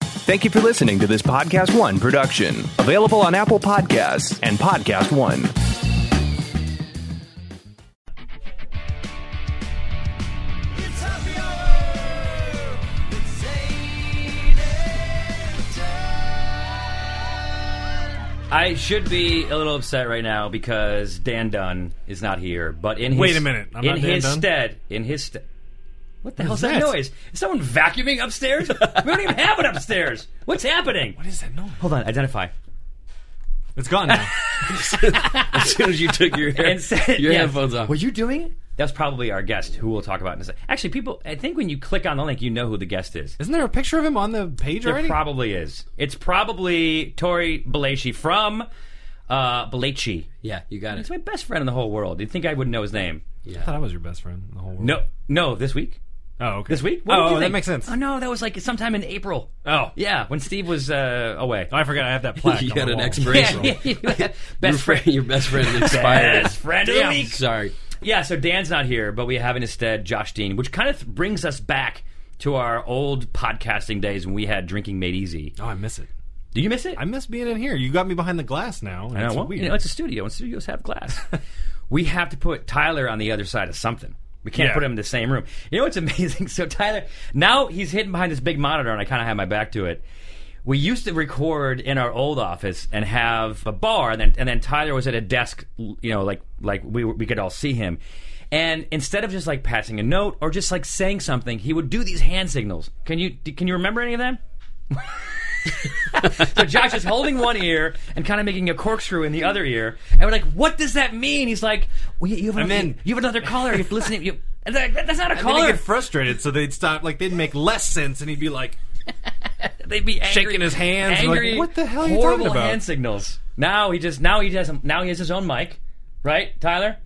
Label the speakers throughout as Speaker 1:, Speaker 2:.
Speaker 1: Thank you for listening to this Podcast One production, available on Apple Podcasts and Podcast One.
Speaker 2: It's happy hour with Zane and Ted.
Speaker 3: I should be a little upset right now because Dan Dunn is not here. But in his,
Speaker 4: Wait a minute. I'm
Speaker 3: in
Speaker 4: not Dan
Speaker 3: his
Speaker 4: Dunn?
Speaker 3: stead, in his stead, what the hell's
Speaker 4: is
Speaker 3: that
Speaker 4: that?
Speaker 3: noise? Is someone vacuuming upstairs? we don't even have it upstairs. What's happening?
Speaker 4: What is that noise?
Speaker 3: Hold on, identify.
Speaker 4: It's gone now.
Speaker 5: as soon as you took your hair,
Speaker 3: And said-
Speaker 5: your
Speaker 3: yeah.
Speaker 5: headphones off.
Speaker 3: Were you doing it? That's probably our guest, who we'll talk about in a second. Actually, people, I think when you click on the link, you know who the guest is.
Speaker 4: Isn't there a picture of him on the page
Speaker 3: There
Speaker 4: already?
Speaker 3: probably is. It's probably Tori Balachi from uh, Balachi.
Speaker 5: yeah, you got it.
Speaker 3: He's my best friend in the whole world. You'd think I would know his name.
Speaker 4: I thought I was your best friend in the whole world.
Speaker 3: No, no, this week.
Speaker 4: Oh, okay.
Speaker 3: This week? What did
Speaker 4: Oh,
Speaker 3: you
Speaker 4: oh, that
Speaker 3: think?
Speaker 4: makes sense.
Speaker 3: Oh no, that was like sometime in April.
Speaker 4: Oh,
Speaker 3: Yeah, when Steve was uh, away.
Speaker 4: I forgot I have that plaque.
Speaker 5: You
Speaker 4: on
Speaker 5: got
Speaker 4: the
Speaker 5: an
Speaker 4: wall.
Speaker 5: expiration. your
Speaker 3: best
Speaker 5: friend,
Speaker 3: friend.
Speaker 5: your best friend expired.
Speaker 3: Best friend of the
Speaker 5: Damn,
Speaker 3: week.
Speaker 5: Sorry,
Speaker 3: Yeah, so Dan's not here, but we have in his stead Josh Dean, which kind of th- brings us back to our old podcasting days when we had drinking made easy.
Speaker 4: Oh, I miss it.
Speaker 3: Do you miss it?
Speaker 4: I miss being in here. You got me behind the glass now. And
Speaker 3: I know.
Speaker 4: it's
Speaker 3: well,
Speaker 4: weird.
Speaker 3: You know, it's a studio, and studios have glass. we have to put Tyler on the other side of something. We can't
Speaker 4: Yeah.
Speaker 3: put him in the same room. You know what's amazing? So Tyler, now he's hidden behind this big monitor, and I kind of have my back to it. We used to record in our old office and have a bar, and then and then Tyler was at a desk. You know, like like we were- we could all see him. And instead of just like passing a note or just like saying something, he would do these hand signals. Can you can you remember any of them? So Josh is holding one ear and kind of making a corkscrew in the other ear, and we're like, "What does that mean?" He's like, well, you, you have
Speaker 4: I'm
Speaker 3: another,
Speaker 4: in.
Speaker 3: you have another caller. You have to listen. to- You, and they're like, that's not a
Speaker 4: And then
Speaker 3: caller.
Speaker 4: he'd get frustrated, so they'd stop. Like they'd make less sense, and he'd be like,
Speaker 3: They'd be angry,
Speaker 4: shaking his hands, like,
Speaker 3: Angry,
Speaker 4: "What the hell are you
Speaker 3: horrible
Speaker 4: talking about?"
Speaker 3: hand signals. Now he just now he has now he has his own mic, right, Tyler?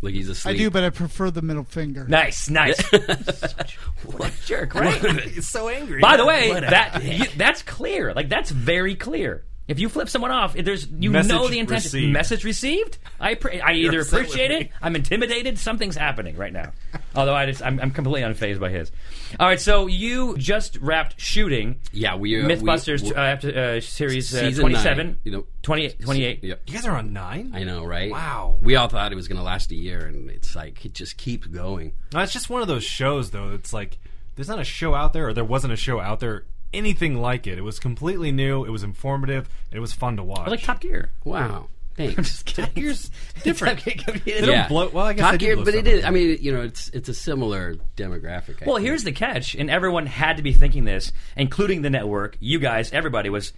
Speaker 5: look, he's asleep.
Speaker 6: I do, but I prefer the middle finger.
Speaker 3: Nice, nice. Such a- what a jerk, right?
Speaker 4: "He's so angry."
Speaker 3: By the way,
Speaker 4: What a-
Speaker 3: that you, that's clear. Like that's very clear. If you flip someone off, if there's you
Speaker 4: Message
Speaker 3: know the intention.
Speaker 4: received.
Speaker 3: Message received. I pre- I either
Speaker 4: upset with
Speaker 3: appreciate
Speaker 4: me.
Speaker 3: it, I'm intimidated, something's happening right now. Although I just I'm, I'm completely unfazed by his. All right, so you just wrapped shooting.
Speaker 5: Yeah, we uh,
Speaker 3: MythBusters
Speaker 5: we-
Speaker 3: uh, after uh, series uh,
Speaker 5: Season
Speaker 3: 27,
Speaker 5: nine, you know.
Speaker 3: 28, 28.
Speaker 5: Yep.
Speaker 4: you guys are on nine.
Speaker 5: I know, right?
Speaker 4: Wow.
Speaker 5: We all thought it was going to last a year, and it's like it just keeps going.
Speaker 4: No, it's just one of those shows, though. It's like there's not a show out there, or there wasn't a show out there anything like it. It was completely new. It was informative. and It was fun to watch.
Speaker 3: Like Top Gear.
Speaker 5: Wow. Thanks.
Speaker 3: Top
Speaker 4: Gear's different.
Speaker 3: Gear.
Speaker 4: don't blow- well, I guess
Speaker 5: Top
Speaker 4: they do
Speaker 5: Gear,
Speaker 4: blow
Speaker 5: but
Speaker 4: stuff
Speaker 5: it
Speaker 4: up.
Speaker 5: is. I mean, you know, it's it's a similar demographic. I
Speaker 3: Well,
Speaker 5: think.
Speaker 3: here's the catch, and everyone had to be thinking this, including the network, you guys, everybody was.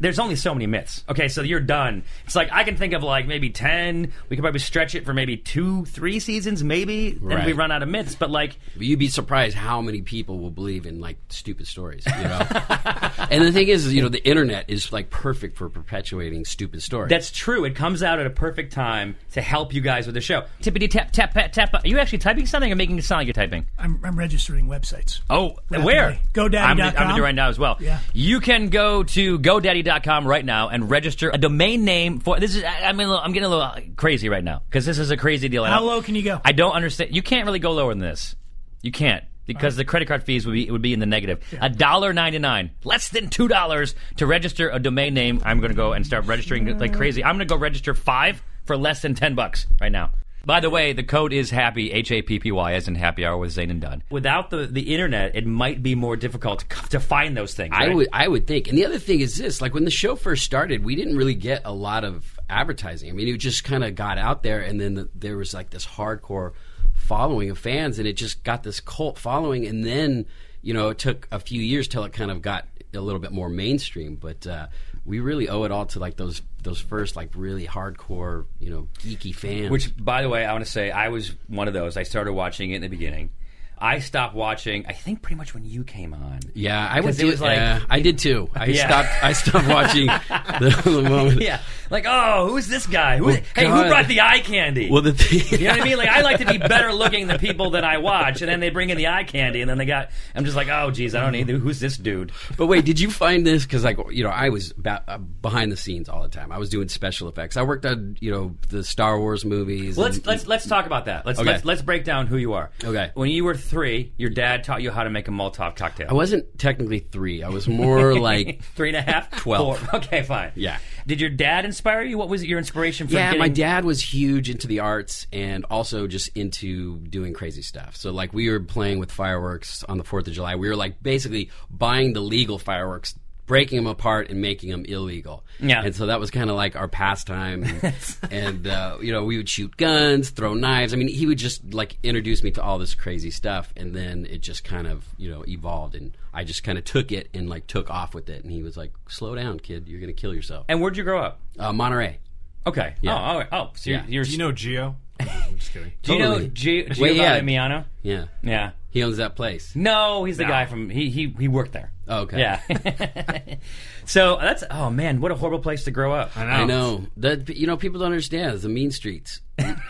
Speaker 3: There's only so many myths. Okay, so you're done. It's like I can think of like maybe ten. We could probably stretch it for maybe two, three seasons, maybe, and we
Speaker 5: Right.
Speaker 3: run out of myths. But like,
Speaker 5: You'd be surprised how many people will believe in like stupid stories, you know. and the thing is, is, you know, the internet is like perfect for perpetuating stupid stories.
Speaker 3: that's true. It comes out at a perfect time to help you guys with the show. Tippity tap tap pat, tap. Are you actually typing something or making it sound like you're typing?
Speaker 6: I'm, I'm registering websites.
Speaker 3: Oh,
Speaker 6: Rapidly.
Speaker 3: where?
Speaker 6: GoDaddy.com.
Speaker 3: I'm gonna, I'm gonna do it right now as well.
Speaker 6: Yeah.
Speaker 3: You can go to GoDaddy.com right now and register a domain name for this. Is I- I'm, a little, I'm getting a little uh, crazy right now because this is a crazy deal. and
Speaker 6: How
Speaker 3: I-
Speaker 6: low can you go?
Speaker 3: I don't understand. You can't really go lower than this. You can't because the credit card fees would be it would be in the negative. A dollar ninety nine, less than two dollars to register a domain name. I'm gonna go and start registering like crazy. I'm gonna go register five for less than ten bucks right now. By the way, the code is happy, H A P P Y, as in happy hour with Zane and Dunn. Without the, the internet, it might be more difficult to, c- to find those things.
Speaker 5: I
Speaker 3: right?
Speaker 5: would I would think. And the other thing is this, like when the show first started, we didn't really get a lot of advertising. I mean, it just kind of got out there and then the, there was like this hardcore following of fans and it just got this cult following and then, you know, it took a few years till it kind of got a little bit more mainstream, but uh, we really owe it all to like those those first like really hardcore, you know, geeky fans.
Speaker 3: Which, by the way, I want to say I was one of those. I started watching it in the beginning. I stopped watching. I think pretty much when you came on.
Speaker 5: Yeah, I
Speaker 3: 'Cause
Speaker 5: would
Speaker 3: it
Speaker 5: do
Speaker 3: was like-
Speaker 5: yeah, I did too. I
Speaker 3: Yeah.
Speaker 5: stopped. I stopped watching the, the moment.
Speaker 3: Yeah, Like, oh, who's this guy? Who, hey, who
Speaker 5: God.
Speaker 3: brought the eye candy?
Speaker 5: Well, the thing,
Speaker 3: you know what I mean? Like, I like to be better looking than people that I watch, and then they bring in the eye candy, and then they got. I'm just like, oh, geez, I don't need. Who's this dude?
Speaker 5: But wait, did you find this? Because like you know, I was ba- uh, behind the scenes all the time. I was doing special effects. I worked on you know the Star Wars movies.
Speaker 3: Well,
Speaker 5: and-
Speaker 3: let's let's let's talk about that. Let's
Speaker 5: Okay.
Speaker 3: let's, let's break down who you are.
Speaker 5: Okay.
Speaker 3: When you were three, your dad taught you how to make a Molotov cocktail.
Speaker 5: I wasn't technically three. I was more like
Speaker 3: Three and a half,
Speaker 5: Twelve.
Speaker 3: four. Okay, fine.
Speaker 5: Yeah.
Speaker 3: Did your dad inspire you? What was your inspiration for?
Speaker 5: yeah. My
Speaker 3: getting-
Speaker 5: dad was huge into the arts and also just into doing crazy stuff. So like we were playing with fireworks on the Fourth of July. We were like basically buying the legal fireworks. Breaking them apart and making them illegal.
Speaker 3: Yeah.
Speaker 5: And so that was kind of like our pastime. And, and, uh, you know, we would shoot guns, throw knives. I mean, he would just like introduce me to all this crazy stuff. And then it just kind of, you know, evolved. And I just kind of took it and like took off with it. And he was like, slow down, kid. You're going to kill yourself.
Speaker 3: And where'd you grow up?
Speaker 5: Uh, Monterey.
Speaker 3: Okay. Oh, all right. oh, so you're,
Speaker 5: Yeah.
Speaker 3: you're
Speaker 4: Do you know Geo? I'm just kidding.
Speaker 3: Do you know
Speaker 5: Totally.
Speaker 3: G- Giovanni
Speaker 5: Wait, yeah.
Speaker 3: Miano?
Speaker 5: Yeah.
Speaker 3: Yeah.
Speaker 5: He owns that place.
Speaker 3: No, he's the guy from he he he worked there.
Speaker 5: Oh, okay.
Speaker 3: Yeah. so that's oh man, what a horrible place to grow up.
Speaker 4: I know.
Speaker 5: I know. That, you know, people don't understand. It's the mean streets.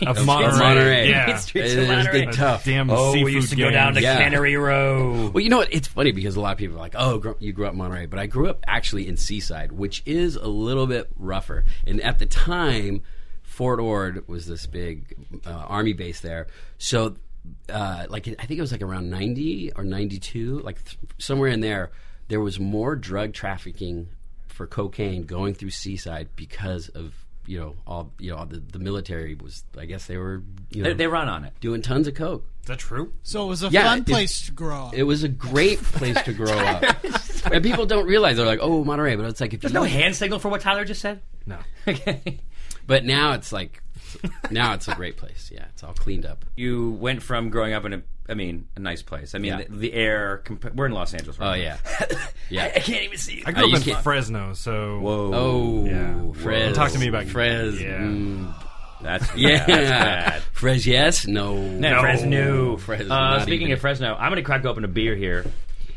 Speaker 4: Of Monterey.
Speaker 5: Monterey.
Speaker 4: Yeah.
Speaker 3: Main Streets
Speaker 5: It
Speaker 3: of
Speaker 5: is the
Speaker 3: Monterey.
Speaker 5: tough-
Speaker 4: Damn
Speaker 3: Oh,
Speaker 4: seafood
Speaker 3: we used to
Speaker 4: gang.
Speaker 3: go down to
Speaker 5: Yeah.
Speaker 3: Cannery Row.
Speaker 5: Well, you know what? It's funny because a lot of people are like, "Oh, gr- you grew up in Monterey," but I grew up actually in Seaside, which is a little bit rougher. And at the time, Fort Ord was this big uh, army base there, so uh, like I think it was like around ninety or ninety-two, like th- somewhere in there. There was more drug trafficking for cocaine going through Seaside because of you know all you know all the, the military was. I guess they were you know
Speaker 3: They, they run on it.
Speaker 5: doing tons of coke.
Speaker 4: Is that true?
Speaker 6: So it was a
Speaker 5: Yeah,
Speaker 6: fun
Speaker 5: it-
Speaker 6: place to grow up.
Speaker 5: It was a great place to grow up. and people don't realize they're like, oh, Monterey, but it's like if you
Speaker 3: There's no
Speaker 5: look-
Speaker 3: hand signal for what Tyler just said.
Speaker 4: No.
Speaker 3: Okay.
Speaker 5: But now it's like, now it's a great place. Yeah, it's all cleaned up.
Speaker 3: You went from growing up in a, I mean, a nice place. I mean,
Speaker 5: Yeah.
Speaker 3: the, the air. Comp- we're in Los Angeles. Right
Speaker 5: Oh
Speaker 3: now.
Speaker 5: yeah,
Speaker 3: I
Speaker 5: yeah.
Speaker 3: can't even see.
Speaker 4: I grew
Speaker 5: Uh, you
Speaker 4: up in
Speaker 5: can't-
Speaker 4: Fresno, so
Speaker 3: Whoa.
Speaker 5: Oh,
Speaker 4: Yeah.
Speaker 5: Fres.
Speaker 4: Talk to me about-
Speaker 5: Fres.
Speaker 4: Yeah.
Speaker 5: mm,
Speaker 3: That's
Speaker 5: yeah.
Speaker 3: That's bad.
Speaker 5: Fres. Yes. No.
Speaker 3: No. Fresno.
Speaker 5: Fresno,
Speaker 3: Uh,
Speaker 5: not
Speaker 3: speaking
Speaker 5: even.
Speaker 3: of Fresno, I'm going to crack open a beer here.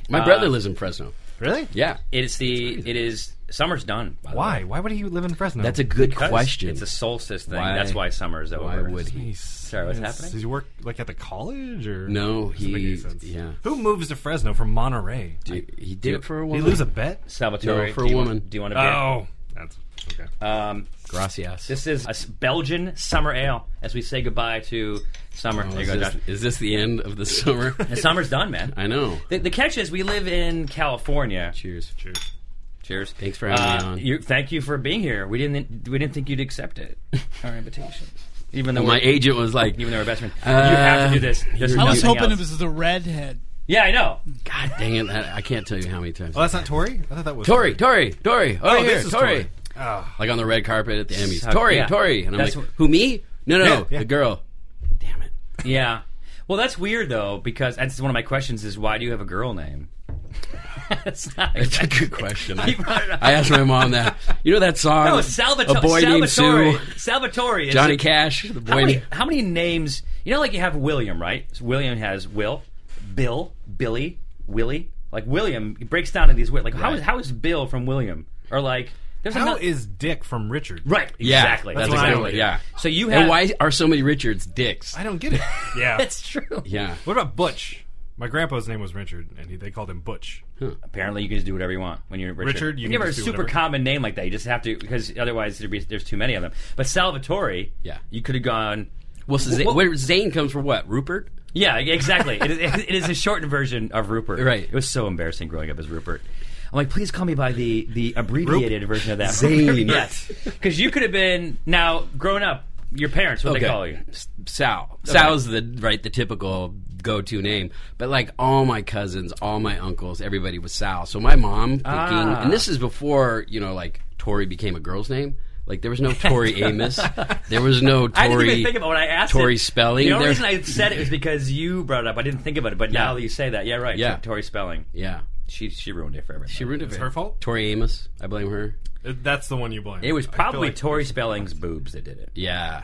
Speaker 5: My brother lives in Fresno.
Speaker 4: really?
Speaker 5: Yeah.
Speaker 3: It's the. It is. Summer's done. By the way.
Speaker 4: Why? Why would he live in Fresno?
Speaker 5: That's a good
Speaker 3: Because
Speaker 5: question.
Speaker 3: It's a solstice thing.
Speaker 5: Why-
Speaker 3: That's why summer's over.
Speaker 5: Why would he?
Speaker 3: Sorry, what's happening?
Speaker 4: Does he work like at the college or
Speaker 5: No,
Speaker 4: Doesn't make
Speaker 5: he-
Speaker 4: any sense.
Speaker 5: yeah.
Speaker 4: Who moves to Fresno from Monterey?
Speaker 5: He, he did it for a
Speaker 4: Did he
Speaker 5: woman.
Speaker 4: lose a bet?
Speaker 3: Salvatore
Speaker 5: No, for
Speaker 3: do you
Speaker 5: a
Speaker 3: want-
Speaker 5: woman.
Speaker 3: do you want a beer?
Speaker 4: Oh, that's okay.
Speaker 3: Um,
Speaker 5: Gracias.
Speaker 3: this is a s- Belgian summer ale. As we say goodbye to summer,
Speaker 5: Oh,
Speaker 3: there you
Speaker 5: is,
Speaker 3: go,
Speaker 5: this,
Speaker 3: Josh.
Speaker 5: is this the end of the summer?
Speaker 3: The summer's done, man.
Speaker 5: I know.
Speaker 3: The, the catch is we live in California.
Speaker 5: Cheers.
Speaker 4: Cheers.
Speaker 3: Cheers. Uh,
Speaker 5: Thanks for having me on.
Speaker 3: You, thank you for being here. We didn't we didn't think you'd accept it. Our invitation, even though
Speaker 5: And my
Speaker 3: we're,
Speaker 5: agent was like,
Speaker 3: even though we're best friends,
Speaker 5: Uh,
Speaker 3: you have to do this. There's
Speaker 5: I
Speaker 6: I was
Speaker 3: nothing
Speaker 6: hoping
Speaker 3: else.
Speaker 6: it was the redhead.
Speaker 3: Yeah, I know.
Speaker 5: God dang it! I, I can't tell you how many times.
Speaker 3: Uh,
Speaker 4: Oh, that's not Tori. I thought that was
Speaker 5: Tori, Tori, Tori, over
Speaker 4: Oh,
Speaker 5: here,
Speaker 4: this is
Speaker 5: Tori.
Speaker 4: Tori. Oh,
Speaker 5: Like on the red carpet at the Emmys.
Speaker 3: So-
Speaker 5: Tori,
Speaker 3: yeah.
Speaker 5: Tori, and I'm
Speaker 3: That's
Speaker 5: like,
Speaker 3: what-
Speaker 5: who me? No, no,
Speaker 4: Yeah, yeah.
Speaker 5: the girl. Damn it.
Speaker 3: Yeah. Well, that's weird though, because that's one of my questions: is why do you have a girl name? that's not.
Speaker 5: That's a good question.
Speaker 3: You brought it
Speaker 5: I,
Speaker 3: up.
Speaker 5: I asked my mom that. You know that song?
Speaker 3: No, Salvatore.
Speaker 5: A boy named
Speaker 3: Salvatore.
Speaker 5: Sue.
Speaker 3: Salvatore. Is
Speaker 5: Johnny
Speaker 3: it-
Speaker 5: Cash. The
Speaker 3: How
Speaker 5: boy.
Speaker 3: many,
Speaker 5: named-
Speaker 3: how many names? You know, like you have William, right? So William has Will, Bill, Billy, Willie. Like William it breaks down into these weird. Like how is
Speaker 5: Right.
Speaker 3: how is Bill from William? Or like there's
Speaker 4: how
Speaker 3: another-
Speaker 4: is Dick from Richard?
Speaker 3: right
Speaker 5: yeah,
Speaker 3: exactly.
Speaker 5: That's,
Speaker 4: what
Speaker 5: a
Speaker 4: I
Speaker 5: good
Speaker 4: don't
Speaker 5: one.
Speaker 4: do.
Speaker 5: Yeah.
Speaker 3: So you have
Speaker 5: And why are so many Richards dicks?
Speaker 4: I don't get it. yeah.
Speaker 3: That's true.
Speaker 5: Yeah.
Speaker 4: What about Butch? My grandpa's name was Richard, and he, they called him Butch.
Speaker 3: Apparently, you can just do whatever you want when you're Richard.
Speaker 4: Richard, you
Speaker 3: you
Speaker 4: can
Speaker 3: never have a
Speaker 4: just do
Speaker 3: super
Speaker 4: whatever.
Speaker 3: common name like that. You just have to because otherwise there'd be, there's too many of them. But Salvatore,
Speaker 5: Yeah.
Speaker 3: you could have gone.
Speaker 5: Well, so Zane,
Speaker 3: What-
Speaker 5: where Zane comes from what? Rupert?
Speaker 3: Yeah, exactly. it, is, it is a shortened version of Rupert.
Speaker 5: Right.
Speaker 3: It was so embarrassing growing up as Rupert. I'm like, please call me by the the abbreviated version of that. Zane. yes, because you could have been now growing up. Your parents, what they call you?
Speaker 5: S- Sal. Sal's the right the typical go to name. But like all my cousins, all my uncles, everybody was Sal. So my mom thinking
Speaker 3: Ah.
Speaker 5: and this is before, you know, like Tori became a girl's name. Like there was no Tori Amos. There was no Tori
Speaker 3: I didn't even think about when I asked.
Speaker 5: Tori
Speaker 3: it.
Speaker 5: Spelling.
Speaker 3: The only
Speaker 5: There-
Speaker 3: reason I said it was because you brought it up. I didn't think about it, but now
Speaker 5: Yeah.
Speaker 3: that you say that, yeah, right.
Speaker 5: Yeah.
Speaker 3: Tori Spelling.
Speaker 5: Yeah.
Speaker 3: She she ruined it for everybody.
Speaker 5: She ruined it.
Speaker 4: It's her fault. Uh,
Speaker 5: Tori Amos. I blame her.
Speaker 4: That's the one you blame.
Speaker 3: It was
Speaker 4: I feel
Speaker 3: probably
Speaker 4: like-
Speaker 3: Tori Spelling's boobs that did it.
Speaker 5: Yeah.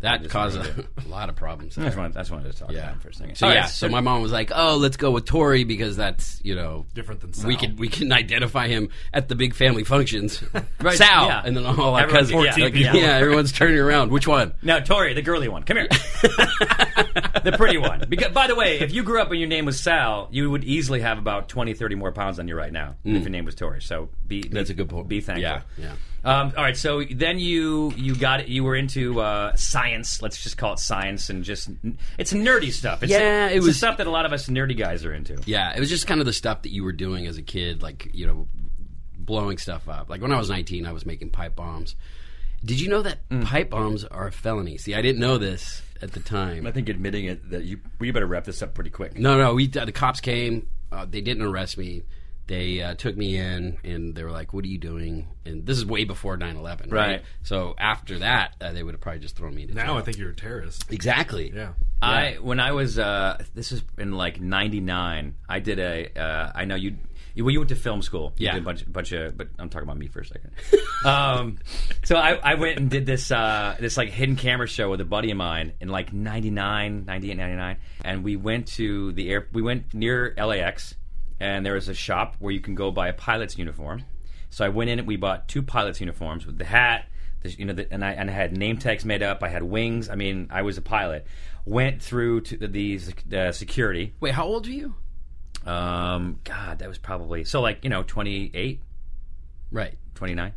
Speaker 5: That caused a, a lot of problems.
Speaker 3: I
Speaker 5: there.
Speaker 3: just wanted, I just wanted to talk
Speaker 5: Yeah.
Speaker 3: about it for a second.
Speaker 5: So
Speaker 3: All right,
Speaker 5: yeah, so my mom was like, "Oh, let's go with Tori because that's you know
Speaker 4: Different than
Speaker 5: we
Speaker 4: Sal.
Speaker 5: can we can identify him at the big family functions.
Speaker 3: Right,
Speaker 5: Sal
Speaker 3: yeah.
Speaker 5: and then all our
Speaker 3: Everyone's-
Speaker 5: cousins.
Speaker 3: yeah,
Speaker 5: Like,
Speaker 3: yeah.
Speaker 5: yeah, everyone's turning around. Which one?
Speaker 3: Now, Tori, the girly one, come here. the pretty one. Because, by the way, if you grew up and your name was Sal, you would easily have about 20, 30 more pounds on you right now if your name was Tori. So be, be-
Speaker 5: That's a good point.
Speaker 3: Be thankful.
Speaker 5: Yeah, yeah.
Speaker 3: Um, all right, so then you you got you were into uh, science. Let's just call it science, and just it's nerdy stuff. It's,
Speaker 5: Yeah, it
Speaker 3: it's the
Speaker 5: was-
Speaker 3: stuff that a lot of us nerdy guys are into.
Speaker 5: Yeah, it was just kind of the stuff that you were doing as a kid, like you know, blowing stuff up. Like when I was 19, I was making pipe bombs. Did you know that
Speaker 3: Mm.
Speaker 5: pipe bombs are a felony? See, I didn't know this at the time.
Speaker 3: I think admitting it that you we better wrap this up pretty quick.
Speaker 5: No, no. We the cops came. Uh, they didn't arrest me. They uh, took me in, and they were like, "What are you doing?" And this is way before 9-11, right?
Speaker 3: Right.
Speaker 5: So after that, uh, they would have probably just thrown me into
Speaker 4: Now
Speaker 5: jail.
Speaker 4: I think you're a terrorist.
Speaker 5: exactly.
Speaker 4: Yeah.
Speaker 3: I when I was uh, this is in like '99. I did a uh, I know you. you- Well, you went to film school. You
Speaker 5: Yeah.
Speaker 3: did a bunch, bunch of. But I'm talking about me for a second. um, so I, I went and did this uh, this like hidden camera show with a buddy of mine in like '99, '98, '99, and we went to the air. We went near LAX, and there was a shop where you can go buy a pilot's uniform. So I went in and we bought two pilot's uniforms with the hat, the, you know, the, and I and I had name tags made up. I had wings. I mean, I was a pilot. Went through to the, the, the security.
Speaker 5: Wait, how old were you?
Speaker 3: Um, God, that was probably so like you know 28,
Speaker 5: Right.
Speaker 3: 29.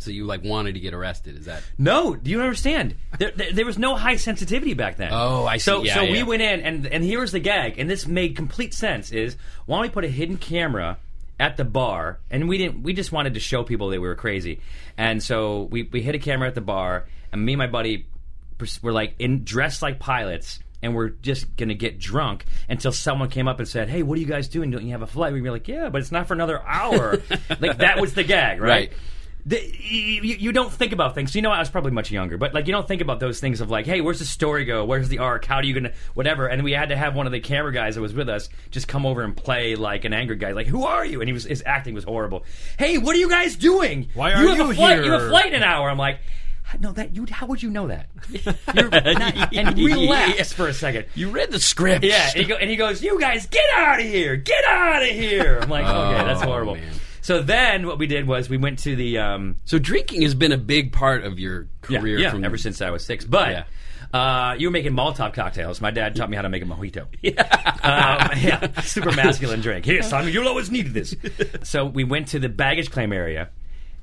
Speaker 5: So you like wanted to get arrested? Is that
Speaker 3: No, do you understand? There, there, there was no high sensitivity back then.
Speaker 5: Oh, I see.
Speaker 3: So,
Speaker 5: Yeah,
Speaker 3: so we
Speaker 5: yeah.
Speaker 3: went in, and and here was the gag, and this made complete sense. Is why don't we put a hidden camera at the bar, and we didn't. We just wanted to show people that we were crazy, and so we we hit a camera at the bar, and me and my buddy pers- were like in dressed like pilots. And we're just gonna get drunk until someone came up and said, "Hey, what are you guys doing? Don't you have a flight?" We'd be like, "Yeah, but it's not for another hour." like that was the gag,
Speaker 5: Right.
Speaker 3: the, you, you don't think about things. You know, I was probably much younger, but like you don't think about those things of like, hey, where's the story go? Where's the arc? How are you gonna whatever? And we had to have one of the camera guys that was with us just come over and play like an angry guy, like, who are you? And he was his acting was horrible. Hey, what are you guys doing?
Speaker 4: Why are
Speaker 3: you, have
Speaker 4: you
Speaker 3: a flight,
Speaker 4: here?"
Speaker 3: You have a flight in an hour. I'm like. No, that you. How would you know that? You're not, and relax for a second.
Speaker 5: you read the script?
Speaker 3: Yeah, and he, go, and he goes, "You guys, get out of here! Get out of here!" I'm like, "Okay, that's
Speaker 5: Oh,
Speaker 3: horrible."
Speaker 5: man.
Speaker 3: So then, what we did was we went to the um,
Speaker 5: So drinking has been a big part of your
Speaker 3: yeah,
Speaker 5: career.
Speaker 3: yeah,
Speaker 5: from,
Speaker 3: ever since I was six. But uh, you were making Molotov cocktails. My dad taught me how to make a mojito. Yeah, um, yeah super masculine drink. Here, son, you'll always need this. so we went to the baggage claim area,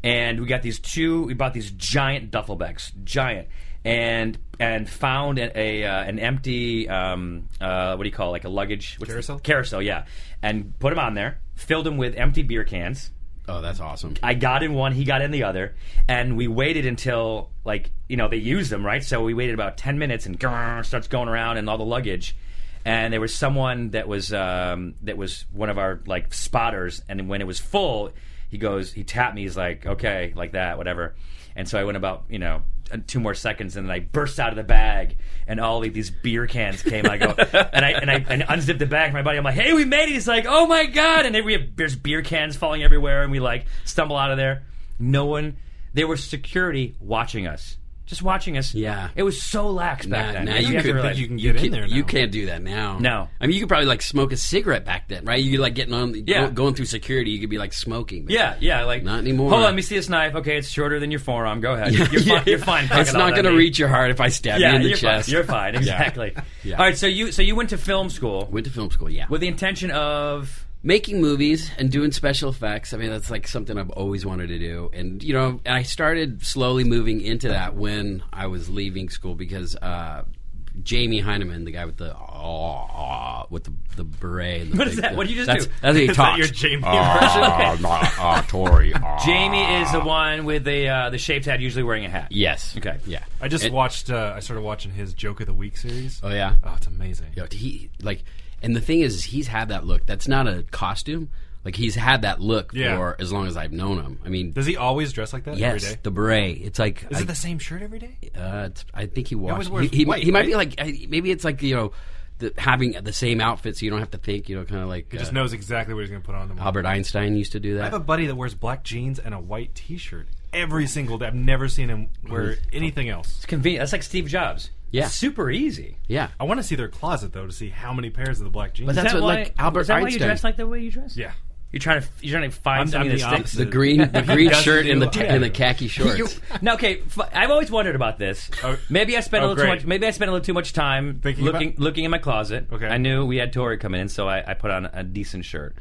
Speaker 3: and we got these two. We bought these giant duffel bags, giant, and and found a, a uh, an empty um, uh, what do you call it, like a luggage what's the-
Speaker 4: Carousel?
Speaker 3: Carousel, yeah, and put them on there. Filled them with empty beer cans.
Speaker 5: Oh, that's awesome.
Speaker 3: I got in one, he got in the other, and we waited until like you know they used them right. So we waited about ten minutes, and grrr, starts going around and all the luggage. And there was someone that was um, that was one of our like spotters, and when it was full, he goes, he tapped me, he's like, okay, like that, whatever. And so I went about you know uh, two more seconds, and then I burst out of the bag, and all of these beer cans came. I go and I and I and unzipped the bag. My buddy, I'm like, "Hey, we made it!" He's like, "Oh my god!" And then we have there's beer cans falling everywhere, and we like stumble out of there. No one. There was security watching us, just watching us.
Speaker 5: Yeah.
Speaker 3: it was so lax back
Speaker 5: Now-
Speaker 3: then.
Speaker 5: now
Speaker 3: That's
Speaker 5: you
Speaker 3: what have to
Speaker 5: could-
Speaker 4: I
Speaker 3: realize.
Speaker 4: think you can get in
Speaker 5: Can-
Speaker 4: there. Now.
Speaker 5: You can't do that now.
Speaker 3: No.
Speaker 5: I mean, you could probably like smoke a cigarette back then, right? You like getting on,
Speaker 3: Yeah.
Speaker 5: go, going through security, you could be like smoking. but-
Speaker 3: Yeah, yeah, like
Speaker 5: Not anymore.
Speaker 3: Hold on, let me see this knife. Okay, it's shorter than your forearm. Go ahead. You're, fine. You're fine.
Speaker 5: It's
Speaker 3: crocodile
Speaker 5: not going to
Speaker 3: Dundee.
Speaker 5: reach your heart if I stab
Speaker 3: Yeah,
Speaker 5: you in the
Speaker 3: you're
Speaker 5: chest.
Speaker 3: fine. You're fine. Exactly.
Speaker 5: Yeah.
Speaker 3: All right, so you so you went to film school
Speaker 5: Went to film school, yeah.
Speaker 3: with the intention of
Speaker 5: making movies and doing special effects. I mean, that's like something I've always wanted to do. And you know, I started slowly moving into that when I was leaving school because uh, Jamie Heineman, the guy with the oh, oh, with the, the beret, and the
Speaker 3: What is
Speaker 5: big-
Speaker 3: that? What did you just
Speaker 5: that's,
Speaker 3: do?
Speaker 5: That's how he
Speaker 4: Is that
Speaker 5: talks.
Speaker 4: your Jamie
Speaker 3: Okay.
Speaker 5: Ah, Tori. ah.
Speaker 3: Jamie is the one with the uh, the shaved head, usually wearing a hat.
Speaker 5: Yes.
Speaker 3: Okay.
Speaker 5: Yeah.
Speaker 4: I just
Speaker 5: It-
Speaker 4: watched. Uh, I started watching his Joke of the Week series.
Speaker 5: Oh yeah.
Speaker 4: Oh, it's amazing.
Speaker 5: Yo, he like, and the thing is, he's had that look. That's not a costume. Like he's had that look
Speaker 4: Yeah.
Speaker 5: for as long as I've known him. I mean,
Speaker 4: Does he always dress like that
Speaker 5: yes,
Speaker 4: every day?
Speaker 5: the beret. It's like
Speaker 4: Is
Speaker 5: I,
Speaker 4: it the same shirt every day?
Speaker 5: Uh, it's, I think he
Speaker 4: always
Speaker 5: washed.
Speaker 4: wears
Speaker 5: He, he,
Speaker 4: white,
Speaker 5: he might
Speaker 4: right?
Speaker 5: be like I- maybe it's like you know, the, having the same outfit so you don't have to think. You know, kind of like
Speaker 4: He just
Speaker 5: uh,
Speaker 4: knows exactly what he's going to put on tomorrow.
Speaker 5: Albert Einstein used to do
Speaker 4: I have a
Speaker 5: that.
Speaker 4: buddy that wears black jeans and a white T-shirt every single day. I've never seen him wear anything else.
Speaker 3: It's convenient. That's like Steve Jobs.
Speaker 5: Yeah.
Speaker 3: super easy.
Speaker 5: Yeah.
Speaker 4: I want to see their closet though to see how many pairs of the black jeans.
Speaker 5: But That's
Speaker 3: Is that
Speaker 5: what,
Speaker 3: why-
Speaker 5: like, Albert
Speaker 3: is that why you
Speaker 5: Einstein-
Speaker 3: dress like the way you dress?
Speaker 4: yeah,
Speaker 3: You're trying to you're trying to find
Speaker 4: I'm-
Speaker 3: something that
Speaker 4: I'm the
Speaker 3: sticks.
Speaker 4: opposite.
Speaker 5: The green, the green
Speaker 4: doesn't
Speaker 5: shirt and the
Speaker 4: do-
Speaker 5: ta-
Speaker 4: yeah.
Speaker 5: and the khaki shorts.
Speaker 3: Now, okay, f- I've always wondered about this.
Speaker 4: Oh,
Speaker 3: maybe I spent a
Speaker 4: oh,
Speaker 3: little too
Speaker 4: great.
Speaker 3: much. Maybe I spent a little too much time
Speaker 4: Thinking
Speaker 3: looking
Speaker 4: about-
Speaker 3: looking in my closet.
Speaker 4: Okay.
Speaker 3: I knew we had Tori coming in, so I, I put on a decent shirt.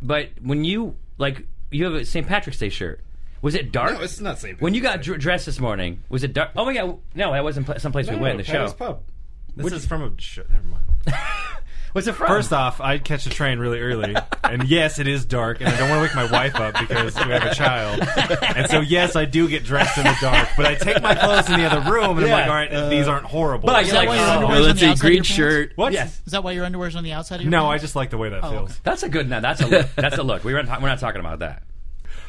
Speaker 3: But when you like, you have a St. Patrick's Day shirt. Was it dark?
Speaker 4: No, it's not St.
Speaker 3: When you got
Speaker 4: Patrick's
Speaker 3: dr- dressed this morning, was it dark? Oh my god! No, that wasn't pl- someplace we went. The show.
Speaker 4: Patty's Pub. This is from a. Sh- never mind.
Speaker 3: What's it from?
Speaker 4: First off, I catch a train really early, and yes, it is dark, and I don't want to wake my wife up because we have a child, and so yes, I do get dressed in the dark. But I take my clothes in the other room, and
Speaker 3: Yeah.
Speaker 4: I'm like, all right, these aren't horrible.
Speaker 3: But I
Speaker 4: You're
Speaker 3: like-
Speaker 4: like,
Speaker 3: Oh,
Speaker 4: "Oh,
Speaker 7: underwear's on
Speaker 5: let's
Speaker 7: the
Speaker 5: see,
Speaker 7: outside of
Speaker 5: green
Speaker 7: your pants?
Speaker 5: shirt.
Speaker 4: what?
Speaker 3: Yes.
Speaker 7: Is that why your underwear's on the outside of your
Speaker 4: No, I
Speaker 7: pants?
Speaker 4: just like the way that feels.
Speaker 3: That's a good. No, that's a look. that's a look. We weren't. We're not talking about that.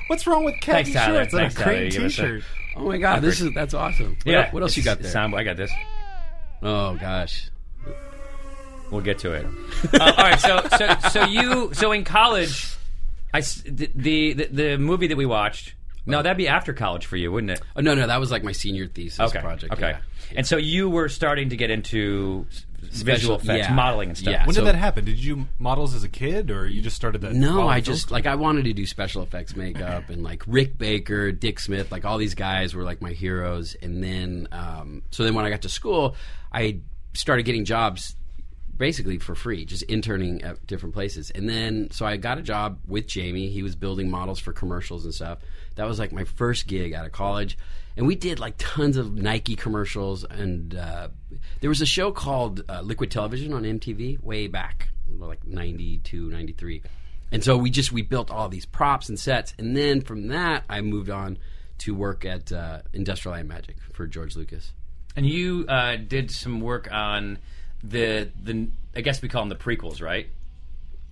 Speaker 4: What's wrong with
Speaker 3: Thanks,
Speaker 4: khaki
Speaker 3: Tyler.
Speaker 4: shirts and
Speaker 3: Thanks,
Speaker 4: a
Speaker 3: Tyler. You
Speaker 4: cream
Speaker 3: give us a-
Speaker 4: T-shirt?
Speaker 5: Oh my god, this is that's awesome. What
Speaker 3: Yeah.
Speaker 5: el- what else you got
Speaker 3: It's-
Speaker 5: there?
Speaker 3: Soundboy, I got this.
Speaker 5: Oh gosh,
Speaker 3: We'll get to it. uh, all right. So, so, so you, so in college, I s- the the, the, the movie that we watched. No, that'd be after college for you, wouldn't it?
Speaker 5: oh, no, no, that was like my senior thesis
Speaker 3: Okay.
Speaker 5: project.
Speaker 3: okay.
Speaker 5: yeah.
Speaker 3: And so you were starting to get into s- visual effects,
Speaker 5: yeah.
Speaker 3: modeling, and stuff.
Speaker 5: Yeah.
Speaker 4: When
Speaker 5: So-
Speaker 4: did that happen? Did you models as a kid, or you just started that?
Speaker 5: No,
Speaker 4: while
Speaker 5: I
Speaker 4: in film
Speaker 5: just
Speaker 4: school?
Speaker 5: like I wanted to do special effects makeup and like Rick Baker, Dick Smith, like all these guys were like my heroes. And then um, so then when I got to school, I started getting jobs basically for free, just interning at different places. And then so I got a job with Jamie. He was building models for commercials and stuff. That was like my first gig out of college. And we did like tons of Nike commercials, and uh, there was a show called uh, Liquid Television on MTV way back, like 92, 93. And so we just we built all these props and sets, and then from that I moved on to work at uh, Industrial Light and Magic for George Lucas.
Speaker 3: And you uh, did some work on the the. I guess we call them the prequels, right?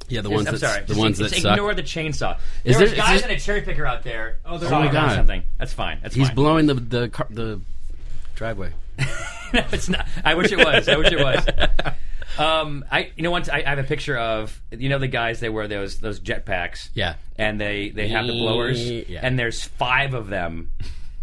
Speaker 5: Yeah, the ones
Speaker 3: I'm
Speaker 5: that
Speaker 3: sorry.
Speaker 5: the
Speaker 3: just,
Speaker 5: ones
Speaker 3: just
Speaker 5: that suck.
Speaker 3: ignore the chainsaw. There's
Speaker 5: Is there- is
Speaker 3: guys
Speaker 5: there-
Speaker 3: in a cherry picker out there. Oh,
Speaker 4: there
Speaker 5: my God.
Speaker 3: Something. That's fine. That's
Speaker 5: He's
Speaker 3: fine.
Speaker 5: blowing the the car, the driveway.
Speaker 3: No, it's not. I wish it was. I wish it was. Um, I you know once I, I have a picture of you know the guys they wear those those jetpacks.
Speaker 5: Yeah.
Speaker 3: and they they have the blowers,
Speaker 5: Yeah.
Speaker 3: and there's five of them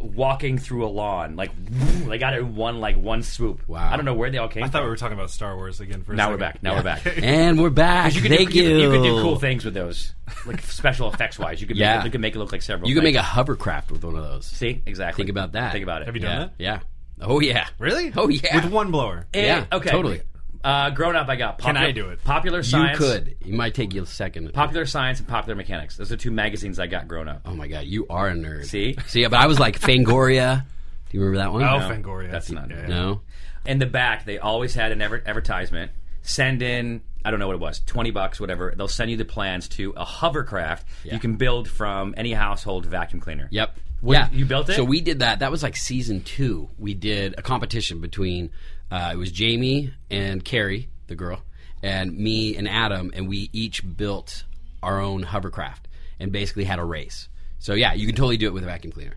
Speaker 3: walking through a lawn like they got it in one like one swoop.
Speaker 5: Wow.
Speaker 3: I don't know where they all came.
Speaker 4: I thought
Speaker 3: from.
Speaker 4: we were talking about Star Wars again. For a
Speaker 3: now
Speaker 4: second.
Speaker 3: we're back. Now we're back.
Speaker 5: And we're back.
Speaker 3: You could,
Speaker 5: Thank
Speaker 3: do,
Speaker 5: you.
Speaker 3: you, could- you could do cool things with those, like special effects wise. You could
Speaker 5: Yeah.
Speaker 3: make, it- you could make it look like several.
Speaker 5: You could
Speaker 3: things.
Speaker 5: make a hovercraft with one of those.
Speaker 3: see exactly.
Speaker 5: Think about that.
Speaker 3: Think about it.
Speaker 4: Have you
Speaker 5: yeah.
Speaker 4: done that?
Speaker 5: Yeah. Oh yeah.
Speaker 4: Really?
Speaker 5: Oh, yeah.
Speaker 4: With one blower.
Speaker 3: Eh,
Speaker 5: Yeah,
Speaker 3: okay.
Speaker 5: totally.
Speaker 3: Uh, grown up, I got. Popular,
Speaker 4: I do it?
Speaker 3: Popular
Speaker 5: You
Speaker 3: science.
Speaker 5: could. It might take you a second.
Speaker 3: Popular Science and Popular Mechanics. Those are two magazines I got grown up.
Speaker 5: Oh my god, you are a nerd.
Speaker 3: See?
Speaker 5: See, but I was like Fangoria. Do you remember that one?
Speaker 4: Oh, Fangoria.
Speaker 3: that's not-
Speaker 4: Yeah.
Speaker 5: No.
Speaker 3: In the back, they always had an adver- advertisement. Send in, I don't know what it was, 20 bucks, whatever. They'll send you the plans to a hovercraft you can build from any household vacuum cleaner.
Speaker 5: Yep.
Speaker 3: What,
Speaker 5: yeah.
Speaker 3: You built it?
Speaker 5: So we did that. That was like season two. We did a competition between uh, it was Jamie and Carrie, the girl, and me and Adam, and we each built our own hovercraft and basically had a race. So yeah, you can totally do it with a vacuum cleaner.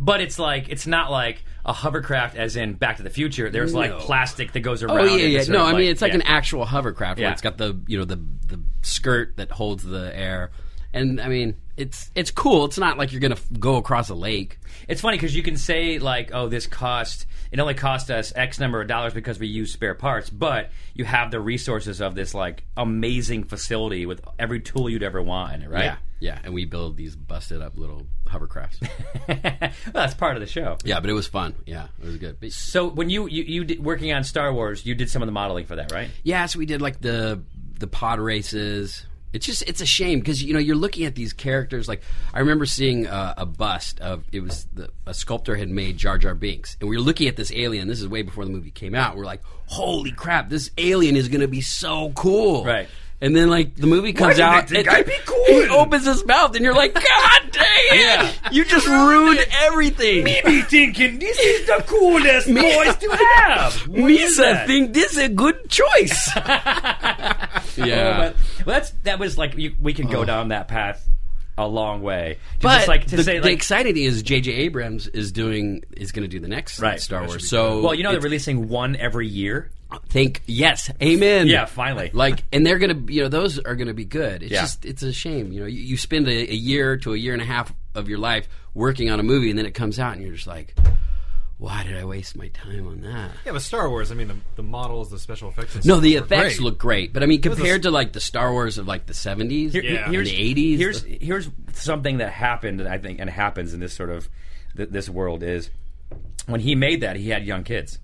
Speaker 3: But it's like, it's not like a hovercraft as in Back to the Future. There's like
Speaker 5: No.
Speaker 3: plastic that goes around.
Speaker 5: Oh yeah,
Speaker 3: it
Speaker 5: yeah.
Speaker 3: that's sort
Speaker 5: No,
Speaker 3: of
Speaker 5: I mean it's like
Speaker 3: yeah.
Speaker 5: an actual hovercraft
Speaker 3: Yeah.
Speaker 5: where it's got the you know the the skirt that holds the air, and I mean it's it's cool. It's not like you're gonna f- go across a lake.
Speaker 3: It's funny because you can say like, "Oh, this cost it only cost us X number of dollars because we use spare parts," but you have the resources of this like amazing facility with every tool you'd ever want in it, right?
Speaker 5: Yeah, yeah. And we build these busted up little hovercrafts.
Speaker 3: Well, that's part of the show.
Speaker 5: yeah, but it was fun. Yeah, it was good. But
Speaker 3: So when you you, you did, working on Star Wars, you did some of the modeling for that, right?
Speaker 5: Yeah, so we did like the the pod races. It's just it's a shame because you know you're looking at these characters. Like I remember seeing uh, a bust of it was the, a sculptor had made Jar Jar Binks, and we were looking at this alien. This is way before the movie came out. We're like, holy crap, this alien is going to be so cool,
Speaker 3: Right.
Speaker 5: And then like the movie comes
Speaker 4: did they
Speaker 5: out,
Speaker 4: think
Speaker 5: and
Speaker 4: I'd be cool?
Speaker 5: He opens his mouth, and you're like, God dang it!
Speaker 3: Yeah.
Speaker 5: You just ruined everything.
Speaker 3: Me thinking this is the coolest
Speaker 5: voice to
Speaker 3: have.
Speaker 5: Misa think this is a good choice. yeah.
Speaker 3: But, well, that's that was like you, we can go down that path a long way. To
Speaker 5: But
Speaker 3: just, like to
Speaker 5: the,
Speaker 3: say
Speaker 5: the
Speaker 3: like.
Speaker 5: exciting thing is J.J. Abrams is doing is going to do the next
Speaker 3: Right.
Speaker 5: Star
Speaker 3: That
Speaker 5: Wars. So
Speaker 3: well, you know they're
Speaker 5: it's-
Speaker 3: releasing one every year.
Speaker 5: think yes, amen.
Speaker 3: Yeah, finally.
Speaker 5: Like, and they're gonna you know those are gonna be good. It's
Speaker 3: Yeah.
Speaker 5: just it's a shame you know you, you spend a, a year to a year and a half of your life working on a movie and then it comes out and you're just like. why did I waste my time on that?
Speaker 4: Yeah, but Star Wars. I mean, the, the models, the special effects. And
Speaker 5: No,
Speaker 4: stuff
Speaker 5: the
Speaker 4: were
Speaker 5: effects
Speaker 4: great.
Speaker 5: look great, but I mean,
Speaker 4: was a
Speaker 5: compared
Speaker 4: s-
Speaker 5: to like the Star Wars of like the seventies,
Speaker 3: Here-
Speaker 4: Yeah.
Speaker 3: here's,
Speaker 5: In the 80s?
Speaker 3: Here's here's something that happened, and I think and happens in this sort of th- this world is when he made that he had young kids,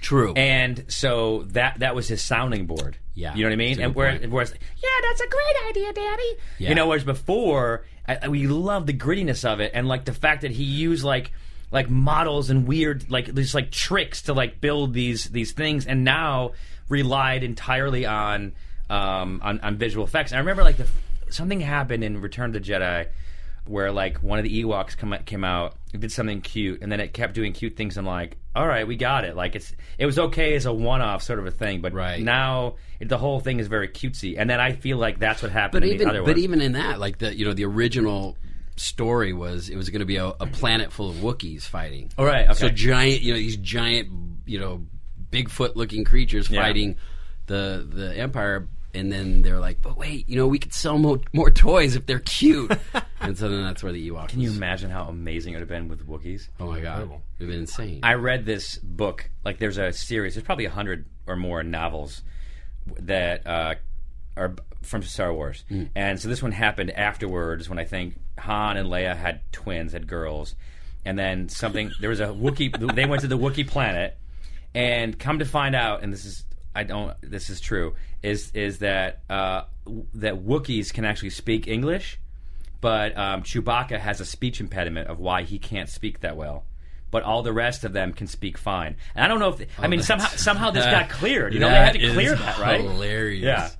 Speaker 5: true.
Speaker 3: and so that that was his sounding board.
Speaker 5: Yeah,
Speaker 3: you know what I mean.
Speaker 5: that's a
Speaker 3: And
Speaker 5: good
Speaker 3: whereas,
Speaker 5: point.
Speaker 3: whereas, yeah, that's a great idea, Daddy.
Speaker 5: Yeah.
Speaker 3: You know, whereas before I, I- we loved the grittiness of it and like the fact that he used like like models and weird like just like tricks to like build these these things, and now relied entirely on um, on, on visual effects. And I remember like the something happened in Return of the Jedi where like one of the Ewoks come came out, it did something cute, and then it kept doing cute things. And like, all right, we got it. Like it's it was okay as a one off sort of a thing, but
Speaker 5: Right.
Speaker 3: now it, the whole thing is very cutesy. And then I feel like that's what happened.
Speaker 5: but
Speaker 3: in
Speaker 5: even
Speaker 3: the other
Speaker 5: but
Speaker 3: one.
Speaker 5: even in that, like the you know the original story was it was going to be a, a planet full of Wookiees fighting.
Speaker 3: All Oh, right, okay.
Speaker 5: so giant, you know these giant, you know, Bigfoot looking creatures
Speaker 3: Yeah.
Speaker 5: fighting the the Empire, and then they're like, but wait, you know, we could sell more, more toys if they're cute, and so then that's where the Ewok.
Speaker 3: Can you imagine how amazing it would have been with Wookiees?
Speaker 5: Oh my god,
Speaker 4: Incredible.
Speaker 5: it'd been insane.
Speaker 3: I read this book. Like, there's a series. There's probably a hundred or more novels that uh, are b- from Star Wars. And so this one happened afterwards when I think Han and Leia had twins, had girls, and then something. There was a Wookiee. they went to the Wookiee planet, and come to find out, and this is I don't. This is true. Is is that uh, w- that Wookiees can actually speak English? but um, Chewbacca has a speech impediment of why he can't speak that well. But all the rest of them can speak fine. And I don't know if I mean somehow somehow this got cleared. You know they had to
Speaker 5: Oh, is
Speaker 3: clear that, right?
Speaker 5: Hilarious.
Speaker 3: Yeah.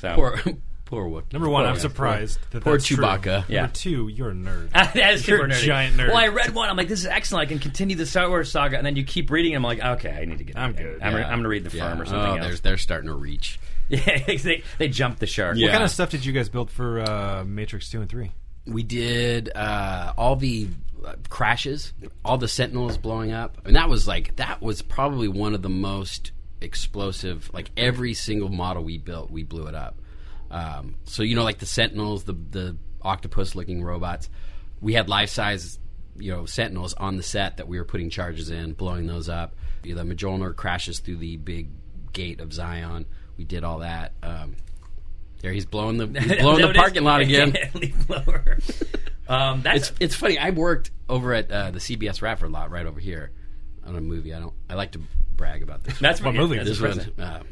Speaker 3: So
Speaker 5: Poor poor Wookiee.
Speaker 4: Number one,
Speaker 5: Poor-
Speaker 4: I'm surprised. that
Speaker 5: Poor
Speaker 4: that's true.
Speaker 5: Chewbacca.
Speaker 3: Yeah.
Speaker 4: Number two, you're a nerd.
Speaker 3: that is
Speaker 4: You're
Speaker 3: super
Speaker 4: a
Speaker 3: nerdy.
Speaker 4: giant nerd.
Speaker 3: Well, I read one. I'm like, this is excellent. I can continue the Star Wars saga. And then you keep reading. And I'm like, okay, I need to get.
Speaker 4: I'm good.
Speaker 3: I'm,
Speaker 4: Yeah.
Speaker 3: I'm going to read the
Speaker 5: Yeah.
Speaker 3: firm or something
Speaker 5: oh,
Speaker 3: else.
Speaker 5: They're, they're starting to reach.
Speaker 3: Yeah, they, they jumped the shark.
Speaker 5: Yeah.
Speaker 4: What kind of stuff did you guys build for uh, Matrix Two and Three?
Speaker 5: We did uh, all the uh, crashes, all the Sentinels blowing up, and that was like that was probably one of the most explosive. Like every single model we built, we blew it up. Um, so you know, like the Sentinels, the the octopus-looking robots. We had life-size, you know, Sentinels on the set that we were putting charges in, blowing those up. You know, the Majolner crashes through the big gate of Zion. We did all that. Um, there, he's blowing the he's blowing the parking lot again.
Speaker 3: Leaf blower. Um, that's
Speaker 5: It's it's funny. I worked over at uh, the CBS Radford lot right over here on a movie. I don't. I like to brag about this.
Speaker 3: that's
Speaker 4: What movie?
Speaker 3: That's
Speaker 5: this
Speaker 3: impressive.
Speaker 5: one, um,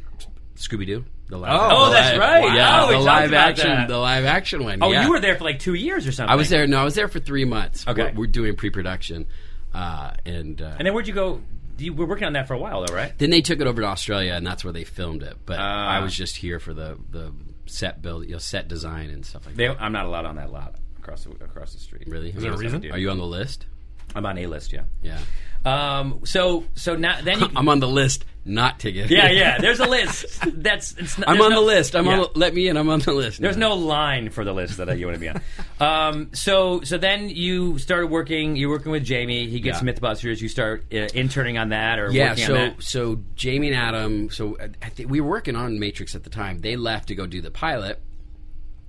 Speaker 5: Scooby Doo. The live.
Speaker 4: Oh,
Speaker 5: the
Speaker 3: that's
Speaker 5: live-
Speaker 3: right.
Speaker 5: Yeah,
Speaker 3: Oh, we
Speaker 5: the
Speaker 3: talked
Speaker 5: live
Speaker 3: about
Speaker 5: action.
Speaker 3: that.
Speaker 5: The live action one.
Speaker 3: Oh,
Speaker 5: yeah.
Speaker 3: you were there for like two years or something.
Speaker 5: I was there. No, I was there for three months.
Speaker 3: Okay.
Speaker 5: we're, we're doing pre-production, uh, and, uh,
Speaker 3: And then where'd you go? You were working on that for a while, though, right?
Speaker 5: then they took it over to Australia, and that's where they filmed it. But
Speaker 3: Ah.
Speaker 5: I was just here for the the set build, you know, set design and stuff like that.
Speaker 3: They, I'm not allowed on that lot across the across the street.
Speaker 5: Really? Is
Speaker 4: there a reason?
Speaker 5: Are you on the list?
Speaker 3: I'm on a list, yeah.
Speaker 5: Yeah,
Speaker 3: Um. So so now then you.
Speaker 5: I'm on the list. Not to get.
Speaker 3: yeah, yeah. There's a list. That's it's not,
Speaker 5: I'm
Speaker 3: there's
Speaker 5: on
Speaker 3: no-
Speaker 5: the list. I'm on.
Speaker 3: Yeah.
Speaker 5: the- Let me in. I'm on the list.
Speaker 3: There's no line for the list that you want to be on. Um, so, so then you started working. You're working with Jamie. He gets
Speaker 5: Yeah.
Speaker 3: MythBusters. You start uh, interning on that or
Speaker 5: Yeah.
Speaker 3: working
Speaker 5: So
Speaker 3: on that.
Speaker 5: so Jamie and Adam. So uh, I think we were working on Matrix at the time. They left to go do the pilot.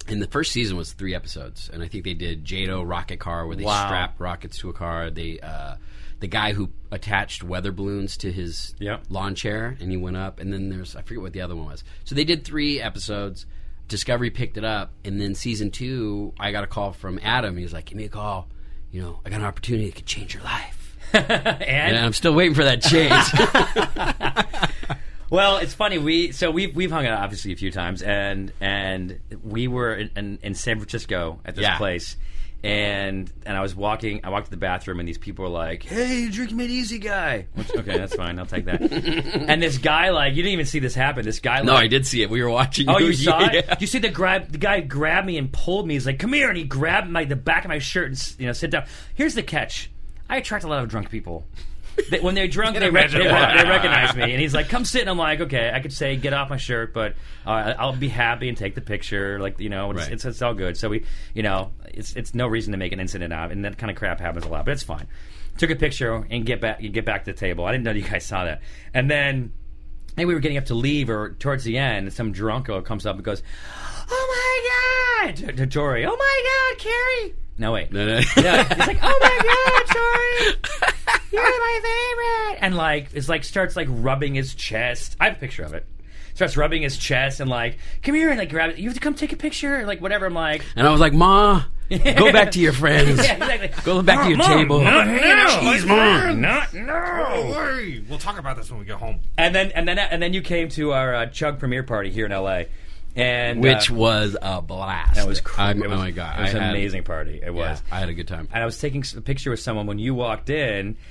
Speaker 5: And the first season was three episodes, and I think they did Jado Rocket Car, where they
Speaker 3: Wow.
Speaker 5: strap rockets to a car. They, uh, the guy who attached weather balloons to his
Speaker 3: Yep.
Speaker 5: lawn chair, and he went up. And then there's I forget what the other one was. So they did three episodes. Discovery picked it up, and then season two, I got a call from Adam. He was like, "Give me a call. You know, I got an opportunity that could change your life."
Speaker 3: and
Speaker 5: And I'm still waiting for that change.
Speaker 3: Well, it's funny. We so we've we've hung out obviously a few times, and and we were in, in, in San Francisco at this
Speaker 5: Yeah.
Speaker 3: place, and and I was walking. I walked to the bathroom, and these people were like, "Hey, drinking it easy, guy." Which, okay, that's fine. I'll take that. and this guy, like, you didn't even see this happen. This guy,
Speaker 5: No,
Speaker 3: like,
Speaker 5: I did see it. We were watching.
Speaker 3: Oh, you saw it?
Speaker 5: Yeah.
Speaker 3: You see the grab? The guy grabbed me and pulled me. He's like, "Come here!" And he grabbed my the back of my shirt and s- you know, sit down. Here's the catch: I attract a lot of drunk people. They, when they're drunk, they, rec- they,
Speaker 4: imagine why.
Speaker 3: they recognize me, and he's like, "Come sit." And I'm like, "Okay, I could say get off my shirt, but uh, I'll be happy and take the picture." Like you know, it's,
Speaker 5: Right.
Speaker 3: it's it's all good. So we, you know, it's it's no reason to make an incident out, of it, and that kind of crap happens a lot, but it's fine. Took a picture and get back, you get back to the table. I didn't know you guys saw that, and then. And we were getting up to leave, or towards the end, and some drunko comes up and goes, "Oh my god!" to, to Tori, "Oh my god, Carrie!" No wait,
Speaker 5: No, no.
Speaker 3: yeah, he's like, "Oh my god, Tori!" "You're my favorite," and like it's like starts like rubbing his chest. I have a picture of it. Starts rubbing his chest and like, "Come here," and like grab it. You have to come take a picture, or, like whatever. I'm like,
Speaker 5: And I was like, Ma, go back to your friends.
Speaker 3: yeah, exactly.
Speaker 5: Go back to your table.
Speaker 3: Not now, Jeez, mom, not now.
Speaker 4: Oh, Hey, we'll talk about this when we get home.
Speaker 3: And then and then and then you came to our uh, Chug premiere party here in L.A. And uh,
Speaker 5: Which was a blast.
Speaker 3: that was cr-
Speaker 5: I'm-
Speaker 3: it was-
Speaker 5: oh my god,
Speaker 3: it was
Speaker 5: I
Speaker 3: an
Speaker 5: had-
Speaker 3: amazing party. It
Speaker 5: yeah,
Speaker 3: was.
Speaker 5: I had a good time.
Speaker 3: and I was taking s- a picture with someone when you walked in,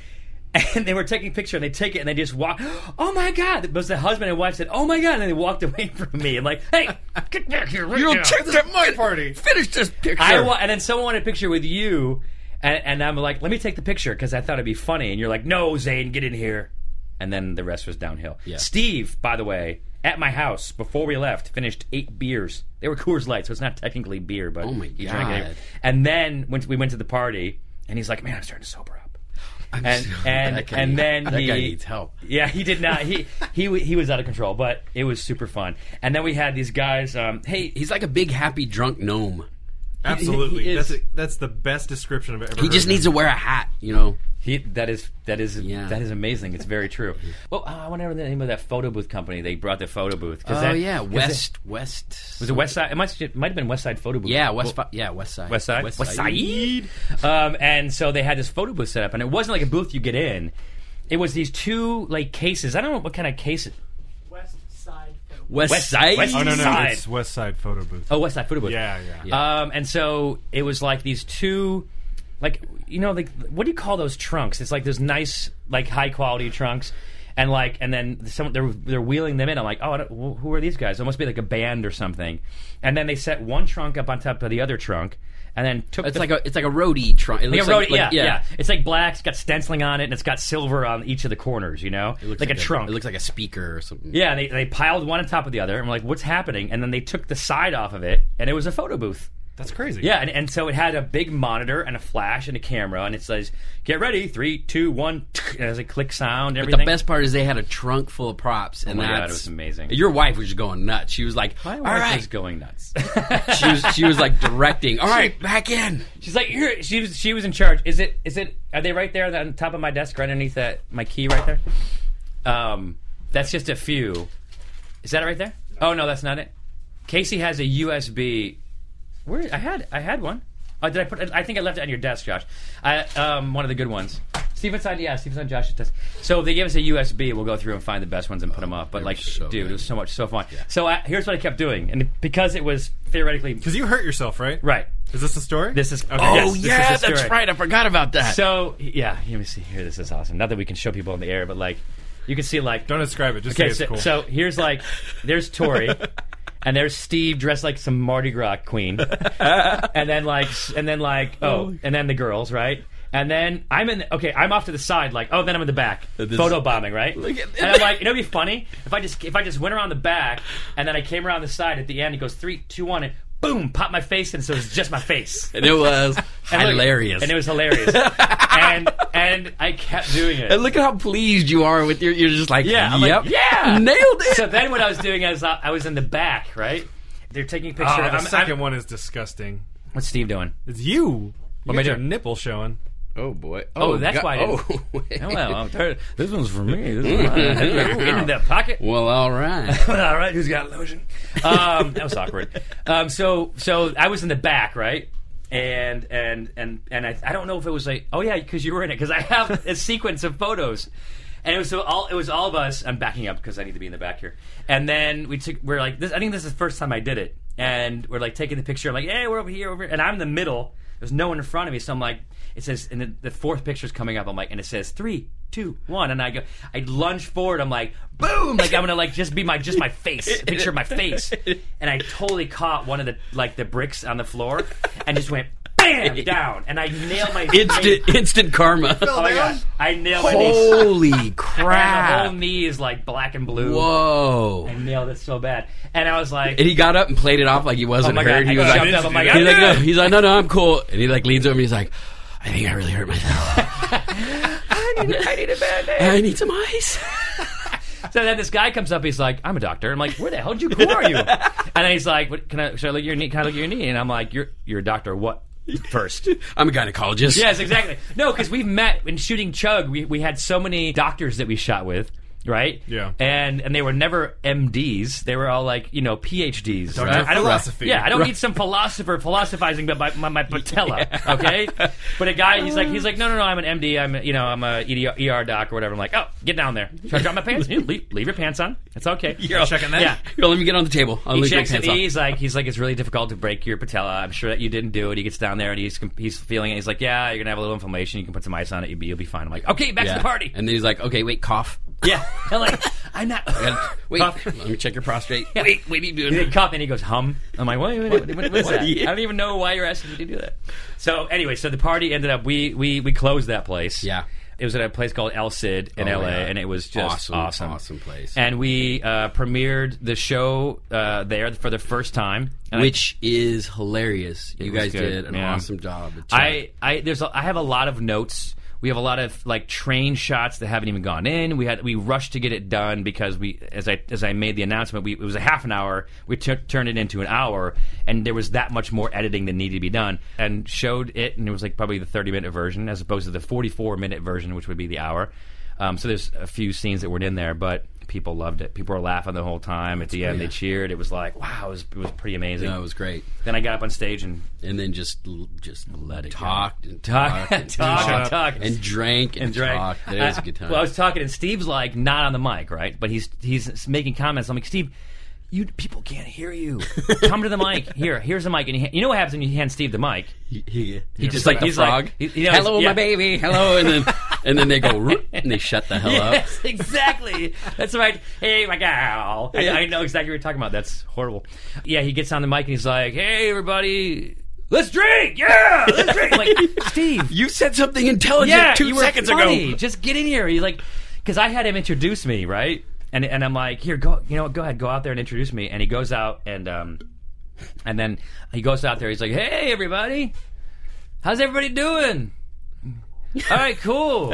Speaker 3: and they were taking a picture and they take it and they just walk. Oh my god! It was the husband and wife said, "Oh my god!" and then they walked away from me. I'm like, "Hey, get back here right now!"
Speaker 5: at my party. Finish this picture.
Speaker 3: I wa- and then someone wanted a picture with you, and, and I'm like, "Let me take the picture because I thought it'd be funny." And you're like, "No, Zane, get in here." And then the rest was downhill.
Speaker 5: Yeah.
Speaker 3: Steve, by the way, at my house before we left, finished eight beers. They were Coors Light, so it's not technically beer, but
Speaker 5: Oh my
Speaker 3: he drank it.
Speaker 5: God.
Speaker 3: And then when we went to the party, and he's like, "Man, I'm starting to sober up." and
Speaker 5: so-
Speaker 3: and
Speaker 5: that guy-
Speaker 3: and then
Speaker 5: that
Speaker 3: he,
Speaker 5: guy needs help.
Speaker 3: Yeah, he did not. He he w- he was out of control, but it was super fun. And then we had these guys. Um, hey,
Speaker 5: He's like a big happy drunk gnome.
Speaker 4: Absolutely,
Speaker 3: he is-
Speaker 4: that's that's the best description I've ever.
Speaker 5: He
Speaker 4: heard
Speaker 5: just
Speaker 4: of
Speaker 5: needs to wear a hat, you know.
Speaker 3: He, that is that is
Speaker 5: Yeah.
Speaker 3: that is amazing. It's very true. Well, uh, I wonder the name of that photo booth company. They brought the photo booth. 'Cause
Speaker 5: Oh
Speaker 3: that-
Speaker 5: yeah,
Speaker 3: 'cause
Speaker 5: West West.
Speaker 3: It, was it West Side? It might it might have been West Side photo booth.
Speaker 5: Yeah, West.
Speaker 3: Well,
Speaker 5: Fi- yeah, West Side.
Speaker 3: West Side. West Side. Um, and so they had this photo booth set up, and it wasn't like a booth you get in. It was these two like cases. I don't know what kind of cases.
Speaker 7: West Side Photo.
Speaker 5: West,
Speaker 3: West
Speaker 5: Side.
Speaker 3: West-
Speaker 4: Oh no, no,
Speaker 3: Side.
Speaker 4: it's West Side Photo Booth.
Speaker 3: Oh, West Side photo booth.
Speaker 4: Yeah, yeah.
Speaker 3: Um, and so it was like these two, like you know, like what do you call those trunks? It's like those nice, like high quality trunks, and like and then some they're they're wheeling them in. I'm like, oh, I don't, wh- who are these guys? It must be like a band or something. And then they set one trunk up on top of the other trunk, and then took
Speaker 5: It's
Speaker 3: the,
Speaker 5: like a it's like a roadie trunk. It
Speaker 3: like
Speaker 5: looks
Speaker 3: a road, yeah,
Speaker 5: like-
Speaker 3: yeah, It's like black. It's got stenciling on it, and it's got silver on each of the corners. You know,
Speaker 5: It looks
Speaker 3: like, a, trunk.
Speaker 5: It looks like a speaker or something.
Speaker 3: Yeah, and they, they piled one on top of the other, and we're like, "What's happening?" And then they took the side off of it, and it was a photo booth.
Speaker 4: Oh, That's crazy.
Speaker 3: Yeah, and, and so it had a big monitor and a flash and a camera, and it says, "Get ready, three, two, one." And it has a click sound.
Speaker 5: But
Speaker 3: Everything. Oh
Speaker 5: the best part is they had a trunk full of props, and
Speaker 3: my God, it
Speaker 5: that's
Speaker 3: was amazing.
Speaker 5: Your wife was just going nuts. She was like,
Speaker 3: My
Speaker 5: "All
Speaker 3: wife
Speaker 5: right,"
Speaker 3: was going nuts.
Speaker 5: she was she was like directing. All right, back in.
Speaker 3: She's like, You're, she was she was in charge. Is it is it? Are they right there on the- on top of my desk, right underneath that my key right there? Um, that's just a few. Is that it right there? Oh no, that's not it. Casey has a USB. Where I had I had one. Oh, did I put? I think I left it on your desk, Josh. I, um, one of the good ones. Steven's on, yeah, Steven's on Josh's desk. So they gave us a USB. We'll go through and find the best ones and put them up. But
Speaker 5: they
Speaker 3: like,
Speaker 5: were so
Speaker 3: dude,
Speaker 5: good.
Speaker 3: it was so much so fun. So I, here's what I kept doing, and because it was theoretically
Speaker 4: because you hurt yourself, right?
Speaker 3: right.
Speaker 4: Is this the story?
Speaker 3: This is
Speaker 4: Okay.
Speaker 3: yes,
Speaker 5: oh
Speaker 3: this is
Speaker 5: yeah,
Speaker 3: the story.
Speaker 5: that's right. I forgot about that.
Speaker 3: So yeah, let me see here. This is awesome. Not that we can show people in the air, but like you can see like
Speaker 4: Don't describe it. Just
Speaker 3: okay. So,
Speaker 4: say it's cool.
Speaker 3: so here's like there's Tori. And there's Steve dressed like some Mardi Gras queen, and then like, and then like, oh, and then the girls, right? And then I'm in. Okay, I'm off to the side, like, oh, then I'm in the back, photo bombing, right? and I'm like, you know, it'd be funny if I just if I just went around the back, and then I came around the side at the end. It goes three, two, one, and boom, pop my face, and so it's just my face.
Speaker 5: and it was
Speaker 3: And look-
Speaker 5: hilarious.
Speaker 3: and it was hilarious. and and I kept doing it.
Speaker 5: And look at how pleased you are with your. You're just like,
Speaker 3: Yeah, I'm
Speaker 5: yep,
Speaker 3: like, yeah.
Speaker 5: nailed it.
Speaker 3: so then what I was doing is uh, I, I was in the back, right? They're taking a picture.
Speaker 4: oh, the
Speaker 3: I'm- I'm-
Speaker 4: 2nd one is disgusting.
Speaker 3: what's Steve doing?
Speaker 4: It's you.
Speaker 3: am I
Speaker 4: What you got your
Speaker 3: doing?
Speaker 4: nipple showing.
Speaker 5: oh boy.
Speaker 3: Oh, that's
Speaker 5: God.
Speaker 3: why I didn't-
Speaker 5: Oh, wait.
Speaker 3: Well, I'm tired. this one's for me. This one's mine. in the pocket.
Speaker 5: well, all right.
Speaker 3: All right, who's got lotion? Um, that was awkward. Um, so so I was in the back, right? And and and and I, I don't know if it was like oh yeah because you were in it because I have a sequence of photos, and it was so all it was all of us. I'm backing up because I need to be in the back here. And then we took we're like this. I think this is the first time I did it, and we're like taking the picture. I'm like hey we're over here over, here. and I'm in the middle. There's no one in front of me, so I'm like it says and the, the fourth picture's coming up. I'm like and it says three two, one, and I go. I lunge forward. I'm like, boom! Like I'm gonna like just be my just my face, a picture of my face, and I totally caught one of the like the bricks on the floor, and just went bam down, and I nailed my
Speaker 5: instant,
Speaker 3: My,
Speaker 5: instant karma.
Speaker 3: oh my gosh! I nailed my knee.
Speaker 5: Holy
Speaker 3: And the whole
Speaker 5: crap!
Speaker 3: knee is like black and blue.
Speaker 5: Whoa.
Speaker 3: I nailed it so bad, and I was like,
Speaker 5: And he got up and played it off like he wasn't
Speaker 3: Oh my God,
Speaker 5: hurt.
Speaker 3: I
Speaker 5: He was like,
Speaker 3: jumped up, I'm like,
Speaker 5: he's,
Speaker 3: "I'm
Speaker 5: like no.
Speaker 3: good."
Speaker 5: he's like, no, no, I'm cool. And he like leans over and he's like, I think I really hurt myself.
Speaker 3: I need, I need a band-aid.
Speaker 5: I need some ice.
Speaker 3: So then this guy comes up. He's like, "I'm a doctor." I'm like, "Where the hell did you? Who are you?" and then he's like, what, "Can I? Should I look at your knee? Can I look at your knee?" And I'm like, "You're you're a doctor. What? first.
Speaker 5: I'm a gynecologist.
Speaker 3: Yes, exactly. No, because we've met in shooting Chug. We, we had so many doctors that we shot with, right?
Speaker 4: Yeah.
Speaker 3: And and they were never MDs. They were all like you know PhDs.
Speaker 4: Doctor
Speaker 3: right?
Speaker 4: of
Speaker 3: I don't-
Speaker 4: philosophy.
Speaker 3: Yeah, I don't
Speaker 5: Right.
Speaker 3: need some philosopher philosophizing about my, my, my patella. Okay. But a guy, he's like he's like no no no I'm an MD. I'm a- you know I'm a ED, ER doc or whatever. I'm like oh get down there. Should I drop my pants? Yeah, leave, leave your pants on. It's okay.
Speaker 5: You're
Speaker 4: checking that?
Speaker 3: Yeah.
Speaker 5: Here, let me get on the table. I'll
Speaker 3: He
Speaker 5: leave my
Speaker 3: checks it.
Speaker 5: pants off.
Speaker 3: He's like, he's like, it's really difficult to break your patella. I'm sure that you didn't do it. He gets down there and he's he's feeling it. He's like, yeah, you're gonna have a little inflammation. You can put some ice on it. You'll be you'll be fine. I'm like, okay, back
Speaker 5: Yeah.
Speaker 3: to the party.
Speaker 5: And then he's like, okay, wait, cough.
Speaker 3: yeah, I'm like, I'm not.
Speaker 5: And- wait,
Speaker 3: Cough.
Speaker 5: let me check your prostate. Wait, wait, you
Speaker 3: He
Speaker 5: doing?
Speaker 3: did cup and he goes hum. I'm like, what, what, what, what is that?
Speaker 5: Yeah.
Speaker 3: I don't even know why you're asking me to do that. So anyway, so the party ended up we we we closed that place.
Speaker 5: Yeah.
Speaker 3: It was at a place called El Cid in
Speaker 5: Oh,
Speaker 3: LA,
Speaker 5: yeah.
Speaker 3: and it was just
Speaker 5: Awesome,
Speaker 3: awesome,
Speaker 5: awesome place.
Speaker 3: And we uh, premiered the show uh, there for the first time, and I-
Speaker 5: Which is hilarious. You
Speaker 3: was
Speaker 5: guys
Speaker 3: good,
Speaker 5: did an
Speaker 3: yeah.
Speaker 5: awesome job. at
Speaker 3: I, I there's a, I have a lot of notes. We have a lot of like train shots that haven't even gone in. We had we rushed to get it done because we as I as I made the announcement, we, it was a half an hour. We tur- turned it into an hour, and there was that much more editing that needed to be done. And showed it, and it was like probably the 30 minute version as opposed to the 44 minute version, which would be the hour. Um, so there's a few scenes that weren't in there, but people loved it. People were laughing the whole time. At the end,
Speaker 5: yeah.
Speaker 3: they cheered. It was like wow, it was, it was pretty amazing.
Speaker 5: That was great.
Speaker 3: Then I got up on stage and
Speaker 5: And then just l- just let
Speaker 3: it
Speaker 5: talked and
Speaker 3: Talk,
Speaker 5: talked and
Speaker 3: talk,
Speaker 5: talked
Speaker 3: talk.
Speaker 5: and drank and,
Speaker 3: and drank. Uh,
Speaker 5: talked. That was a good time.
Speaker 3: Well, I was talking, and Steve's like not on the mic, right? But he's he's making comments. I'm like, Steve, you people can't hear you. Come to the mic. Here, here's the mic. And he, you know what happens when you hand Steve the mic?
Speaker 5: he, he, he
Speaker 3: It's
Speaker 5: just
Speaker 3: like
Speaker 5: like,
Speaker 3: he's
Speaker 5: a frog.
Speaker 3: like- he- you know,
Speaker 5: hello,
Speaker 3: he's- yeah.
Speaker 5: my baby. Hello, and then and then they go "Roop," and they shut the hell up.
Speaker 3: Yes, exactly. That's right. Hey, my gal. I, I know exactly what you're talking about. That's horrible. Yeah, he gets on the mic and he's like, "Hey, everybody, let's drink. Yeah, let's drink." I'm like, Steve,
Speaker 5: You said something intelligent
Speaker 3: Oh, yeah,
Speaker 5: two
Speaker 3: you were
Speaker 5: seconds
Speaker 3: funny.
Speaker 5: ago.
Speaker 3: Just get in here. He's like, because I had him introduce me, right? And and I'm like, here, go. You know what? Go ahead, go out there and introduce me. And he goes out and um, and then he goes out there. He's like, hey, everybody, how's everybody doing? All right, cool.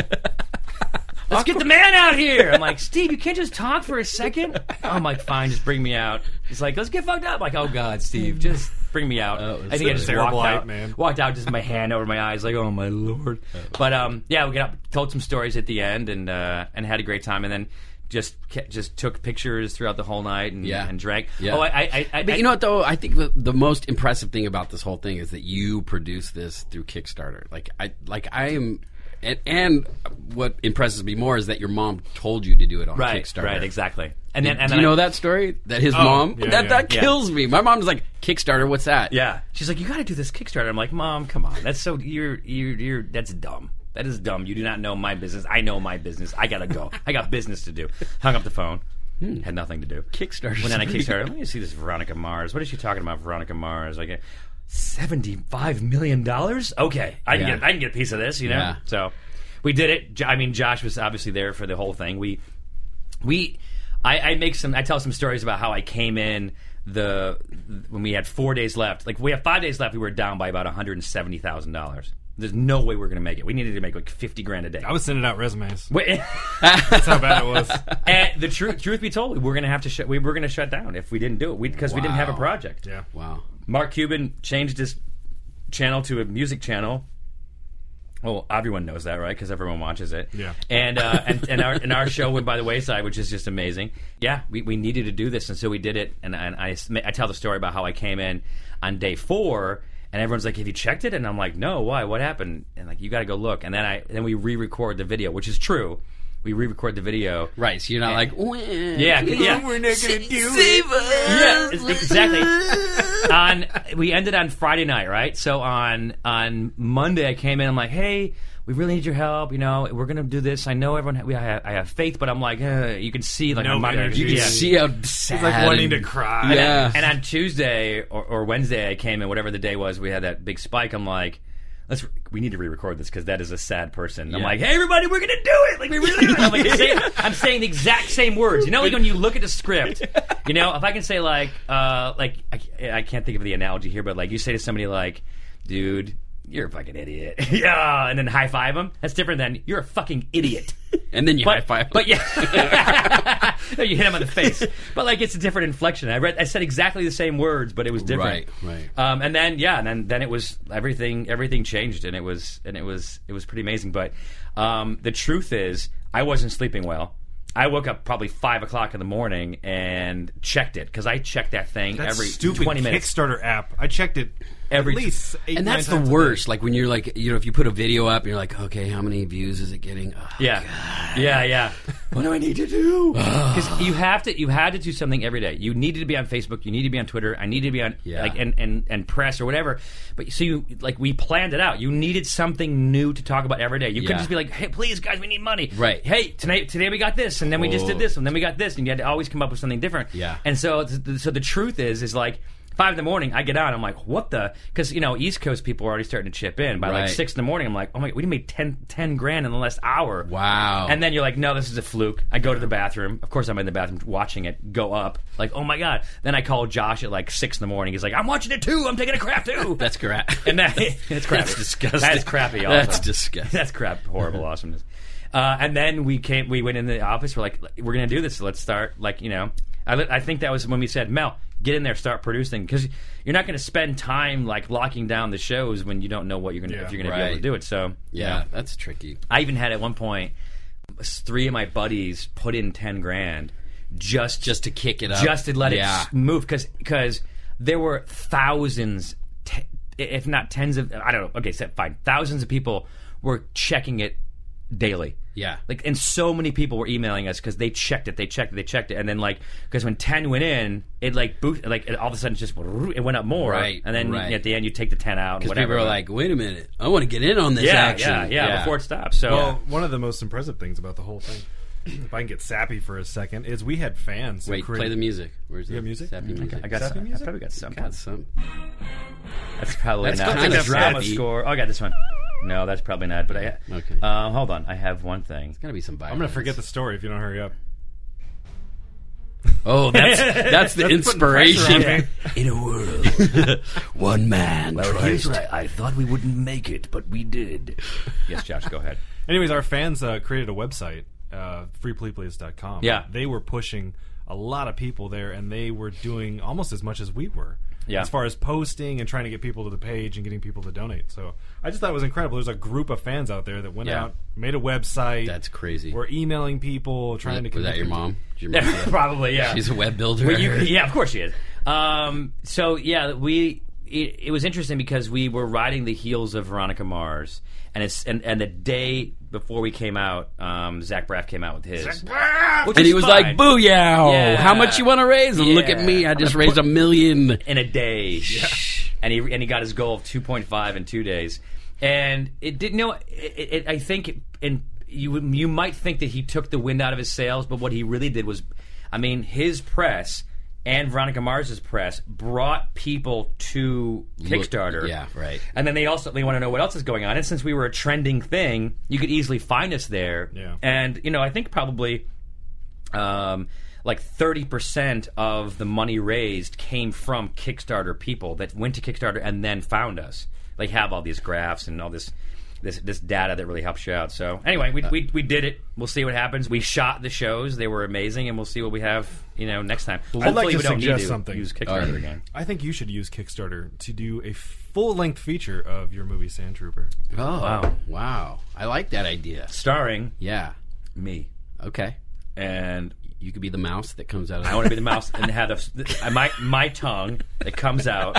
Speaker 3: Let's get the man out here. I'm like, Steve, you can't just talk for a second. I'm like, fine, just bring me out. He's like, let's get fucked up. I'm like, oh god, Steve, just bring me out.
Speaker 5: Oh,
Speaker 3: I think I
Speaker 5: it's
Speaker 3: just
Speaker 4: terrible
Speaker 3: walked
Speaker 4: light,
Speaker 3: out,
Speaker 4: man.
Speaker 3: walked out, just my hand over my eyes, like, oh my lord. But um, yeah, we got up, told some stories at the end, and uh, and had a great time, and then just ke- just took pictures throughout the whole night, and,
Speaker 5: Yeah.
Speaker 3: and drank.
Speaker 5: Yeah.
Speaker 3: Oh, I, I, I, I
Speaker 5: But you know what though? I think the, the most impressive thing about this whole thing is that you produced this through Kickstarter. Like I like I am and, and what impresses me more is that your mom told you to do it on
Speaker 3: right,
Speaker 5: Kickstarter.
Speaker 3: right, exactly. And then, and
Speaker 5: Do
Speaker 3: then
Speaker 5: you
Speaker 3: I- Oh,
Speaker 5: know that story? That his mom
Speaker 4: yeah,
Speaker 5: that
Speaker 4: yeah,
Speaker 5: that
Speaker 3: yeah.
Speaker 5: kills me. My mom's like Kickstarter. What's that?
Speaker 3: Yeah, she's like, you got to do this Kickstarter. I'm like, mom, come on, that's so you're you're you're that's dumb. That is dumb. You do not know my business. I know my business. I gotta go. I got business to do. Hung up the phone. Had nothing to do.
Speaker 5: Hmm. Kickstarter.
Speaker 3: Went on a Kickstarter. Let me see this Veronica Mars. What is she talking about, Veronica Mars? Like, seventy-five million dollars. Okay, I can
Speaker 5: Yeah.
Speaker 3: get I can get a piece of this. You know.
Speaker 5: Yeah.
Speaker 3: So we did it. Jo- I mean, Josh was obviously there for the whole thing. We we I, I make some I tell some stories about how I came in the when we had four days left. Like we have five days left, we were down by about one hundred and seventy thousand dollars. There's no way we are going to make it. We needed to make like fifty grand a day.
Speaker 4: I was sending out resumes.
Speaker 3: Wait,
Speaker 4: That's how bad it was.
Speaker 3: and the truth, truth be told, we were going to have to shut. We were going to shut down if we didn't do it because we didn't have a
Speaker 5: Wow.
Speaker 3: project.
Speaker 4: Yeah.
Speaker 5: Wow.
Speaker 3: Mark Cuban changed his channel to a music channel. Well, everyone knows that, right? Because everyone watches it.
Speaker 4: Yeah.
Speaker 3: And uh, and and our and our show went by the wayside, which is just amazing. Yeah, we, we needed to do this, and so we did it. And, and I s- I tell the story about how I came in on day four, and everyone's like, "Have you checked it?" And I'm like, "No, why? What happened?" And like, you got to go look. And then I then we re-record the video, which is true. We re-record the video.
Speaker 5: Right. So you're not like "Well,
Speaker 3: Yeah, yeah.
Speaker 5: We're not gonna do save
Speaker 3: Yeah,
Speaker 5: us.
Speaker 3: it's- exactly. on we ended on Friday night, right? So on on Monday, I came in. I'm like, hey, we really need your help. You know, we're gonna do this. I know everyone. We I have, I have faith, but I'm like, uh, you can see like
Speaker 4: No
Speaker 3: my
Speaker 4: energy.
Speaker 5: You can
Speaker 4: Yeah.
Speaker 5: see how sad.
Speaker 4: Like wanting to
Speaker 5: and-
Speaker 4: cry.
Speaker 3: And,
Speaker 5: Yeah.
Speaker 3: and on Tuesday or, or Wednesday, I came in. Whatever the day was, we had that big spike. I'm like. Let's. We need to re-record this because that is a sad person. I'm
Speaker 5: Yeah.
Speaker 3: like, hey, everybody, we're gonna do it. Like we really. Are. I'm, like, saying, I'm saying the exact same words. You know, like when you look at the script, you know, if I can say like, uh, like I, ca- I can't think of the analogy here, but like you say to somebody like, dude, you're a fucking idiot, yeah, and then high five them. That's different than you're a fucking idiot.
Speaker 5: and then you high
Speaker 3: But,
Speaker 5: five.
Speaker 3: but yeah, No, you hit him on the face. But like it's a different inflection. I read, I said exactly the same words, but it was different.
Speaker 5: Right, right.
Speaker 3: Um, and then yeah, and then then it was everything. Everything changed, and it was and it was it was pretty amazing. But um, the truth is, I wasn't sleeping well. I woke up probably five o'clock in the morning and checked it because I checked that thing
Speaker 4: That
Speaker 3: every
Speaker 4: stupid
Speaker 3: twenty minutes.
Speaker 4: Kickstarter app. I checked it
Speaker 3: Every-
Speaker 4: at least eight,
Speaker 5: and that's the
Speaker 4: nine times a
Speaker 5: worst. Like when you're like, you know, if you put a video up, and you're like, okay, how many views is it getting? Oh,
Speaker 3: Yeah, yeah, yeah.
Speaker 5: What do I need to do?
Speaker 3: Because you have to, you had to do something every day. You needed to be on Facebook. You need to be on Twitter. I needed to be on
Speaker 5: Yeah.
Speaker 3: like and, and and press or whatever. But so you like we planned it out. You needed something new to talk about every day. You couldn't
Speaker 5: Yeah.
Speaker 3: just be like, hey, please guys, we need money.
Speaker 5: Right.
Speaker 3: Hey, tonight today we got this, and then we just
Speaker 5: Oh.
Speaker 3: did this, and then we got this, and you had to always come up with something different.
Speaker 5: Yeah.
Speaker 3: And so it's- so the truth is is like. Five in the morning, I get on. I'm like, what the? Because you know, East Coast people are already starting to chip in. By like
Speaker 5: Right.
Speaker 3: six in the morning, I'm like, oh my, god, we made 10, 10 grand in the last hour.
Speaker 5: Wow.
Speaker 3: And then you're like, no, this is a fluke. I go to the bathroom. Of course, I'm in the bathroom watching it go up. Like, oh my god. Then I call Josh at like six in the morning. He's like, I'm watching it too. I'm taking a crap too.
Speaker 5: That's crap.
Speaker 3: And that, that's crappy.
Speaker 5: That's disgusting.
Speaker 3: That's crappy. Also.
Speaker 5: That's disgusting.
Speaker 3: That's crap. Horrible awesomeness. Uh, and then we came. We went in the office. We're like, we're gonna do this. Let's start. Like you know, I, li- I think that was when we said, Mel, get in there, start producing because you're not gonna spend time like locking down the shows when you don't know what you're gonna if you're gonna be able to
Speaker 5: Right.
Speaker 3: do it. So you
Speaker 5: yeah,
Speaker 3: know.
Speaker 5: that's tricky.
Speaker 3: I even had at one point s- three of my buddies put in ten grand just
Speaker 5: Just to kick it up.
Speaker 3: just to let it
Speaker 5: yeah.
Speaker 3: s- move because there were thousands, t- if not tens of I don't know. Okay, so fine, thousands of people were checking it daily.
Speaker 5: Yeah.
Speaker 3: like and so many people were emailing us because they checked it, they checked it, they checked it, and then like because when ten went in, it like boot like it, all of a sudden just it went up more,
Speaker 5: Right,
Speaker 3: And then
Speaker 5: right.
Speaker 3: at the end you take the ten out,
Speaker 5: Because
Speaker 3: whatever.
Speaker 5: people are like, wait a minute, I want to get in on this
Speaker 3: yeah,
Speaker 5: action.
Speaker 3: yeah, yeah, before it stops. So.
Speaker 4: day. Well, one of the most impressive things about the whole thing, if I can get sappy for a second, is we had fans. who
Speaker 5: Wait,
Speaker 4: created-
Speaker 5: play the music. Where's the
Speaker 4: got music?
Speaker 5: Sappy music.
Speaker 3: I got
Speaker 4: Sappy
Speaker 3: some. I
Speaker 4: music?
Speaker 3: probably got some.
Speaker 5: got some.
Speaker 3: That's probably
Speaker 5: That's
Speaker 3: not.
Speaker 5: kinda
Speaker 3: That's a drama
Speaker 5: sappy.
Speaker 3: score. Oh, I got this one. No, that's probably not. But I
Speaker 5: Okay.
Speaker 3: Uh, hold on, I have one thing.
Speaker 5: Gotta be some violence.
Speaker 4: I'm gonna forget the story if you don't hurry up.
Speaker 5: Oh, that's that's the inspiration. In a world, one man. tries to-
Speaker 3: I thought we wouldn't make it, but we did. yes, Josh, go ahead.
Speaker 4: Anyways, our fans uh, created a website, uh, freepolipolius.com.
Speaker 3: Yeah.
Speaker 4: They were pushing a lot of people there, and they were doing almost as much as we were.
Speaker 3: Yeah.
Speaker 4: As far as posting and trying to get people to the page and getting people to donate. So I just thought it was incredible. There's a group of fans out there that went
Speaker 3: Yeah.
Speaker 4: out, made a website.
Speaker 5: That's crazy.
Speaker 4: We're emailing people, trying to
Speaker 5: Was that
Speaker 4: connect
Speaker 5: your
Speaker 4: with-
Speaker 5: mom? Did your mom do that?
Speaker 3: Probably, yeah.
Speaker 5: She's a web builder.
Speaker 3: Well, you- yeah, of course she is. Um, so yeah, we it, it was interesting because we were riding the heels of Veronica Mars, and it's and, and the day before we came out, um, Zach Braff came out with his, Which
Speaker 5: and
Speaker 3: is
Speaker 5: he was
Speaker 3: fine.
Speaker 5: like, "Booyow!
Speaker 3: Yeah.
Speaker 5: How much you want to raise? And look at
Speaker 3: Yeah.
Speaker 5: me! I
Speaker 3: I'm
Speaker 5: just
Speaker 3: gonna
Speaker 5: raised a million.
Speaker 3: in a day, and he and he got his goal of two point five in two days, and it didn't know. It, it, I think, it, and you would- you might think that he took the wind out of his sails, but what he really did was, I mean, his press and Veronica Mars's press brought people to Kickstarter.
Speaker 5: yeah, right.
Speaker 3: And then they also they want to know what else is going on. And since we were a trending thing, you could easily find us there.
Speaker 4: Yeah.
Speaker 3: And you know, I think probably um, like 30% of the money raised came from Kickstarter people that went to Kickstarter and then found us. They have all these graphs and all this this this data that really helps you out. So anyway, we, we, we did it. We'll see what happens. We shot the shows; they were amazing, and we'll see what we have you know next time.
Speaker 4: like
Speaker 3: Hopefully
Speaker 4: to
Speaker 3: we don't
Speaker 4: suggest
Speaker 3: need to
Speaker 4: something.
Speaker 3: use Kickstarter again.
Speaker 4: I think you should use Kickstarter to do a full length feature of your movie Sand Trooper.
Speaker 5: Oh,
Speaker 3: Wow.
Speaker 5: wow! I like that idea.
Speaker 3: Starring
Speaker 5: Yeah.
Speaker 3: me,
Speaker 5: Okay.
Speaker 3: and
Speaker 5: You could be the mouse that comes out. of
Speaker 3: I want to be the mouse and have a, uh, my my tongue that comes out.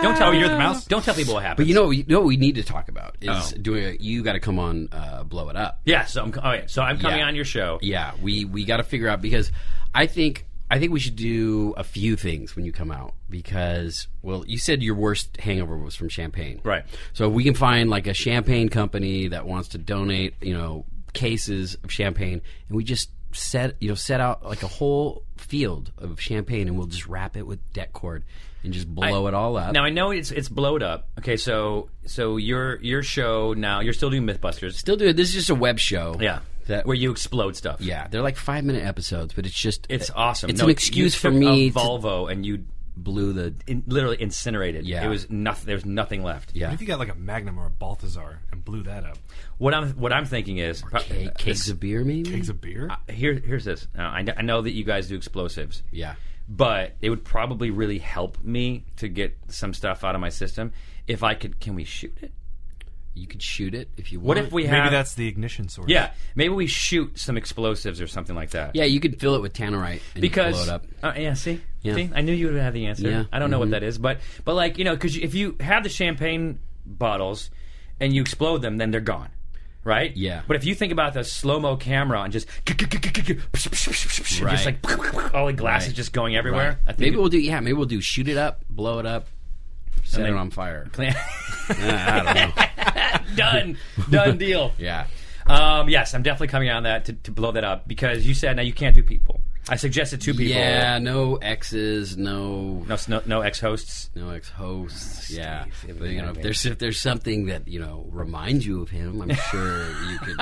Speaker 3: Don't tell you're the mouse. Don't tell people what happened.
Speaker 5: But you know, you know, what we need to talk about is
Speaker 3: Oh.
Speaker 5: doing. A, you got to come on, uh, blow it up.
Speaker 3: Yeah, so I'm all right, so I'm coming
Speaker 5: Yeah.
Speaker 3: on your show.
Speaker 5: Yeah, we we got to figure out because I think I think we should do a few things when you come out because well, you said your worst hangover was from champagne,
Speaker 3: Right.
Speaker 5: So if we can find like a champagne company that wants to donate, you know, cases of champagne, and we just set you know set out like a whole field of champagne, and we'll just wrap it with deck cord and just blow it all up.
Speaker 3: Now I know it's it's blowed up. Okay, so so your your show now you're still doing MythBusters.
Speaker 5: Still do it. This is just a web show.
Speaker 3: Yeah,
Speaker 5: That
Speaker 3: where you explode stuff.
Speaker 5: Yeah, they're like five minute episodes, but it's just
Speaker 3: it's awesome.
Speaker 5: It's
Speaker 3: No,
Speaker 5: an
Speaker 3: you
Speaker 5: excuse for
Speaker 3: took a
Speaker 5: me. to-
Speaker 3: Volvo and you
Speaker 5: blew the
Speaker 3: in, literally incinerated.
Speaker 5: Yeah.
Speaker 3: it was nothing. There was nothing left.
Speaker 5: yeah.
Speaker 4: What if you got like a Magnum or a Balthazar and blew that up?
Speaker 3: What I'm what I'm thinking is pro- uh,
Speaker 5: Cake- cakes of beer, maybe.
Speaker 4: Eggs of beer?
Speaker 3: Here, here's this. Now, I, kn- I know that you guys do explosives.
Speaker 5: Yeah.
Speaker 3: But it would probably really help me to get some stuff out of my system if I could. Can we shoot it?
Speaker 5: You could shoot it if you
Speaker 3: What
Speaker 5: want.
Speaker 3: if we have?
Speaker 4: Maybe that's the ignition source.
Speaker 3: yeah. Maybe we shoot some explosives or something like that.
Speaker 5: Yeah, you could fill it with tannerite and you could
Speaker 3: because
Speaker 5: blow it up.
Speaker 3: Uh, yeah, see,
Speaker 5: Yeah.
Speaker 3: see, I knew you would have the answer.
Speaker 5: Yeah. Mm-hmm.
Speaker 3: I don't know what that is, but but like you know, because if you have the champagne bottles and you explode them, then they're gone, right?
Speaker 5: Yeah.
Speaker 3: But if you think about the slow mo camera and just just
Speaker 5: Right.
Speaker 3: like all the glass is
Speaker 5: Right.
Speaker 3: just going everywhere, I think
Speaker 5: Maybe
Speaker 3: it-
Speaker 5: we'll do. Yeah, maybe we'll do shoot it up, blow it up, set
Speaker 3: then-
Speaker 5: it on fire.
Speaker 3: plan.
Speaker 5: Yeah, I don't know.
Speaker 3: done, done deal.
Speaker 5: Yeah.
Speaker 3: Um, yes, I'm definitely coming on that to, to blow that up because you said now you can't do people. I suggested two people.
Speaker 5: Yeah, no exes, no
Speaker 3: No, no, no ex-hosts.
Speaker 5: no ex hosts. Yeah,
Speaker 3: it would
Speaker 5: but
Speaker 3: be
Speaker 5: you know,
Speaker 3: amazing.
Speaker 5: if there's if there's something that you know reminds you of him, I'm sure you could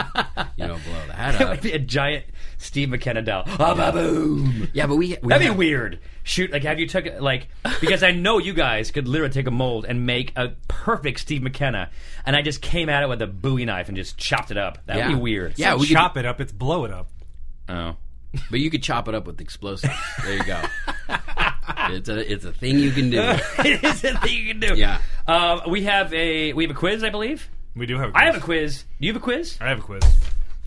Speaker 5: you know blow that
Speaker 3: That
Speaker 5: up.
Speaker 3: would be a giant Steve McKenna doll. Ah, ba, boom.
Speaker 5: Yeah, but we, we
Speaker 3: That'd
Speaker 5: have-
Speaker 3: be weird. Shoot, like, have you took like because I know you guys could literally take a mold and make a perfect Steve McKenna, and I just came at it with a Bowie knife and just chopped it up. That'd
Speaker 5: Yeah.
Speaker 3: be weird.
Speaker 5: Yeah, we could-
Speaker 4: Chop it up, it's blow it up.
Speaker 3: Oh.
Speaker 5: But you could chop it up with explosives. There you go. it's a it's a thing you can do.
Speaker 3: it is a thing you can do.
Speaker 5: Yeah.
Speaker 3: Um, we have a we have a quiz, I believe.
Speaker 4: We do have a quiz.
Speaker 3: I have a quiz. Do you have a quiz?
Speaker 4: I have a quiz.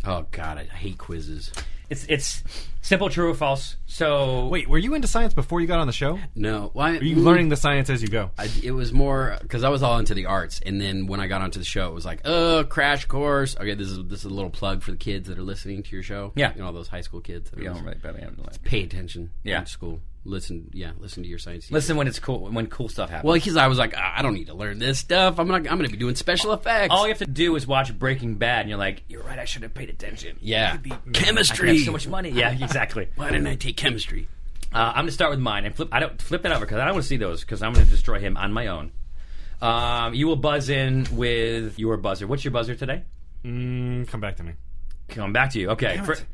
Speaker 5: Oh God, I hate quizzes.
Speaker 3: It's it's simple, true or false. So
Speaker 4: Wait, were you into science before you got on the show?
Speaker 5: No, why
Speaker 4: Are you learning the science as you go?
Speaker 5: I, it was more because I was all into the arts, and then when I got onto the show, it was like, oh, crash course. Okay, this is this is a little plug for the kids that are listening to your show.
Speaker 3: Yeah.
Speaker 5: you know all those high school kids. That are
Speaker 3: You don't
Speaker 5: listening.
Speaker 3: really barely have to like-
Speaker 5: Pay attention.
Speaker 3: Yeah.
Speaker 5: in school. Listen. Yeah, listen to your science. teacher.
Speaker 3: Listen when it's cool when cool stuff happens.
Speaker 5: Well, because I was like, I I don't need to learn this stuff. I'm not. I'm going to be doing special effects.
Speaker 4: Oh,
Speaker 3: all you have to do is watch Breaking Bad, and you're like, you're right. I should have paid attention.
Speaker 5: yeah,
Speaker 3: I
Speaker 5: chemistry.
Speaker 3: could have so much money. Yeah, exactly.
Speaker 5: Why didn't I take chemistry?
Speaker 3: Uh, I'm gonna start with mine and flip. I don't flip it over because I don't want to see those because I'm gonna destroy him on my own. Um, you will buzz in with your buzzer. What's your buzzer today?
Speaker 4: Mm, come back to me.
Speaker 3: Come back to you. Okay,
Speaker 4: Damn
Speaker 3: for-
Speaker 4: it.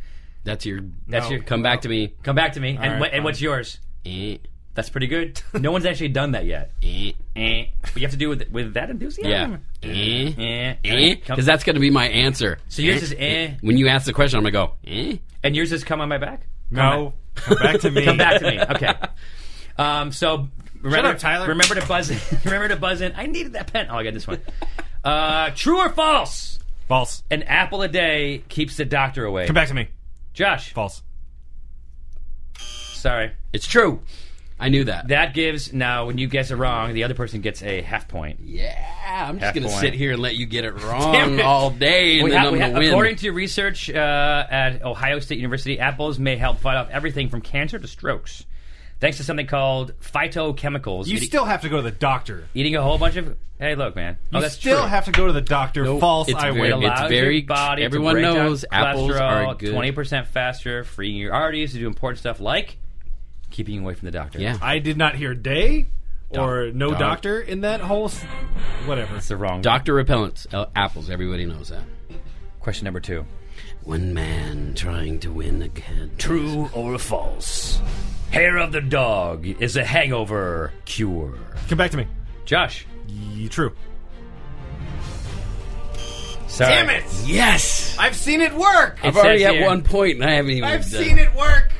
Speaker 5: That's your.
Speaker 3: that's
Speaker 4: No.
Speaker 3: your.
Speaker 5: Come back to me.
Speaker 3: Come back to me. And,
Speaker 4: right,
Speaker 3: what, and
Speaker 4: fine.
Speaker 3: what's yours?
Speaker 5: Eh,
Speaker 3: That's pretty good. No one's actually done that yet.
Speaker 5: eh,
Speaker 3: Eh. But you have to do with with that
Speaker 5: yeah.
Speaker 3: enthusiasm.
Speaker 5: Eh,
Speaker 3: Eh.
Speaker 5: eh.
Speaker 3: Come-
Speaker 5: Because that's going to be my answer. E,
Speaker 3: so yours is eh,
Speaker 5: When you ask the question, I'm going to go. Eh.
Speaker 3: and yours is come on my back.
Speaker 4: No, come back to me.
Speaker 3: Come back to me. Okay. Um, so remember,
Speaker 4: up, Tyler.
Speaker 3: Remember to buzz in. remember to buzz in. I needed that pen. Oh, I got this one. Uh, true or false?
Speaker 4: False.
Speaker 3: An apple a day keeps the doctor away.
Speaker 4: Come back to me.
Speaker 3: Josh.
Speaker 4: False.
Speaker 3: Sorry.
Speaker 5: It's true. I knew that.
Speaker 3: That gives now when you guess it wrong, the other person gets a half point.
Speaker 5: yeah, I'm
Speaker 3: Half
Speaker 5: just going to
Speaker 3: point.
Speaker 5: sit here and let you get it
Speaker 3: Damn
Speaker 5: wrong
Speaker 3: it.
Speaker 5: all day, and
Speaker 3: We
Speaker 5: then
Speaker 3: ha-
Speaker 5: I'm
Speaker 3: we ha-
Speaker 5: going to win.
Speaker 3: According to research uh, at Ohio State University, apples may help fight off everything from cancer to strokes, thanks to something called phytochemicals.
Speaker 4: You
Speaker 3: Eating-
Speaker 4: still have to go to the doctor.
Speaker 3: eating a whole bunch of. Hey, look, man.
Speaker 4: You
Speaker 3: oh, that's
Speaker 4: still
Speaker 3: true.
Speaker 4: have to go to the doctor.
Speaker 5: Nope.
Speaker 4: False.
Speaker 5: It's
Speaker 4: I
Speaker 5: very-
Speaker 4: win.
Speaker 5: it's very- everyone knows apples are good.
Speaker 3: Twenty percent faster, freeing your arteries to do important stuff like keeping you away from the doctor.
Speaker 5: yeah.
Speaker 4: I did not hear day or no
Speaker 5: Doc.
Speaker 4: doctor in that whole. S- whatever.
Speaker 3: it's the wrong
Speaker 5: Dr. Repellents, uh, apples, everybody knows that.
Speaker 3: Question number two.
Speaker 5: One man trying to win again.
Speaker 3: True or false? Hair of the dog is a hangover cure.
Speaker 4: Come back to me.
Speaker 3: Josh.
Speaker 4: Y- true.
Speaker 3: Sorry.
Speaker 5: Yes!
Speaker 4: I've seen it work.
Speaker 5: I've
Speaker 3: says
Speaker 5: already at
Speaker 3: here-
Speaker 5: one point, and I haven't even.
Speaker 4: I've
Speaker 5: done-
Speaker 4: seen it work.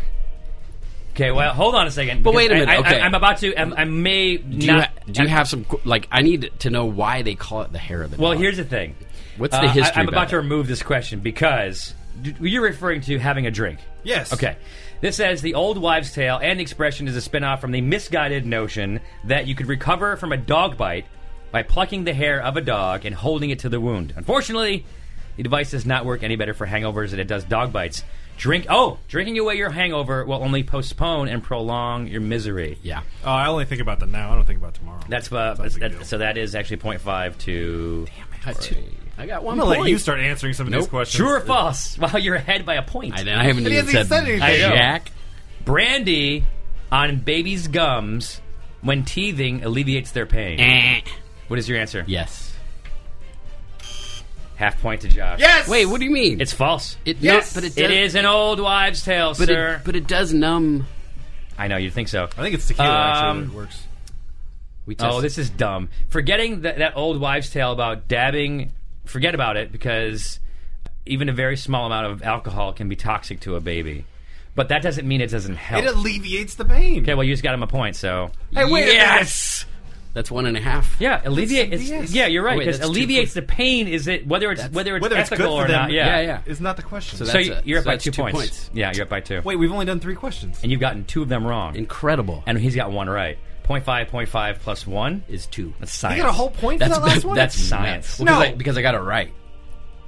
Speaker 3: Okay, well, hold on a second. But
Speaker 5: wait a minute,
Speaker 3: I,
Speaker 5: okay.
Speaker 3: am about to. I'm, I may
Speaker 5: Do,
Speaker 3: not.
Speaker 5: you ha- do you have some. qu- Like, I need to know why they call it the hair of the
Speaker 3: well,
Speaker 5: dog.
Speaker 3: here's the thing.
Speaker 5: What's
Speaker 3: Uh,
Speaker 5: the history
Speaker 3: I, am about
Speaker 5: about
Speaker 3: to
Speaker 5: it?
Speaker 3: remove this question because d- you're referring to having a drink.
Speaker 4: Yes.
Speaker 3: Okay. This says the old wives' tale and expression is a spin off from the misguided notion that you could recover from a dog bite by plucking the hair of a dog and holding it to the wound. Unfortunately, the device does not work any better for hangovers than it does dog bites. Drink oh, drinking away your hangover will only postpone and prolong your misery.
Speaker 5: Yeah.
Speaker 4: Oh, I only think about the now. I don't think about tomorrow.
Speaker 3: That's uh,
Speaker 4: It's not a big
Speaker 3: that-
Speaker 4: deal.
Speaker 3: so that is actually 0.5 to
Speaker 5: I got one
Speaker 4: I'm gonna
Speaker 5: point.
Speaker 4: let you start answering some of these
Speaker 5: Nope.
Speaker 4: questions.
Speaker 3: true or false. Wow, you're ahead by a point.
Speaker 5: I, I haven't even
Speaker 4: hasn't
Speaker 5: said,
Speaker 4: said anything.
Speaker 3: I know.
Speaker 5: Jack.
Speaker 3: Brandy on baby's gums when teething alleviates their pain.
Speaker 5: Eh.
Speaker 3: What is your answer?
Speaker 5: Yes.
Speaker 3: Half point to Josh.
Speaker 4: Yes.
Speaker 5: Wait, what do you mean?
Speaker 3: It's false.
Speaker 5: it,
Speaker 4: Yes!
Speaker 5: no, but it,
Speaker 3: it
Speaker 5: does,
Speaker 3: is an old wives' tale,
Speaker 5: but
Speaker 3: sir.
Speaker 5: It, but it does numb.
Speaker 3: I know you think so.
Speaker 4: I think it's tequila actually
Speaker 3: Um,
Speaker 4: that works.
Speaker 5: We tested.
Speaker 3: Oh, this is dumb. Forgetting that, that old wives' tale about dabbing, forget about it because even a very small amount of alcohol can be toxic to a baby. But that doesn't mean it doesn't help.
Speaker 4: It alleviates the pain.
Speaker 3: okay, well, you just got him a point, so.
Speaker 4: Hey, wait a minute.
Speaker 3: yes!
Speaker 5: That's one and a half.
Speaker 3: Yeah, alleviate. It's,
Speaker 4: BS.
Speaker 3: Yeah, you're right.
Speaker 5: Wait,
Speaker 3: Because
Speaker 5: that's two
Speaker 3: alleviates the pain. Is it whether it's whether it's
Speaker 4: Whether it's good
Speaker 3: ethical
Speaker 4: for
Speaker 3: or
Speaker 4: them,
Speaker 3: not? Yeah,
Speaker 5: yeah, yeah.
Speaker 4: Is not the question.
Speaker 5: So
Speaker 3: So
Speaker 5: That's
Speaker 3: you-
Speaker 5: it.
Speaker 3: you're up
Speaker 5: So
Speaker 3: by
Speaker 5: that's
Speaker 3: two,
Speaker 5: two
Speaker 3: points.
Speaker 5: points.
Speaker 3: Yeah, you're up by two.
Speaker 4: Wait, we've only done three questions.
Speaker 3: and you've gotten two of them wrong,
Speaker 5: Incredible.
Speaker 3: and he's got one right. Point five, point five plus one is
Speaker 5: is two.
Speaker 3: that's science.
Speaker 4: you got a whole point for
Speaker 5: That's
Speaker 4: that last one.
Speaker 5: That's
Speaker 3: Science.
Speaker 5: nuts. Well,
Speaker 4: No.
Speaker 5: because, I, because I got it right.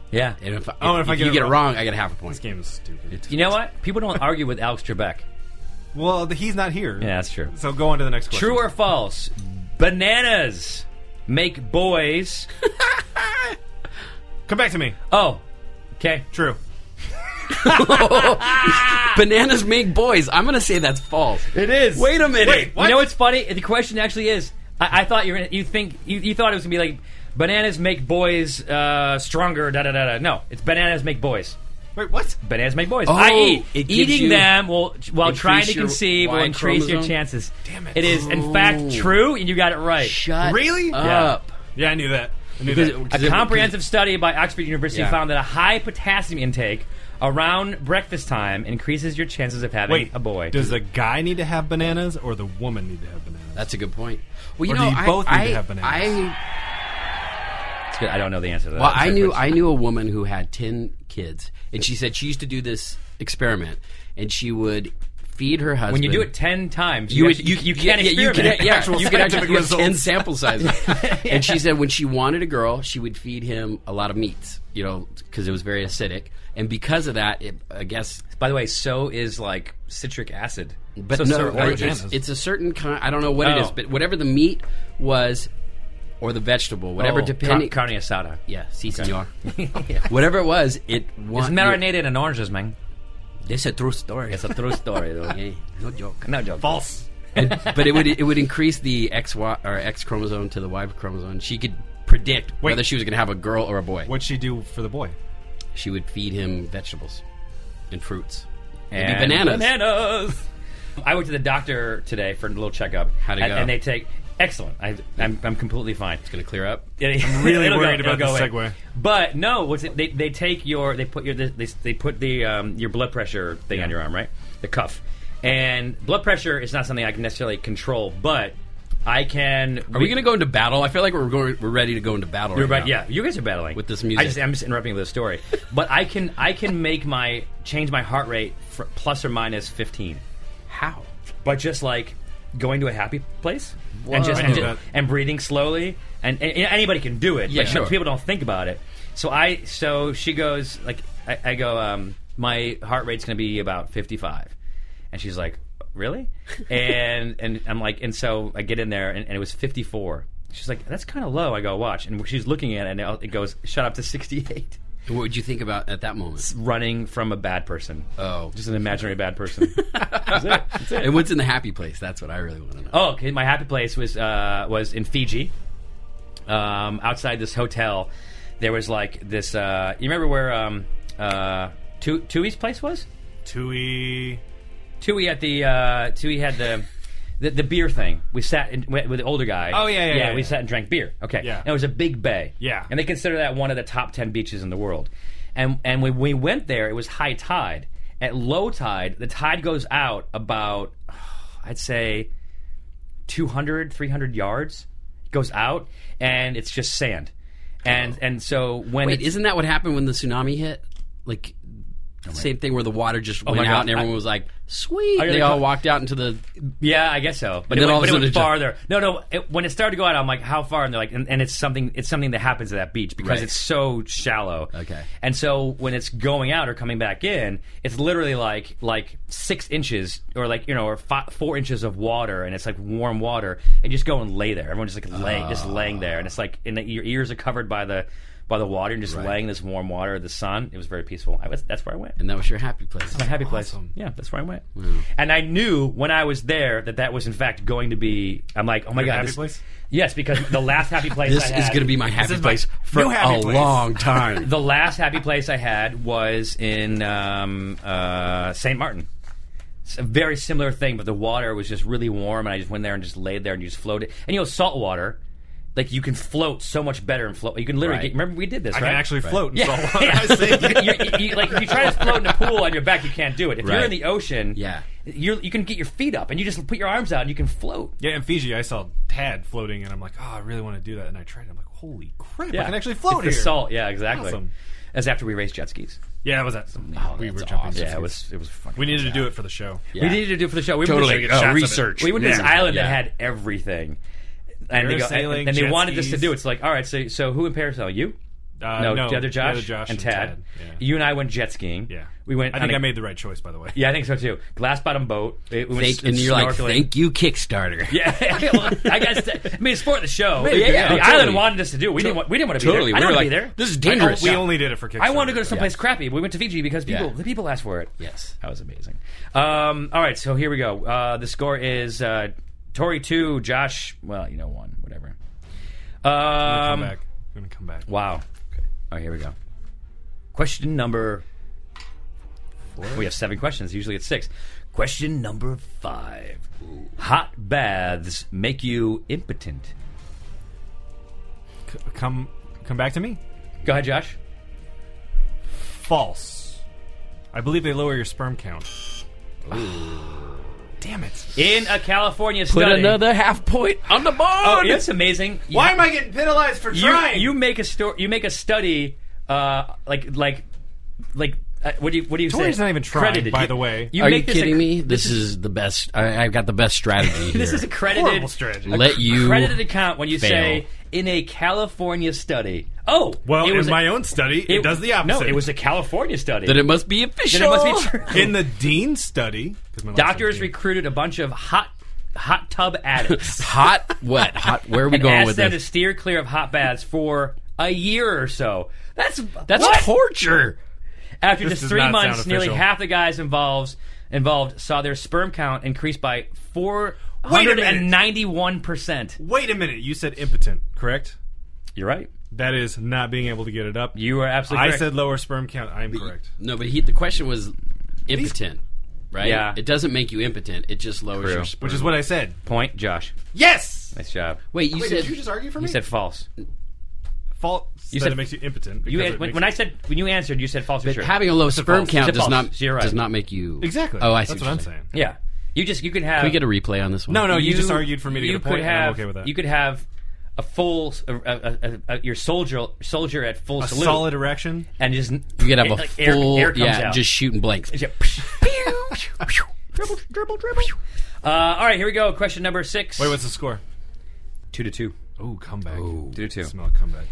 Speaker 3: Yeah,
Speaker 5: And if, I-
Speaker 4: Oh, and if I get
Speaker 5: you
Speaker 4: it
Speaker 5: get it
Speaker 4: wrong-
Speaker 5: wrong, I get a half a point.
Speaker 4: This game is stupid.
Speaker 3: you know what? People don't argue with Alex Trebek.
Speaker 4: well, th- he's not here.
Speaker 3: Yeah, that's true.
Speaker 4: So go on to the next question.
Speaker 3: True or false? Bananas make boys.
Speaker 4: Come back to me.
Speaker 3: Oh, okay.
Speaker 4: True.
Speaker 5: Bananas make boys. I'm going to say that's false.
Speaker 3: It is.
Speaker 5: Wait a minute.
Speaker 4: Wait, what?
Speaker 3: You know what's funny? The question actually is: I, I thought you were gonna, you think you, you thought it was gonna be like bananas make boys uh, stronger. Da da da da. No, it's bananas make boys.
Speaker 4: Wait, what?
Speaker 3: Bananas make boys.
Speaker 5: Oh,
Speaker 3: I.e.,
Speaker 5: it gives
Speaker 3: eating
Speaker 5: you-
Speaker 3: them will while
Speaker 5: Increase
Speaker 3: trying to
Speaker 5: your
Speaker 3: conceive will
Speaker 5: Y
Speaker 3: increase your
Speaker 5: chromosome? Oh.
Speaker 3: chances. Damn
Speaker 4: it.
Speaker 3: It is in fact true, and you got it right.
Speaker 5: Shut
Speaker 4: Really?
Speaker 5: up.
Speaker 4: Yeah, I knew that. I knew
Speaker 5: Because
Speaker 4: that.
Speaker 5: it-
Speaker 3: A
Speaker 5: it-
Speaker 3: comprehensive study by Oxford University
Speaker 5: Yeah.
Speaker 3: found that a high potassium intake around breakfast time increases your chances of having
Speaker 4: Wait,
Speaker 3: a boy.
Speaker 4: Does the guy need to have bananas or the woman need to have bananas?
Speaker 5: That's a good point. Well, you
Speaker 4: Or do
Speaker 5: know,
Speaker 4: you
Speaker 5: I,
Speaker 4: both need to
Speaker 5: I-
Speaker 4: have bananas?
Speaker 5: I,
Speaker 3: It's good. I don't know the answer to that.
Speaker 5: well, I knew
Speaker 3: But-
Speaker 5: I knew a woman who had ten kids, and she said she used to do this experiment, and she would feed her husband.
Speaker 3: when you do it ten times,
Speaker 5: you
Speaker 3: you
Speaker 5: would,
Speaker 3: actually- you, can't
Speaker 5: yeah,
Speaker 3: experiment.
Speaker 5: You can, yeah, you can actually
Speaker 4: scientific
Speaker 5: you have
Speaker 4: results.
Speaker 5: ten sample sizes. And she said when she wanted a girl, she would feed him a lot of meats, you know, because it was very acidic, and because of that, it, I guess.
Speaker 3: By the way, so is like citric acid.
Speaker 5: But
Speaker 3: so,
Speaker 5: no,
Speaker 3: so
Speaker 5: I-
Speaker 3: origins.
Speaker 5: it's, it's a certain kind. I don't know what it
Speaker 3: Oh.
Speaker 5: is, but whatever the meat was, or the vegetable, whatever,
Speaker 3: Oh,
Speaker 5: depending.
Speaker 3: Car- carne asada.
Speaker 5: yeah, si, senor. Whatever it was, it was
Speaker 3: It's marinated in oranges, man.
Speaker 5: This a true story.
Speaker 3: It's a true story, though.
Speaker 5: Yeah, no joke.
Speaker 3: No joke.
Speaker 4: false.
Speaker 5: but it would it would increase the X Y or X chromosome to the Y chromosome. She could predict
Speaker 4: Wait.
Speaker 5: whether she was going to have a girl or a boy.
Speaker 4: What'd she do for the boy?
Speaker 5: She would feed him vegetables and fruits.
Speaker 3: And
Speaker 5: Maybe bananas.
Speaker 3: Bananas. I went to the doctor today for a little checkup.
Speaker 5: How'd it
Speaker 3: and,
Speaker 5: go?
Speaker 3: And they take excellent. I, I'm, I'm completely fine.
Speaker 5: It's going to clear up.
Speaker 3: I'm
Speaker 4: really worried about this segue.
Speaker 3: But no, what's it, they they take your they put your they, they put the um, your blood pressure thing on your arm, right? The cuff. And blood pressure is not something I can necessarily control, but I can.
Speaker 5: Are we going to go into battle? I feel like we're going, we're ready to go into battle.
Speaker 3: You're
Speaker 5: right
Speaker 3: about-
Speaker 5: now.
Speaker 3: yeah, you guys are battling
Speaker 5: With this music.
Speaker 3: I just, I'm just interrupting with a story, but I can I can make my change my heart rate fr plus or minus 15
Speaker 5: How?
Speaker 3: by just like going to a happy place and just,
Speaker 5: Whoa.
Speaker 3: and,
Speaker 4: I knew
Speaker 3: just-
Speaker 4: that.
Speaker 3: and breathing slowly and, and, and anybody can do it
Speaker 5: Yeah,
Speaker 3: like,
Speaker 5: sure.
Speaker 3: people don't think about it so i so she goes like i, I go um, my heart rate's going to be about 55 and she's like really and and i'm like and so i get in there and, and it was 54 she's like that's kind of low i go watch and she's looking at it and it goes shut up to 68
Speaker 5: What would you think about at that moment?
Speaker 3: running from a bad person
Speaker 5: Oh.
Speaker 3: just an imaginary bad person
Speaker 5: and what's in the happy place? That's what I really want to know.
Speaker 3: Oh, okay. My happy place was uh, was in Fiji. Um, outside this hotel, there was like this. Uh, you remember where um, uh, Tu- Tui's place was?
Speaker 4: Tui.
Speaker 3: Tui at the uh, Tui had the. The, the beer thing. We sat in, with with the older guy.
Speaker 4: Oh, yeah, yeah,
Speaker 3: yeah.
Speaker 4: yeah,
Speaker 3: we
Speaker 4: yeah.
Speaker 3: sat and drank beer. Okay.
Speaker 4: Yeah.
Speaker 3: And it was a big bay.
Speaker 4: Yeah.
Speaker 3: And they consider that one of the top ten beaches in the world. And and when we went there, it was high tide. At low tide, the tide goes out about I'd say 200 300 yards it goes out and it's just sand and and so when
Speaker 5: Wait,
Speaker 3: it's- Oh,
Speaker 5: isn't that what happened when the tsunami hit? Like, same thing where the water just went
Speaker 3: my
Speaker 5: out
Speaker 3: God.
Speaker 5: and everyone
Speaker 3: I-
Speaker 5: was like, "Sweet."
Speaker 3: gonna
Speaker 5: They all
Speaker 3: Oh, call-
Speaker 5: walked out into the.
Speaker 3: yeah i guess so but
Speaker 5: And
Speaker 3: it
Speaker 5: then all
Speaker 3: went,
Speaker 5: of a
Speaker 3: but it
Speaker 5: sudden
Speaker 3: went
Speaker 5: it
Speaker 3: farther
Speaker 5: just-
Speaker 3: no no it, when it started to go out i'm like how far and they're like and, and it's something it's something that happens at that beach because
Speaker 5: Right.
Speaker 3: it's so shallow
Speaker 5: Okay.
Speaker 3: and so when it's going out or coming back in it's literally like like six inches or like you know or five, four inches of water and it's like warm water and just go and lay there everyone just like lay
Speaker 5: Ah.
Speaker 3: just laying there and it's like and your ears are covered by the by the water and just laying in this warm water the sun it was very peaceful I was, that's where i went
Speaker 5: And that was your happy place.
Speaker 3: my happy place. Yeah, that's where I went. And I knew when I was there that that was in fact going to be. I'm like, oh my god,
Speaker 4: happy
Speaker 3: this-
Speaker 4: place?
Speaker 3: Yes, because the last happy place
Speaker 5: This
Speaker 3: I
Speaker 5: is
Speaker 3: had-
Speaker 5: going to be my happy
Speaker 4: is my
Speaker 5: place for
Speaker 4: new happy
Speaker 5: a
Speaker 4: place.
Speaker 5: long time.
Speaker 3: the last happy place I had was in um, uh, Saint Martin. s- a very similar thing, but the water was just really warm, and I just went there and just laid there and you just floated. And you know, salt water, like you can float so much better and float. You can literally
Speaker 5: Right.
Speaker 3: get. Remember, we did this.
Speaker 4: I
Speaker 3: right?
Speaker 4: can actually float in salt water.
Speaker 3: Yeah.
Speaker 4: I see.
Speaker 3: you, you- you- like if you try to float in a pool on your back, you can't do it. If you're
Speaker 5: Right.
Speaker 3: in the ocean,
Speaker 5: Yeah.
Speaker 3: you're, you can get your feet up and you just put your arms out and you can float.
Speaker 4: Yeah, in Fiji, I saw Tad floating, and I'm like, oh, I really want to do that. And I tried it. I'm like, holy crap, I can actually
Speaker 3: It's
Speaker 4: float here.
Speaker 3: The salt, yeah, exactly.
Speaker 4: Awesome.
Speaker 3: That's after we raced jet skis.
Speaker 4: Yeah, it was that. we were
Speaker 5: that's
Speaker 4: jumping.
Speaker 5: awesome.
Speaker 4: jet
Speaker 3: Yeah, it
Speaker 4: skis.
Speaker 3: was it was. Fucking
Speaker 4: We needed to do it for the show.
Speaker 3: We needed to do it for the show. We went to
Speaker 5: totally
Speaker 3: this-
Speaker 5: uh,
Speaker 4: of it.
Speaker 5: research.
Speaker 3: We went to this
Speaker 4: Yeah.
Speaker 3: island that
Speaker 5: Yeah.
Speaker 3: had everything. And they, go,
Speaker 4: Parasailing,
Speaker 3: and, and they
Speaker 4: jet
Speaker 3: wanted us to
Speaker 4: skis.
Speaker 3: do it. It's like, all right, so so who in Parasailing? You?
Speaker 4: Uh,
Speaker 3: no,
Speaker 4: no,
Speaker 3: the other
Speaker 4: the
Speaker 3: Josh,
Speaker 4: other Josh
Speaker 3: and
Speaker 4: and
Speaker 3: Tad.
Speaker 4: Tad, yeah.
Speaker 3: You and I went jet skiing.
Speaker 4: Yeah,
Speaker 3: we went.
Speaker 4: I
Speaker 3: on
Speaker 4: think
Speaker 3: a-
Speaker 4: I made the right choice, by the way.
Speaker 3: Yeah, I think so too. Glass bottom boat. It, we went
Speaker 5: Thank,
Speaker 3: s-
Speaker 5: and you're like,
Speaker 3: snorkeling.
Speaker 5: thank you, Kickstarter.
Speaker 3: Yeah, well, I guess. that- I mean, it's for the show.
Speaker 5: Yeah, yeah,
Speaker 3: The
Speaker 5: yeah,
Speaker 3: island
Speaker 5: totally.
Speaker 3: wanted us to do. it. We didn't. Want, we didn't want to be
Speaker 5: Totally,
Speaker 3: there. I didn't
Speaker 5: we were
Speaker 3: want to be
Speaker 5: like,
Speaker 3: there.
Speaker 5: this is
Speaker 3: I-
Speaker 4: Oh,
Speaker 5: dangerous.
Speaker 4: We
Speaker 5: Yeah.
Speaker 4: only did it for Kickstarter.
Speaker 3: I wanted to go to someplace crappy. We went to Fiji because people.
Speaker 5: Yeah.
Speaker 3: The people asked for it.
Speaker 5: Yes.
Speaker 3: that was amazing. Um, all right, so here we go. Uh, the score is uh, Tori two, Josh. Well, you know one, whatever.
Speaker 4: Come
Speaker 3: Um,
Speaker 4: back. I'm gonna come back.
Speaker 3: Wow. All right, here we go. Question number four. We have seven questions. Usually it's six. Question number five. Hot baths make you impotent.
Speaker 4: C- come, come back to me.
Speaker 3: Go ahead, Josh.
Speaker 4: False. I believe they lower your sperm count. Damn it!
Speaker 3: In a California
Speaker 5: Put
Speaker 3: study.
Speaker 5: another half point on the board.
Speaker 3: Oh, it's amazing. You-
Speaker 4: Why am I getting penalized for
Speaker 3: you,
Speaker 4: trying?
Speaker 3: you make a sto- You make a study. Uh, like like like. Uh, what do you what do you
Speaker 4: Tori's
Speaker 3: say?
Speaker 4: not even trying,
Speaker 3: Credited.
Speaker 4: by
Speaker 3: You-
Speaker 4: the way.
Speaker 3: you
Speaker 5: Are
Speaker 3: make
Speaker 5: you
Speaker 3: this a-
Speaker 5: kidding me? This, is the best. I, I've got the best strategy.
Speaker 3: This
Speaker 5: here.
Speaker 3: is a credited
Speaker 4: horrible strategy.
Speaker 5: Let you
Speaker 3: credited account when you
Speaker 5: fail.
Speaker 3: say in a California study. Oh,
Speaker 4: well,
Speaker 3: it was
Speaker 4: in
Speaker 3: a-
Speaker 4: my own study, it, does the
Speaker 3: No,
Speaker 4: opposite.
Speaker 3: it was a California study.
Speaker 5: Then it must be official.
Speaker 3: Then it must be true.
Speaker 4: in the dean study. 'cause my last
Speaker 3: Doctors
Speaker 4: name's Dean.
Speaker 3: recruited a bunch of hot hot tub addicts
Speaker 5: hot, wet, hot. Where are we
Speaker 3: and
Speaker 5: going
Speaker 3: asked
Speaker 5: with
Speaker 3: them
Speaker 5: this?
Speaker 3: to steer clear of hot baths for a year or so. That's
Speaker 5: That's
Speaker 3: what?
Speaker 5: torture.
Speaker 3: After
Speaker 4: This
Speaker 3: just
Speaker 4: does
Speaker 3: three
Speaker 4: not sound
Speaker 3: months, nearly
Speaker 4: official.
Speaker 3: half the guys involved involved saw their sperm count increase by four
Speaker 4: Wait a
Speaker 3: hundred
Speaker 4: minute.
Speaker 3: and ninety-one percent.
Speaker 4: Wait a minute. You said impotent, correct?
Speaker 3: You're right.
Speaker 4: That is not being able to get it up.
Speaker 3: You are absolutely.
Speaker 4: I
Speaker 3: correct.
Speaker 4: said lower sperm count. I'm correct.
Speaker 5: No, but he, the question was impotent, right?
Speaker 3: Yeah.
Speaker 5: It doesn't make you impotent. It just lowers
Speaker 3: True.
Speaker 5: your sperm.
Speaker 4: Which is what I said.
Speaker 3: point, Josh.
Speaker 4: Yes.
Speaker 3: Nice job.
Speaker 5: Wait, you
Speaker 4: Wait,
Speaker 5: said
Speaker 4: did you just argue for me?
Speaker 3: You said false.
Speaker 4: fault. You
Speaker 3: said-
Speaker 4: said it makes you impotent.
Speaker 3: You
Speaker 4: because
Speaker 3: an-
Speaker 4: it
Speaker 3: when,
Speaker 4: makes
Speaker 3: when I
Speaker 4: you-
Speaker 3: said when you answered, you said false. for sure.
Speaker 5: having a low sperm
Speaker 3: false.
Speaker 5: count
Speaker 3: It's a
Speaker 5: does
Speaker 3: false.
Speaker 5: not
Speaker 3: You're right.
Speaker 5: does not make you
Speaker 4: exactly.
Speaker 5: Oh, I see.
Speaker 4: That's what I'm saying.
Speaker 3: Yeah, you just you can have.
Speaker 5: Can we get a replay on this one?
Speaker 4: No, no, you,
Speaker 3: you
Speaker 4: just argued for me to
Speaker 3: you
Speaker 4: get a
Speaker 3: could
Speaker 4: point, and
Speaker 3: Have,
Speaker 4: I'm okay with that.
Speaker 3: You could have a full a, a, a, a, your soldier soldier at full
Speaker 4: a
Speaker 3: salute,
Speaker 4: solid erection.
Speaker 3: and just you
Speaker 5: You could have a
Speaker 3: like,
Speaker 5: full,
Speaker 3: air, air comes
Speaker 5: yeah,
Speaker 3: out.
Speaker 5: just shooting blanks.
Speaker 3: It's just- dribble, dribble, dribble. Uh, all right, here we go. Question number six.
Speaker 4: Wait, what's the score?
Speaker 3: two to two?
Speaker 4: Oh, comeback.
Speaker 3: Two to two.
Speaker 4: Smell comeback.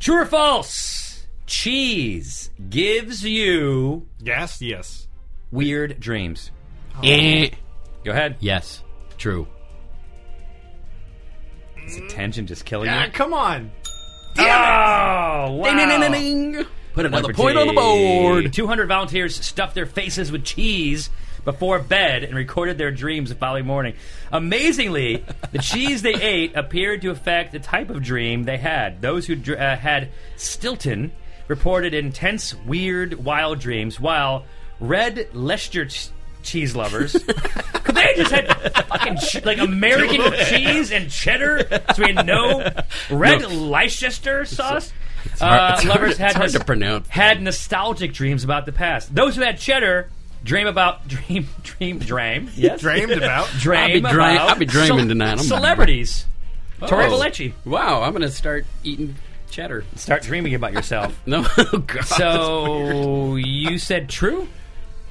Speaker 3: True or false? Cheese gives you
Speaker 4: Yes, yes.
Speaker 3: weird dreams.
Speaker 4: Oh.
Speaker 5: Eh.
Speaker 3: Go ahead.
Speaker 5: yes, true.
Speaker 3: Is the tension just killing
Speaker 4: Ah,
Speaker 3: you?
Speaker 4: come on.
Speaker 3: Oh, wow.
Speaker 5: Put another point on the board.
Speaker 3: 200 volunteers stuffed their faces with cheese before bed and recorded their dreams the following morning. Amazingly, the cheese they ate appeared to affect the type of dream they had. Those who dr- uh, had Stilton reported intense, weird, wild dreams, while red Leicester ch- cheese lovers. they just had fucking ch- like American cheese and cheddar, so we had no red Leicester sauce.
Speaker 5: hard-
Speaker 3: Uh,
Speaker 5: it's hard-
Speaker 3: lovers
Speaker 5: it's
Speaker 3: had
Speaker 5: hard
Speaker 3: nos-
Speaker 5: to pronounce.
Speaker 3: had nostalgic dreams about the past. Those who had cheddar dream about dream dream dream yes
Speaker 4: Dramed about.
Speaker 3: dream
Speaker 5: I'll be dra-
Speaker 3: about
Speaker 5: I'll be dreaming tonight. I'm-
Speaker 3: celebrities. Tori
Speaker 5: Oh.
Speaker 3: Vellecci.
Speaker 5: Wow, I'm gonna start eating cheddar.
Speaker 3: Start dreaming about yourself.
Speaker 5: No, oh, God.
Speaker 3: so you said true?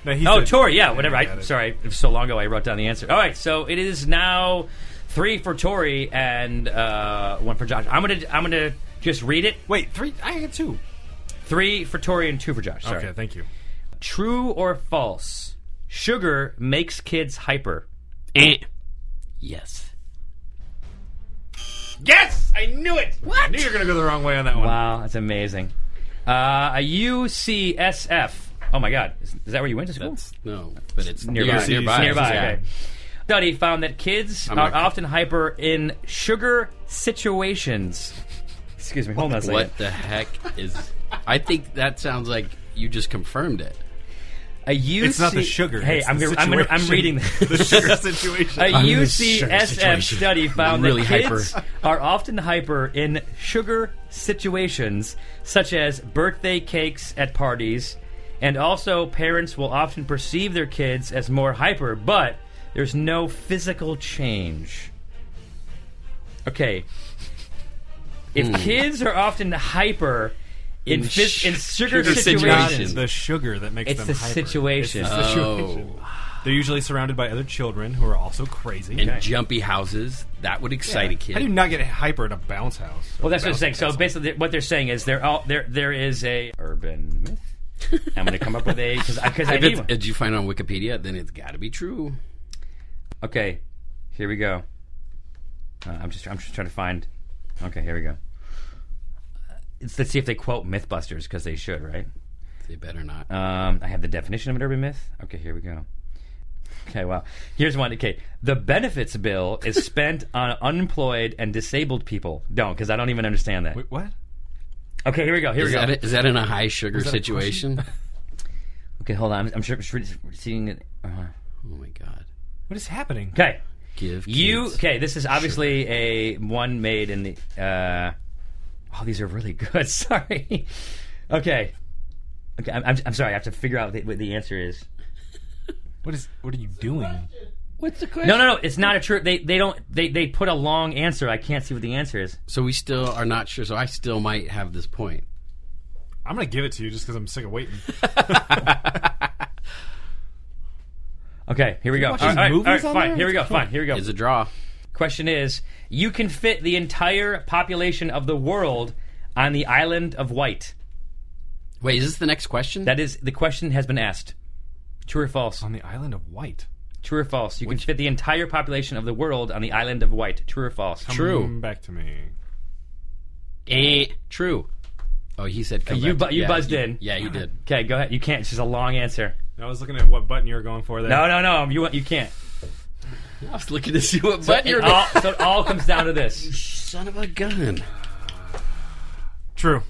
Speaker 4: No, he
Speaker 3: Oh,
Speaker 4: said-
Speaker 3: Tori. Yeah, whatever.
Speaker 4: got
Speaker 3: I,
Speaker 4: it.
Speaker 3: sorry, it was so long ago I wrote down the answer. All right, so it is now three for Tori and uh, one for Josh. I'm gonna I'm gonna just read it.
Speaker 4: Wait, three. I had two.
Speaker 3: Three for Tori and two for Josh. Sorry.
Speaker 4: Okay, thank you.
Speaker 3: True or false? Sugar makes kids hyper.
Speaker 5: Eh. yes.
Speaker 4: Yes, I knew it. What? I knew you were gonna go the wrong way on that one.
Speaker 3: Wow, that's amazing. Uh, a UCSF. Oh my God, is, is that where you went to school?
Speaker 5: No, but it's
Speaker 3: nearby.
Speaker 5: nearby. Nearby.
Speaker 3: Nearby,
Speaker 5: Yeah.
Speaker 3: okay. Study found that kids
Speaker 5: I'm
Speaker 3: are
Speaker 5: not-
Speaker 3: often hyper in sugar situations. Excuse me, hold on a second.
Speaker 5: What the heck is? I think that sounds like you just confirmed it.
Speaker 3: A UC,
Speaker 4: It's not the sugar.
Speaker 3: Hey,
Speaker 4: it's
Speaker 3: I'm,
Speaker 4: the
Speaker 3: gonna- I'm, gonna- I'm
Speaker 4: situation.
Speaker 3: reading
Speaker 4: the
Speaker 3: this.
Speaker 4: sugar situation.
Speaker 3: A
Speaker 5: in this sugar
Speaker 3: UCSF
Speaker 5: situation.
Speaker 3: study found
Speaker 5: I'm really
Speaker 3: that kids are often hyper in sugar situations, such as birthday cakes at parties, and also parents will often perceive their kids as more hyper, but there's no physical change. Okay, if kids are often hyper in,
Speaker 5: Hmm. In
Speaker 3: phys-
Speaker 5: sh-
Speaker 3: in sugar,
Speaker 5: sugar
Speaker 3: situations,
Speaker 5: situations.
Speaker 4: the sugar that makes
Speaker 3: It's
Speaker 4: them
Speaker 3: the
Speaker 4: hyper.
Speaker 3: situation. Oh.
Speaker 4: It's the situation. They're usually surrounded by other children who are also crazy.
Speaker 5: and jumpy houses that would excite a kid.
Speaker 4: How do you not get hyper in a bounce house?
Speaker 3: Well, that's what I'm
Speaker 4: Bounce
Speaker 3: saying. So
Speaker 4: castle.
Speaker 3: basically, what they're saying is there all there there is a urban myth. I'm going to come up with a because I, 'cause I
Speaker 5: if
Speaker 3: need
Speaker 5: it's,
Speaker 3: one.
Speaker 5: did you find it on Wikipedia? Then it's got to be true.
Speaker 3: Okay, here we go. Uh, I'm just I'm just trying to find. Okay, here we go. It's, let's see if they quote MythBusters because they should, right?
Speaker 5: They better not.
Speaker 3: Um, I have the definition of an urban myth. Okay, here we go. Okay, wow. Here's one. Okay, the benefits bill is spent on unemployed and disabled people. Don't, because I don't even understand that.
Speaker 4: Wait, what?
Speaker 3: Okay, here we go. Here
Speaker 5: is,
Speaker 3: we go.
Speaker 5: that is that in a high sugar situation?
Speaker 3: Okay, hold on. I'm, I'm sure, sure it's- we're seeing it. Uh-huh.
Speaker 5: oh my god!
Speaker 4: What is happening?
Speaker 3: Okay,
Speaker 5: Give
Speaker 3: you.
Speaker 5: kids-
Speaker 3: Okay, this is obviously a one made in the. Uh, oh, these are really good. Sorry. Okay. Okay, I'm, I'm, I'm sorry. I have to figure out what the, what the answer is.
Speaker 4: What is? What are you doing?
Speaker 5: What's the question?
Speaker 3: No, no, no. It's not a true. They they don't. They they put a long answer. I can't see what the answer is.
Speaker 5: So we still are not sure. So I still might have this point.
Speaker 4: I'm gonna give it to you just because I'm sick of waiting.
Speaker 3: Okay, here we go. All
Speaker 4: watching
Speaker 3: right, all right,
Speaker 4: movies
Speaker 3: all right,
Speaker 4: on
Speaker 3: fine.
Speaker 4: there?
Speaker 3: Here we go. Fine. Here we go.
Speaker 5: It's a draw.
Speaker 3: Question is: You can fit the entire population of the world on the island of White.
Speaker 5: Wait, is this the next question?
Speaker 3: That is the question has been asked. True or false?
Speaker 4: On the island of White.
Speaker 3: True or false? You can fit the entire population of the world on the island of Wight. True or false?
Speaker 5: True.
Speaker 4: Come back to me.
Speaker 5: Eh, true. Oh, he said. Come
Speaker 3: You
Speaker 5: back.
Speaker 3: bu- you
Speaker 5: Yeah,
Speaker 3: buzzed
Speaker 5: you-
Speaker 3: in.
Speaker 5: Yeah, you did.
Speaker 3: Okay, go ahead. You can't. It's just a long answer.
Speaker 4: I was looking at what button you were going for there.
Speaker 3: No, no, no. You you can't.
Speaker 5: I was looking to see what button
Speaker 3: It
Speaker 5: you're.
Speaker 3: all, so it all comes down to this.
Speaker 5: Son of a gun!
Speaker 4: True.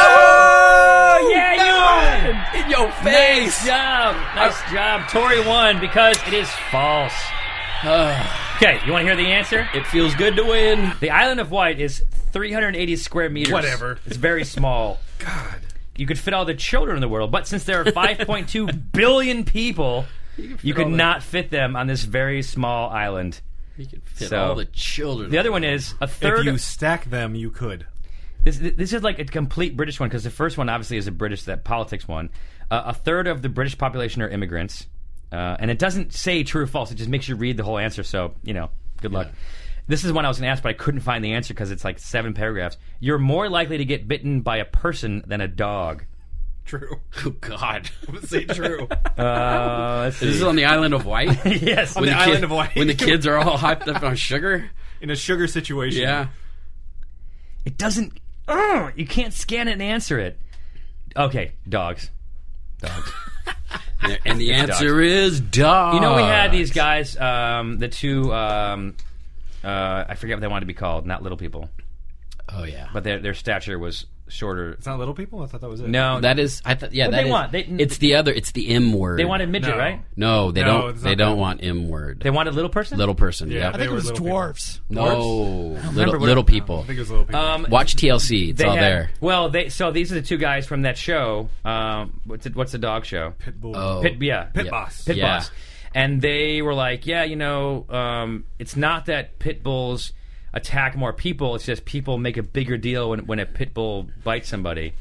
Speaker 3: Oh, yeah, you won.
Speaker 5: In your
Speaker 3: Nice
Speaker 5: face!
Speaker 3: job. Nice job. Tori won because it is false. Okay, you want to hear the answer?
Speaker 5: It feels good to win.
Speaker 3: The island of Wight is 380 square meters.
Speaker 4: Whatever.
Speaker 3: It's very small. God. You could fit all the children in the world, but since there are 5.2 billion people, you could
Speaker 5: all the-
Speaker 3: not fit them on this very small island.
Speaker 5: You can fit
Speaker 3: So-
Speaker 5: all the children.
Speaker 3: The other one is a
Speaker 4: If
Speaker 3: third.
Speaker 4: you stack them, you could.
Speaker 3: this, this is like a complete British one because the first one obviously is a British that politics one. Uh, a third of the British population are immigrants, uh, and it doesn't say true or false. It just makes you read the whole answer. So you know, good luck. This is one I was going to ask, but I couldn't find the answer because it's like seven paragraphs. You're more likely to get bitten by a person than a dog.
Speaker 4: True.
Speaker 5: Oh God!
Speaker 4: Say true.
Speaker 3: Uh, let's
Speaker 5: This is
Speaker 3: see.
Speaker 5: on the island of White.
Speaker 3: yes.
Speaker 4: the
Speaker 5: kid-
Speaker 4: island of White.
Speaker 5: When the kids are all hyped up on sugar.
Speaker 4: In a sugar situation.
Speaker 5: Yeah.
Speaker 3: It doesn't. Ugh, you can't scan it and answer it. Okay, dogs. Dogs.
Speaker 5: And the
Speaker 3: It's
Speaker 5: answer is dog.
Speaker 3: You know, we had these guys, um, the two, um, uh, I forget what they wanted to be called, not little people,
Speaker 5: Oh yeah.
Speaker 3: but their, their stature was shorter.
Speaker 4: It's not little people. I thought that was it.
Speaker 3: No,
Speaker 5: Oh, That is, I thought, yeah.
Speaker 3: What'd
Speaker 5: that
Speaker 3: they
Speaker 5: is-
Speaker 3: want? They-
Speaker 5: it's the other. It's the M word.
Speaker 3: they wanted midget,
Speaker 4: No.
Speaker 3: right?
Speaker 5: No, they
Speaker 4: No,
Speaker 5: don't.
Speaker 4: it's
Speaker 5: They
Speaker 4: not
Speaker 5: don't
Speaker 4: that.
Speaker 5: want M word.
Speaker 3: They wanted little person?
Speaker 5: little person.
Speaker 4: Yeah,
Speaker 5: Yeah.
Speaker 4: I
Speaker 6: I
Speaker 4: they
Speaker 6: think it
Speaker 4: were
Speaker 6: was
Speaker 4: little
Speaker 6: dwarves.
Speaker 5: no. Little
Speaker 3: remember what-
Speaker 5: little people.
Speaker 4: I think it was little people.
Speaker 3: Um,
Speaker 5: Watch TLC. It's
Speaker 3: they
Speaker 5: all
Speaker 3: had-
Speaker 5: there.
Speaker 3: Well, they, so these are the two guys from that show. Um, what's, it, what's the dog show?
Speaker 4: Pitbull.
Speaker 5: Oh.
Speaker 3: Pit, yeah.
Speaker 4: Pit
Speaker 3: yeah.
Speaker 4: boss.
Speaker 3: Pit
Speaker 5: Yeah.
Speaker 3: boss. And they were like, yeah, you know, um, it's not that pit bulls attack more people. It's just people make a bigger deal when, when a pit bull bites somebody.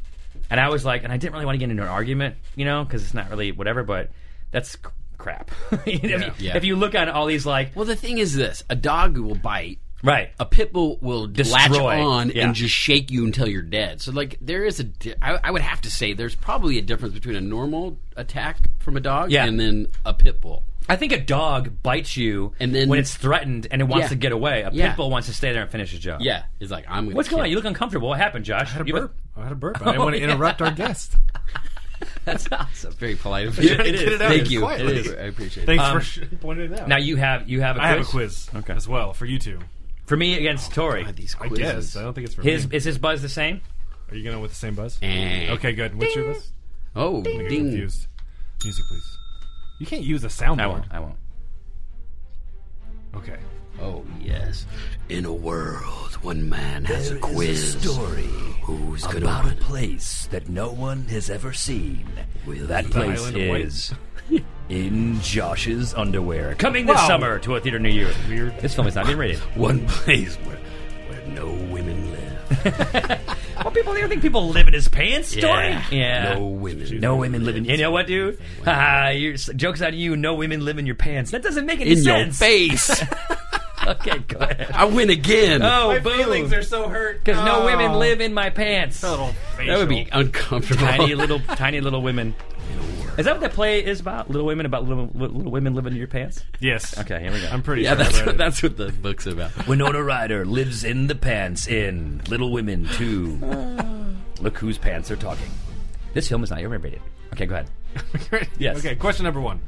Speaker 3: And I was like, and I didn't really want to get into an argument, you know, because it's not really whatever, but that's c- crap. if, you,
Speaker 5: Yeah.
Speaker 3: if you look on all these, like,
Speaker 5: Well, the thing is this: a dog will bite.
Speaker 3: right.
Speaker 5: A pit bull will latch
Speaker 3: Destroy.
Speaker 5: on
Speaker 3: Yeah.
Speaker 5: and just shake you until you're dead. So, like, there is a. Di- I, I would have to say there's probably a difference between a normal attack from a dog
Speaker 3: Yeah.
Speaker 5: and then a pit bull.
Speaker 3: I think a dog bites you
Speaker 5: And then-
Speaker 3: when it's threatened and it wants
Speaker 5: Yeah.
Speaker 3: to get away. A
Speaker 5: Yeah.
Speaker 3: pit bull wants to stay there and finish his job.
Speaker 5: Yeah, it's like I'm. Gonna
Speaker 3: What's going
Speaker 5: kill
Speaker 3: on? You look uncomfortable. What happened, Josh?
Speaker 4: I had a
Speaker 3: You-
Speaker 4: burp. I had a burp.
Speaker 5: Oh,
Speaker 4: I didn't want to interrupt our guest.
Speaker 3: That's awesome.
Speaker 5: Very polite of
Speaker 3: It
Speaker 5: Get
Speaker 3: is.
Speaker 5: it out. Thank
Speaker 4: It's
Speaker 5: you.
Speaker 4: quiet.
Speaker 5: It is. I appreciate it.
Speaker 4: Thanks for pointing it out.
Speaker 3: Now you have you have a
Speaker 4: I have a
Speaker 3: quiz?
Speaker 4: quiz as well for you two.
Speaker 3: For me against Tori.
Speaker 5: God, these
Speaker 4: I
Speaker 5: quizzes.
Speaker 4: guess. I don't think it's for
Speaker 3: His
Speaker 4: me.
Speaker 3: is his buzz the same?
Speaker 4: Are you going with the same buzz?
Speaker 5: Eh.
Speaker 4: Okay, good. What's your buzz?
Speaker 5: Oh,
Speaker 4: I
Speaker 5: ding.
Speaker 4: get confused. Music, please. You can't use a soundboard.
Speaker 3: I won't. I won't.
Speaker 4: Okay.
Speaker 5: Oh yes. In a world, one man has a quiz.
Speaker 8: story
Speaker 5: Who's gonna
Speaker 8: about
Speaker 5: win?
Speaker 8: a place that no one has ever seen.
Speaker 5: Will
Speaker 8: that
Speaker 5: the
Speaker 8: place
Speaker 4: island of Wight?
Speaker 8: is in Josh's underwear.
Speaker 3: Coming this
Speaker 4: Wow.
Speaker 3: summer to a theater near you.
Speaker 4: Weird.
Speaker 3: This film is not being rated.
Speaker 5: One place where where no women live.
Speaker 3: well, people you don't think people live in his pants story. Yeah.
Speaker 5: No women.
Speaker 3: No women live in. You know what, dude? Ah, your jokes on you. No women live in your pants. That doesn't make any
Speaker 5: In your
Speaker 3: sense.
Speaker 5: face.
Speaker 3: Okay, go ahead.
Speaker 5: I win again.
Speaker 3: Oh,
Speaker 4: My
Speaker 3: boom.
Speaker 4: feelings are so hurt.
Speaker 3: Because no
Speaker 4: Oh.
Speaker 3: women live in my pants.
Speaker 4: Little facial.
Speaker 5: that would be uncomfortable.
Speaker 3: Tiny little, tiny little women. Is that what that play is about? Little women about little, little women living in your pants.
Speaker 4: Yes.
Speaker 3: Okay, here we go.
Speaker 4: I'm pretty
Speaker 5: yeah,
Speaker 4: sure. I
Speaker 5: that's
Speaker 4: read it.
Speaker 5: what, that's what the book's about.
Speaker 8: Winona Ryder lives in the pants in Little Women 2.
Speaker 3: Look whose pants are talking. This film is not your rated. Okay, go ahead. Yes.
Speaker 4: Okay, question number one.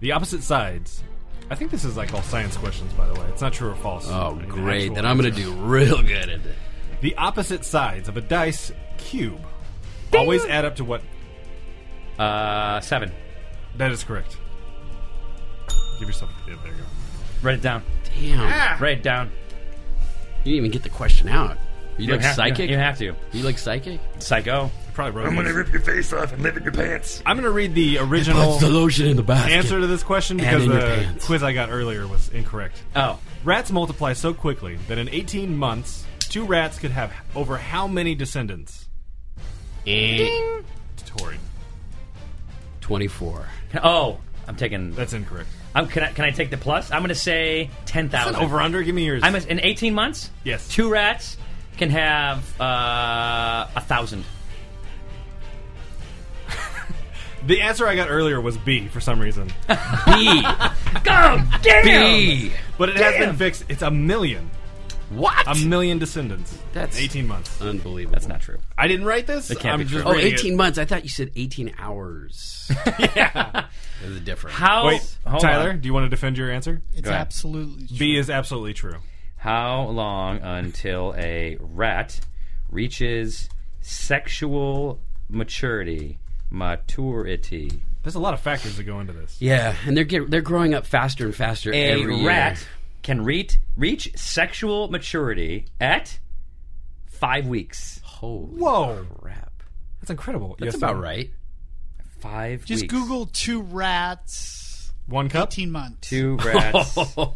Speaker 4: The opposite sides. I think this is like all science questions, by the way. It's not true or false.
Speaker 5: Oh,
Speaker 4: An
Speaker 5: great!
Speaker 4: actual
Speaker 5: Then I'm gonna
Speaker 4: answer.
Speaker 5: do real good at this.
Speaker 4: The opposite sides of a dice cube always add up to what?
Speaker 3: Uh, seven.
Speaker 4: That is correct. Give yourself. Yeah, there you go.
Speaker 3: Write it down.
Speaker 5: Damn,
Speaker 3: Write it down.
Speaker 5: you didn't even get the question out. You, like
Speaker 3: don't have-
Speaker 5: psychic?
Speaker 3: You have to.
Speaker 5: You like psychic?
Speaker 3: Psycho.
Speaker 4: I probably wrote. I'm gonna,
Speaker 8: your face off and live in your pants.
Speaker 4: I'm gonna read the original
Speaker 5: lotion in the basket.
Speaker 4: answer to this question
Speaker 5: And
Speaker 4: because
Speaker 5: in your
Speaker 4: the
Speaker 5: pants. Uh,
Speaker 4: quiz I got earlier was incorrect.
Speaker 3: Oh,
Speaker 4: Rats multiply so quickly that in 18 months, two rats could have over how many descendants? Torrid.
Speaker 5: Twenty-four.
Speaker 3: oh. I'm taking.
Speaker 4: That's incorrect.
Speaker 3: I'm, can I can I take the plus? I'm going to say ten thousand.
Speaker 4: Over under. Give me yours.
Speaker 3: I'm a, in 18 months.
Speaker 4: Yes.
Speaker 3: Two rats can have uh, a thousand.
Speaker 4: the answer I got earlier was B for some reason.
Speaker 5: B.
Speaker 3: Go damn.
Speaker 5: B.
Speaker 4: But it has been fixed. It's a million.
Speaker 5: What?
Speaker 4: A million descendants.
Speaker 5: That's-
Speaker 4: in 18 months.
Speaker 5: Unbelievable.
Speaker 3: That's not true.
Speaker 4: I didn't write this.
Speaker 3: It can't
Speaker 4: I'm
Speaker 3: be
Speaker 4: just
Speaker 3: true.
Speaker 5: Oh,
Speaker 4: reading it.
Speaker 5: 18 months. I thought you said 18 hours. There's a difference.
Speaker 3: How?
Speaker 4: Wait,
Speaker 3: hold
Speaker 4: Tyler,
Speaker 3: on.
Speaker 4: do you want to defend your answer?
Speaker 6: It's
Speaker 3: ahead.
Speaker 6: absolutely true.
Speaker 4: B is absolutely true.
Speaker 3: How long until a rat reaches sexual maturity? Maturity.
Speaker 4: There's a lot of factors that go into this.
Speaker 5: Yeah, and they're get, they're growing up faster and faster
Speaker 3: A
Speaker 5: every year.
Speaker 3: rat can reach reach sexual maturity at five weeks.
Speaker 5: Holy
Speaker 4: Whoa,
Speaker 5: Oh, crap!
Speaker 4: that's incredible.
Speaker 5: That's about right.
Speaker 3: Five.
Speaker 6: Just
Speaker 3: weeks.
Speaker 6: Google two rats,
Speaker 4: One cup.
Speaker 6: 18 months.
Speaker 3: two rats.
Speaker 5: Are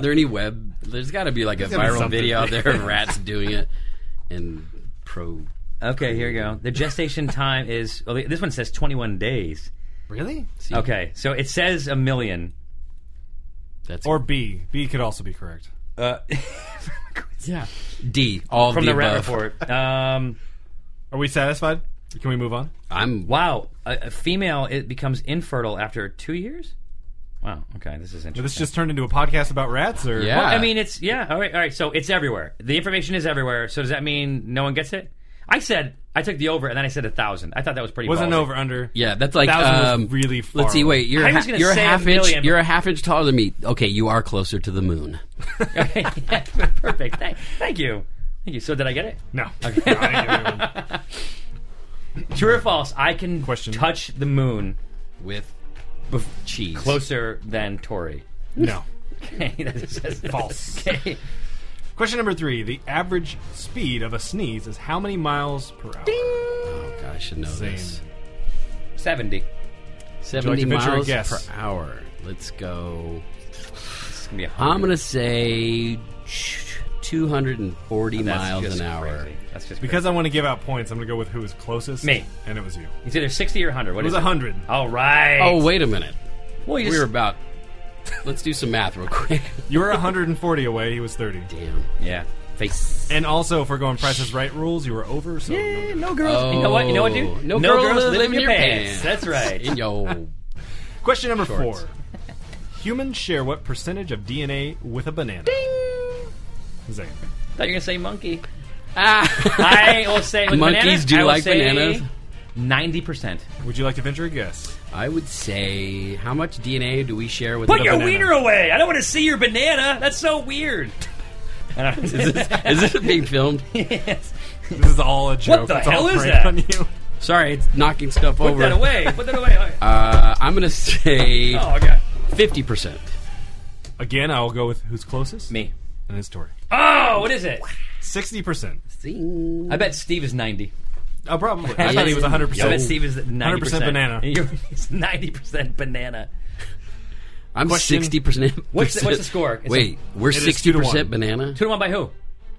Speaker 5: there any web? There's got to be like a
Speaker 4: gotta be
Speaker 5: viral
Speaker 4: something.
Speaker 5: video out there of rats doing it and pro.
Speaker 3: Okay, here we go. The gestation time is. Well, this one says 21 days.
Speaker 4: Really?
Speaker 3: Okay, so it says a million.
Speaker 5: That's
Speaker 4: Or B. B could also be correct.
Speaker 3: Uh,
Speaker 5: yeah. D. All
Speaker 3: from
Speaker 5: the,
Speaker 3: the, rat
Speaker 5: above.
Speaker 3: report. Um,
Speaker 4: Are we satisfied? Can we move on?
Speaker 5: I'm
Speaker 3: wow, a, a female it becomes infertile after two years. Wow. Okay, this is interesting.
Speaker 4: This just turned into a podcast about rats, or
Speaker 5: Yeah.
Speaker 3: I mean, it's yeah. All right, all right. So it's everywhere. The information is everywhere. So does that mean no one gets it? I said I took the over, and then I said a thousand. I thought that was pretty.
Speaker 4: wasn't
Speaker 3: ballsy.
Speaker 4: over under.
Speaker 5: Yeah, that's like
Speaker 4: Thousand was
Speaker 5: um,
Speaker 4: really far
Speaker 5: Let's see.
Speaker 4: away.
Speaker 5: Wait, you're
Speaker 3: I
Speaker 5: a,
Speaker 3: was
Speaker 5: ha-
Speaker 3: gonna
Speaker 5: you're a
Speaker 3: say a
Speaker 5: half
Speaker 3: million,
Speaker 5: inch.
Speaker 3: but-
Speaker 5: You're a half inch taller than me. Okay, you are closer to the moon.
Speaker 3: Yeah, perfect. Thank, thank you. Thank you. So did I get it?
Speaker 4: No. No, I didn't get it.
Speaker 3: True or false? I can
Speaker 4: Question.
Speaker 3: touch the moon
Speaker 5: With
Speaker 3: bef-
Speaker 5: cheese.
Speaker 3: closer than Tori.
Speaker 4: no.
Speaker 3: Okay, that is- that's
Speaker 4: False.
Speaker 3: Okay.
Speaker 4: Question number three: The average speed of a sneeze is how many miles per hour?
Speaker 5: Oh God, I should know this.
Speaker 4: Zane.
Speaker 3: 70.
Speaker 4: like
Speaker 5: Seventy
Speaker 4: to venture a
Speaker 5: miles
Speaker 4: guess?
Speaker 5: per hour. Let's go.
Speaker 3: It's gonna be a
Speaker 5: I'm
Speaker 3: hundred.
Speaker 5: gonna say two hundred and forty
Speaker 3: That's
Speaker 5: miles
Speaker 3: just
Speaker 5: an hour.
Speaker 3: crazy. That's just
Speaker 4: Because I want to give out points, I'm going to go with who is closest.
Speaker 3: Me.
Speaker 4: And it was you.
Speaker 3: crazy. it's either 60 or 100. What
Speaker 4: It was
Speaker 3: is
Speaker 4: 100.
Speaker 3: All right.
Speaker 5: Oh wait a minute.
Speaker 3: well, you
Speaker 5: We were
Speaker 3: just,
Speaker 5: about. Let's do some math real quick.
Speaker 4: You were 140 away, he was 30.
Speaker 5: Damn.
Speaker 3: yeah. Face.
Speaker 4: And also, for going prices right rules, you were over, so.
Speaker 3: Yeah, no girls. you know what? You know what, dude?
Speaker 5: Oh. No girl live in your pants.
Speaker 3: That's right.
Speaker 5: In yo.
Speaker 4: Question number
Speaker 5: Shorts.
Speaker 4: four Humans share what percentage of DNA with a banana? Zane.
Speaker 3: thought you were gonna say monkey.
Speaker 5: ah.
Speaker 3: I will say with bananas,
Speaker 5: Monkeys do
Speaker 3: I will
Speaker 5: like
Speaker 3: say
Speaker 5: bananas.
Speaker 3: 90%.
Speaker 4: Would you like to venture a guess?
Speaker 5: I would say, how much DNA do we share with
Speaker 3: Put
Speaker 5: the
Speaker 3: your
Speaker 5: banana?
Speaker 3: wiener away. I don't want to see your banana. That's so weird. I don't-
Speaker 5: Is this being filmed?
Speaker 3: Yes.
Speaker 4: This is all a joke.
Speaker 3: the
Speaker 4: It's all
Speaker 3: hell is
Speaker 4: prank
Speaker 3: that?
Speaker 4: On you.
Speaker 5: Sorry, it's knocking stuff
Speaker 3: Put
Speaker 5: over.
Speaker 3: that away. Put that away.
Speaker 5: Uh, I'm gonna say
Speaker 3: Oh, God.
Speaker 5: fifty percent.
Speaker 4: Again, I will go with who's closest.
Speaker 3: Me.
Speaker 4: And it's Tori.
Speaker 3: Oh, what is it?
Speaker 4: Sixty percent.
Speaker 3: I bet Steve is 90.
Speaker 4: Oh, probably. I thought he was hundred
Speaker 3: I
Speaker 4: percent.
Speaker 3: bet Steve is 90%.
Speaker 4: 100% banana.
Speaker 3: And you're- He's 90% banana.
Speaker 5: I'm
Speaker 4: Question-
Speaker 5: sixty percent.
Speaker 3: What's the- what's the score? It's
Speaker 5: Wait, we're
Speaker 4: It is two
Speaker 5: sixty
Speaker 4: to one.
Speaker 5: percent banana.
Speaker 3: Two to one by who?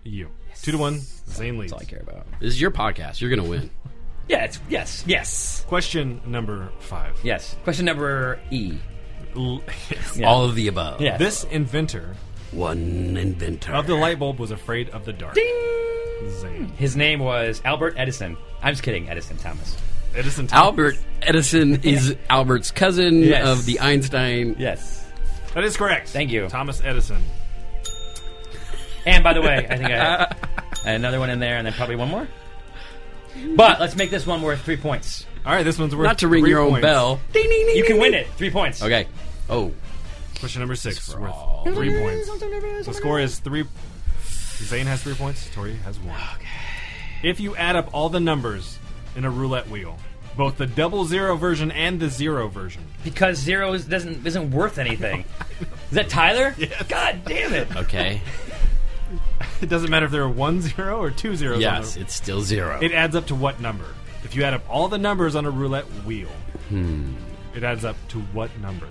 Speaker 4: You two to one. Zane leads.
Speaker 3: That's all I care about.
Speaker 5: This is your podcast. You're gonna win.
Speaker 3: Yeah, it's yes. Yes.
Speaker 4: Question number five.
Speaker 3: Yes. Question number E.
Speaker 4: L-
Speaker 5: All of the above.
Speaker 3: Yeah.
Speaker 4: this inventor
Speaker 5: One inventor.
Speaker 4: of the light bulb was afraid of the dark. Zane.
Speaker 3: His name was Albert Edison. I'm just kidding, Edison Thomas.
Speaker 4: Edison. Thomas.
Speaker 5: Albert Edison is Albert's cousin
Speaker 3: Yes.
Speaker 5: of the Einstein.
Speaker 3: Yes.
Speaker 4: That is correct.
Speaker 3: Thank you.
Speaker 4: Thomas Edison.
Speaker 3: And by the way, I think I have another one in there, and then probably one more. But let's make this one worth three points.
Speaker 4: All right, this one's worth
Speaker 5: Not to ring
Speaker 4: three
Speaker 5: your own
Speaker 4: points.
Speaker 5: bell.
Speaker 3: You can win it. Three points.
Speaker 5: Okay. Oh,
Speaker 4: Question number six is worth three points. The score is three. Zane has three points. Tori has one. Okay. If you add up all the numbers in a roulette wheel, both the double zero version and the zero version,
Speaker 3: Because zero is, doesn't isn't worth anything. Is that Tyler? God damn it!
Speaker 5: okay.
Speaker 4: it doesn't matter if there are one zero or two zeros. on
Speaker 5: yes,
Speaker 4: the-
Speaker 5: it's still zero.
Speaker 4: it adds up to what number? If you add up all the numbers on a roulette wheel,
Speaker 5: Hmm.
Speaker 4: it adds up to what number?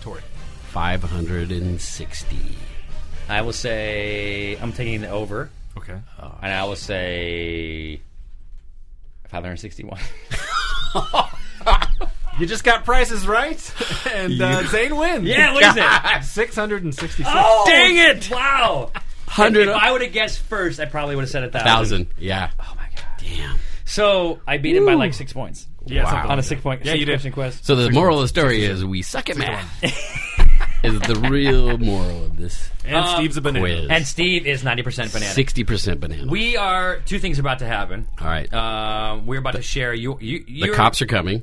Speaker 4: Tori.
Speaker 5: Five hundred and sixty.
Speaker 3: I will say I'm taking the over,
Speaker 4: Okay.
Speaker 5: Uh,
Speaker 3: and I will say 561.
Speaker 4: You just got prices right, and uh, Zane wins.
Speaker 3: Yeah, what is it?
Speaker 4: six hundred and sixty-six.
Speaker 5: Oh,
Speaker 3: Dang it! Wow.
Speaker 5: Hundred
Speaker 3: If I would have guessed first, I probably would have said a thousand.
Speaker 5: thousand. Yeah. Oh my god. Damn.
Speaker 3: So I beat him by like six points
Speaker 4: Yeah,
Speaker 5: Wow.
Speaker 4: something
Speaker 3: on a
Speaker 4: like
Speaker 3: six point.
Speaker 4: Yeah,
Speaker 3: six
Speaker 4: you did.
Speaker 3: question quest.
Speaker 5: So the moral of the story is we suck at math. is the real moral of this
Speaker 4: that. And Steve's a banana.
Speaker 5: Um, quiz?
Speaker 3: and Steve is ninety percent banana.
Speaker 5: Sixty percent banana.
Speaker 3: We are two things about to happen.
Speaker 5: All right.
Speaker 3: Um, we're about to share your you,
Speaker 5: the
Speaker 3: your
Speaker 5: cops are coming.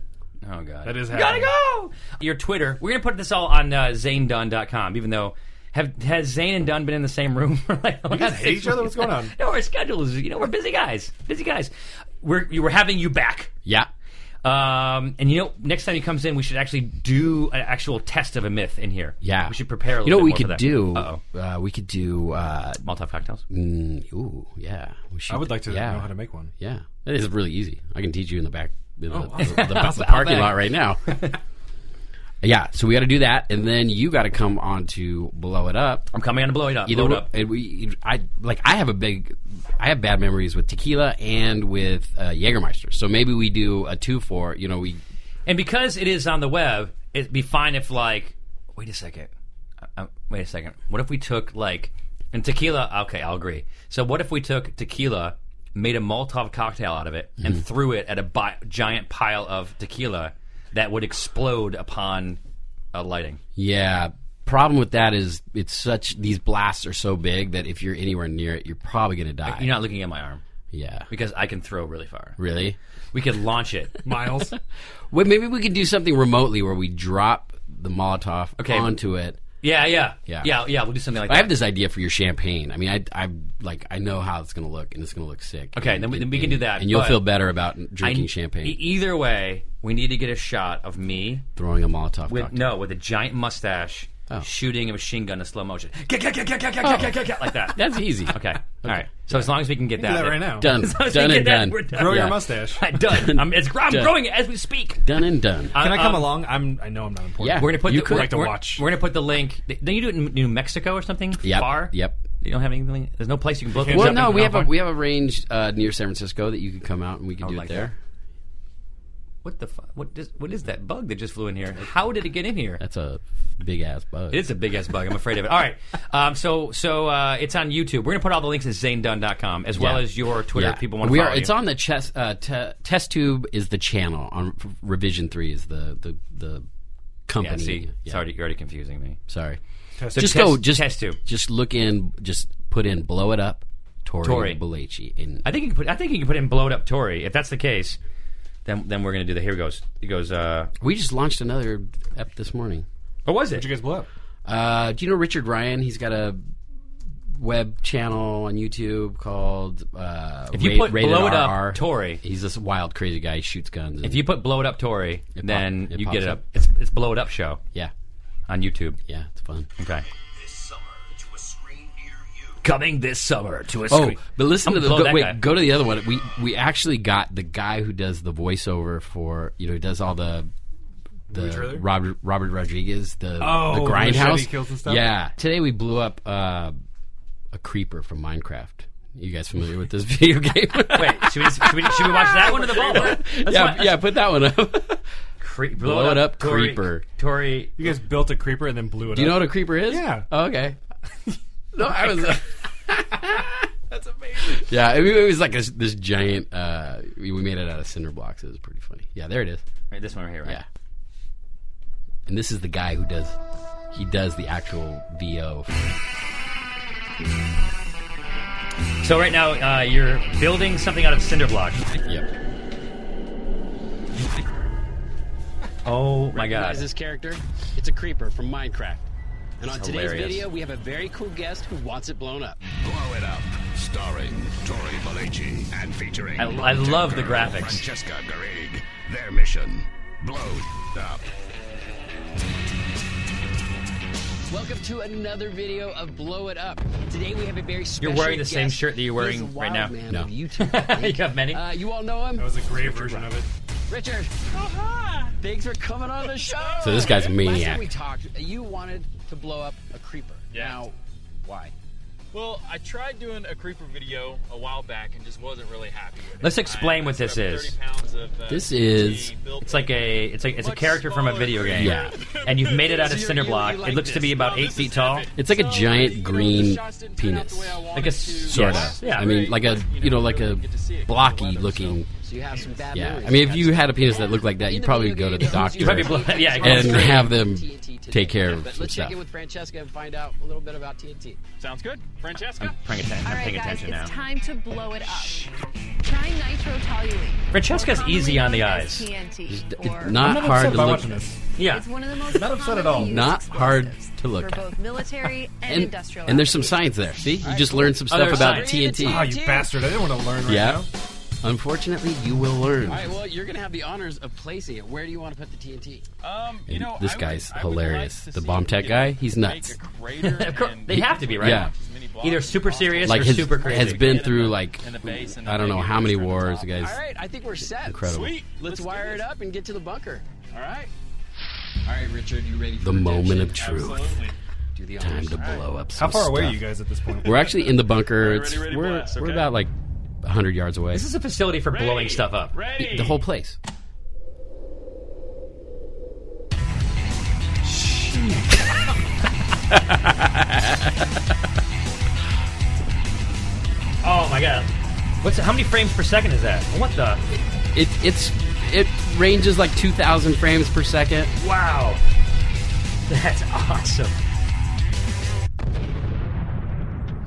Speaker 3: Oh god,
Speaker 4: That is
Speaker 3: You gotta
Speaker 4: happening.
Speaker 3: go. Your Twitter. We're gonna put this all on uh, ZaneDunn.com. Even though have has Zane and Dunn been in the same room for like the last
Speaker 4: hate
Speaker 3: six
Speaker 4: each other?
Speaker 3: weeks?
Speaker 4: What's going on?
Speaker 3: no, our schedule is you know we're busy guys, busy guys. We're you- we're having you back.
Speaker 5: Yeah.
Speaker 3: Um, and you know, next time he comes in, we should actually do an actual test of a myth in here.
Speaker 5: Yeah.
Speaker 3: we should prepare. A
Speaker 5: you know
Speaker 3: little
Speaker 5: what we
Speaker 3: bit
Speaker 5: could
Speaker 3: more
Speaker 5: do?
Speaker 3: for that. Uh-oh.
Speaker 5: Uh, we could do. Uh,
Speaker 3: Molotov cocktails.
Speaker 5: mm, ooh, yeah. We should,
Speaker 4: I would like to
Speaker 5: yeah,
Speaker 4: know how to make one. Oh,
Speaker 5: Yeah, that is really easy. I can teach you in the back, in the,
Speaker 4: wow.
Speaker 5: the, the- the parking lot right now. yeah, so we got to do that, and then you got to come on to blow it up.
Speaker 3: I'm coming on to blow it up.
Speaker 5: Either
Speaker 3: blow it
Speaker 5: way-
Speaker 3: up.
Speaker 5: and we, I like, I have a big, I have bad memories with tequila and with uh, Jägermeister. So maybe we do a two for, you know, we
Speaker 3: And because it is on the web, it'd be fine if like, wait a second, uh, uh, wait a second. What if we took like, and tequila? Okay, I'll agree. So what if we took tequila, made a Molotov cocktail out of it,
Speaker 5: Mm-hmm.
Speaker 3: and threw it at a bi- giant pile of tequila that would explode upon uh, lighting?
Speaker 5: Yeah. Problem with that is it's such these blasts are so big that if you're anywhere near it, you're probably gonna die.
Speaker 3: You're not looking at my arm
Speaker 5: yeah.
Speaker 3: because I can throw really far.
Speaker 5: Really?
Speaker 3: We could launch it.
Speaker 4: Miles.
Speaker 5: Well, maybe we can do something remotely where we drop the Molotov
Speaker 3: Okay.
Speaker 5: onto it.
Speaker 3: Yeah, yeah,
Speaker 5: Yeah.
Speaker 3: yeah, yeah. We'll do something like
Speaker 5: I
Speaker 3: that.
Speaker 5: have this idea for your champagne. I mean, I, I like I know how it's gonna look, and it's gonna look sick.
Speaker 3: Okay, then we- then we can do that,
Speaker 5: and you'll
Speaker 3: but-
Speaker 5: feel better about
Speaker 3: I-
Speaker 5: drinking champagne,
Speaker 3: e- either way, we need to get a shot of me
Speaker 5: throwing a Molotov
Speaker 3: with
Speaker 5: cocktail.
Speaker 3: no with a giant mustache
Speaker 5: Oh.
Speaker 3: shooting a machine gun in slow motion Kick, kick, kick, kick, kick, kick, kick, kick, kick, like that
Speaker 5: That's easy.
Speaker 3: okay all right so as long as we can get
Speaker 4: Do
Speaker 3: that
Speaker 4: that right now.
Speaker 5: done,
Speaker 3: as long as we
Speaker 5: done
Speaker 3: get
Speaker 5: and
Speaker 3: that,
Speaker 5: done,
Speaker 3: we're done.
Speaker 4: Grow
Speaker 5: Yeah.
Speaker 4: your mustache. Can
Speaker 3: I'm done I'm, it's, I'm
Speaker 5: Done.
Speaker 3: growing it as we speak
Speaker 5: done and done.
Speaker 4: I come along? I'm. I know I'm not important.
Speaker 5: yeah,
Speaker 3: Uh, we're gonna put
Speaker 5: you
Speaker 3: the,
Speaker 5: could
Speaker 3: we're,
Speaker 4: like to
Speaker 3: we're-
Speaker 4: watch.
Speaker 3: we're gonna put the link then you do it in New Mexico or something
Speaker 5: yep,
Speaker 3: far
Speaker 5: Yep.
Speaker 3: you don't have anything there's no place you can blow things
Speaker 5: Well,
Speaker 3: up
Speaker 5: no,
Speaker 3: in
Speaker 5: we have a
Speaker 3: California?
Speaker 5: we have a range uh, near San Francisco that you could come out and we could
Speaker 3: would
Speaker 5: do it
Speaker 3: like
Speaker 5: there.
Speaker 3: that. what the fuck what is, what is that bug that just flew in here how did it get in here
Speaker 5: That's a big ass bug.
Speaker 3: It's a big ass bug. I'm afraid of it. All right. Um, so so uh, it's on YouTube. We're gonna put all the links at zanedunn.com as well
Speaker 5: Yeah.
Speaker 3: as your Twitter. If people want to
Speaker 5: we
Speaker 3: follow
Speaker 5: are.
Speaker 3: you.
Speaker 5: It's on the chest. Uh, te- test tube is the channel. On f- revision three is the the the
Speaker 3: Yeah,
Speaker 5: company.
Speaker 3: see,
Speaker 5: Yeah,
Speaker 3: sorry, you're already confusing me.
Speaker 5: sorry.
Speaker 4: Test
Speaker 5: just
Speaker 3: tube.
Speaker 5: go.
Speaker 3: Test-
Speaker 5: Just
Speaker 3: test tube.
Speaker 5: Just look in. Just put in. Blow it up. Tori,
Speaker 3: Tori.
Speaker 5: Belleci. And
Speaker 3: I think you can put. I think you can put in blowed up Tory. If that's the case, then then we're gonna do the. Here it goes. It goes. Uh,
Speaker 5: we just launched another app this morning.
Speaker 3: what was it?
Speaker 4: Did you guys blow up?
Speaker 5: Uh, do you know Richard Ryan? He's got a web channel on YouTube called. Uh,
Speaker 3: If you
Speaker 5: Ra-
Speaker 3: put
Speaker 5: Rated
Speaker 3: Blow It Up
Speaker 5: RR.
Speaker 3: Tory.
Speaker 5: he's this wild, crazy guy. He shoots guns. And,
Speaker 3: If you put "blow it up, Tory,"
Speaker 5: It
Speaker 3: then
Speaker 5: pop- it
Speaker 3: you
Speaker 5: pops
Speaker 3: get it
Speaker 5: up.
Speaker 3: up. It's it's "blow it up" show
Speaker 5: yeah,
Speaker 3: on YouTube.
Speaker 5: yeah, it's fun.
Speaker 3: Okay.
Speaker 2: This summer to a screen near you.
Speaker 8: Coming this summer to a
Speaker 5: Oh,
Speaker 8: screen.
Speaker 5: but listen
Speaker 3: I'm
Speaker 5: to the
Speaker 3: gonna blow
Speaker 5: go,
Speaker 3: that
Speaker 5: wait.
Speaker 3: guy.
Speaker 5: Go to the other one. We we actually got the guy who does the voiceover for you know he does all the the
Speaker 4: trailer?
Speaker 5: Robert Robert Rodriguez the
Speaker 4: Oh,
Speaker 5: the
Speaker 4: the
Speaker 5: grindhouse
Speaker 4: machete kills and stuff?
Speaker 5: Yeah, today we blew up uh, a creeper from Minecraft. You guys familiar with this video game?
Speaker 3: Wait, should we, just, should we should we watch that one or the ball?
Speaker 5: yeah, yeah. Put that one up.
Speaker 3: Cre- blow,
Speaker 5: Blow It Up
Speaker 3: Tory,
Speaker 5: Creeper.
Speaker 3: Tory.
Speaker 4: You guys built a creeper and then blew it
Speaker 5: Do you know
Speaker 4: up.
Speaker 5: what a creeper is?
Speaker 4: Yeah.
Speaker 5: Oh, okay. no, I was. That's amazing. Yeah, I mean, it was like this, this giant. Uh, we we made it out of cinder blocks. It was pretty funny. Yeah, there it is.
Speaker 3: Right, this one right here. Right?
Speaker 5: Yeah. And this is the guy who does. He does the actual VO.
Speaker 3: So right now uh, you're building something out of cinder blocks.
Speaker 5: Yep.
Speaker 3: Oh my god.
Speaker 5: Recognize this character? It's a creeper from Minecraft. And on today's
Speaker 3: hilarious.
Speaker 5: video, we have a very cool guest who wants it blown up.
Speaker 9: Blow It Up, starring Tori Belleci and featuring.
Speaker 3: I- I love the graphics.
Speaker 9: Francesca Garrigue. Their mission: blow it up.
Speaker 5: Welcome to another video of Blow It Up. Today we have a very special
Speaker 3: You're wearing the same
Speaker 5: guest.
Speaker 3: shirt that you're
Speaker 5: He is
Speaker 3: wearing
Speaker 5: the
Speaker 3: right
Speaker 5: wild
Speaker 3: now.
Speaker 5: Man No. of YouTube.
Speaker 3: you got many.
Speaker 5: uh, you all know him,
Speaker 4: That was a gray version of it.
Speaker 5: Richard.
Speaker 3: Uh-huh.
Speaker 5: Thanks for coming on the show.
Speaker 10: So this guy's a
Speaker 5: Last time
Speaker 10: maniac.
Speaker 5: we talked, you wanted to blow up a creeper. Now, why?
Speaker 10: Well, I tried doing a creeper video a while back and just wasn't really happy with it.
Speaker 3: Let's explain what this
Speaker 10: spent
Speaker 3: is.
Speaker 10: 30 pounds of, uh,
Speaker 5: This is-
Speaker 10: PVC built
Speaker 3: It's like
Speaker 10: in.
Speaker 3: a it's like it's a
Speaker 10: Much
Speaker 3: character from a
Speaker 10: smaller
Speaker 3: video game.
Speaker 10: creature.
Speaker 5: Yeah.
Speaker 3: And you've made it out of
Speaker 5: So you-
Speaker 3: cinder
Speaker 5: you- you
Speaker 3: block.
Speaker 5: like
Speaker 3: it looks to
Speaker 5: this.
Speaker 3: be about
Speaker 10: No,
Speaker 3: eight
Speaker 10: this
Speaker 3: feet
Speaker 10: is
Speaker 3: tall.
Speaker 10: heavy.
Speaker 5: It's like a
Speaker 10: So,
Speaker 5: giant
Speaker 10: you know, the
Speaker 5: green
Speaker 10: shots didn't turn out the way I
Speaker 5: penis.
Speaker 10: wanted
Speaker 3: Like
Speaker 10: to.
Speaker 3: a sort
Speaker 5: Sorta.
Speaker 3: of. Yeah.
Speaker 5: I mean, like a you know, like a
Speaker 10: Get to see it.
Speaker 5: blocky
Speaker 10: Weather, so-
Speaker 5: looking.
Speaker 6: So you have some bad
Speaker 5: Yeah. I mean, if you had a penis that looked like that, you'd probably go to the doctor.
Speaker 3: You probably blow, yeah.
Speaker 5: and
Speaker 3: exactly.
Speaker 5: have them take care of
Speaker 6: But
Speaker 5: some
Speaker 6: let's check
Speaker 5: stuff.
Speaker 6: in with Francesca and find out a little bit about TNT.
Speaker 10: Sounds good. Francesca?
Speaker 3: I'm paying atten- I'm paying attention now.
Speaker 11: time to blow it up. Try nitrotoluene.
Speaker 3: Francesca's easy on the eyes.
Speaker 11: TNT.
Speaker 5: It's not hard to look.
Speaker 3: Yeah.
Speaker 11: one of the most
Speaker 4: Not upset at all.
Speaker 11: commonly used
Speaker 5: Not hard
Speaker 11: explosives
Speaker 5: to look
Speaker 11: for
Speaker 5: at.
Speaker 11: both military and,
Speaker 5: And,
Speaker 11: industrial.
Speaker 5: and there's some science there. See, you just learned some
Speaker 3: Oh,
Speaker 5: stuff
Speaker 3: there's
Speaker 5: about
Speaker 3: science.
Speaker 5: TNT.
Speaker 4: Oh, you bastard! I didn't want to learn right
Speaker 5: Yeah.
Speaker 4: now.
Speaker 5: Unfortunately, you will learn.
Speaker 6: All right, well, you're going to have the honors of placing it. Where do you want to put the TNT?
Speaker 10: Um, you
Speaker 5: And
Speaker 10: know,
Speaker 5: this
Speaker 10: I would-
Speaker 5: guy's
Speaker 10: I would
Speaker 5: hilarious.
Speaker 10: like to
Speaker 5: The
Speaker 10: see
Speaker 5: bomb
Speaker 10: if we
Speaker 5: tech
Speaker 10: could
Speaker 5: guy, he's
Speaker 10: make
Speaker 5: nuts.
Speaker 10: a crater
Speaker 3: Of course,
Speaker 10: and
Speaker 3: they have to be right.
Speaker 5: Yeah.
Speaker 10: as many blocks
Speaker 3: Either
Speaker 10: as
Speaker 3: super
Speaker 10: possible.
Speaker 3: serious
Speaker 5: like
Speaker 3: or
Speaker 5: his
Speaker 3: super crazy.
Speaker 5: has been
Speaker 10: And
Speaker 5: through
Speaker 10: the-
Speaker 5: like
Speaker 10: and the base and
Speaker 5: I
Speaker 10: the
Speaker 5: don't know
Speaker 10: big
Speaker 5: how many
Speaker 10: extra
Speaker 5: wars.
Speaker 10: top.
Speaker 5: The guy's
Speaker 6: All right, I think we're set.
Speaker 5: incredible.
Speaker 10: Sweet.
Speaker 6: Let's,
Speaker 10: do
Speaker 6: wire
Speaker 10: this.
Speaker 6: it up and get to the bunker. All right. All right, Richard, you ready for
Speaker 5: the moment of truth.
Speaker 10: Absolutely.
Speaker 6: Do the
Speaker 5: Time
Speaker 6: honors.
Speaker 5: to blow up.
Speaker 4: How
Speaker 5: Some
Speaker 4: far away are
Speaker 5: stuff.
Speaker 4: you guys at this point?
Speaker 5: We're actually in the bunker.
Speaker 10: Ready,
Speaker 5: It's,
Speaker 10: ready, ready,
Speaker 5: we're
Speaker 10: blast,
Speaker 5: we're
Speaker 10: okay.
Speaker 5: about like hundred yards away.
Speaker 3: This is a facility for blowing
Speaker 10: Ready,
Speaker 3: stuff up.
Speaker 10: Ready.
Speaker 5: the whole place.
Speaker 3: Oh my god. What's how many frames per second is that? What the
Speaker 5: It it's it ranges like two thousand frames per second.
Speaker 3: Wow. That's awesome.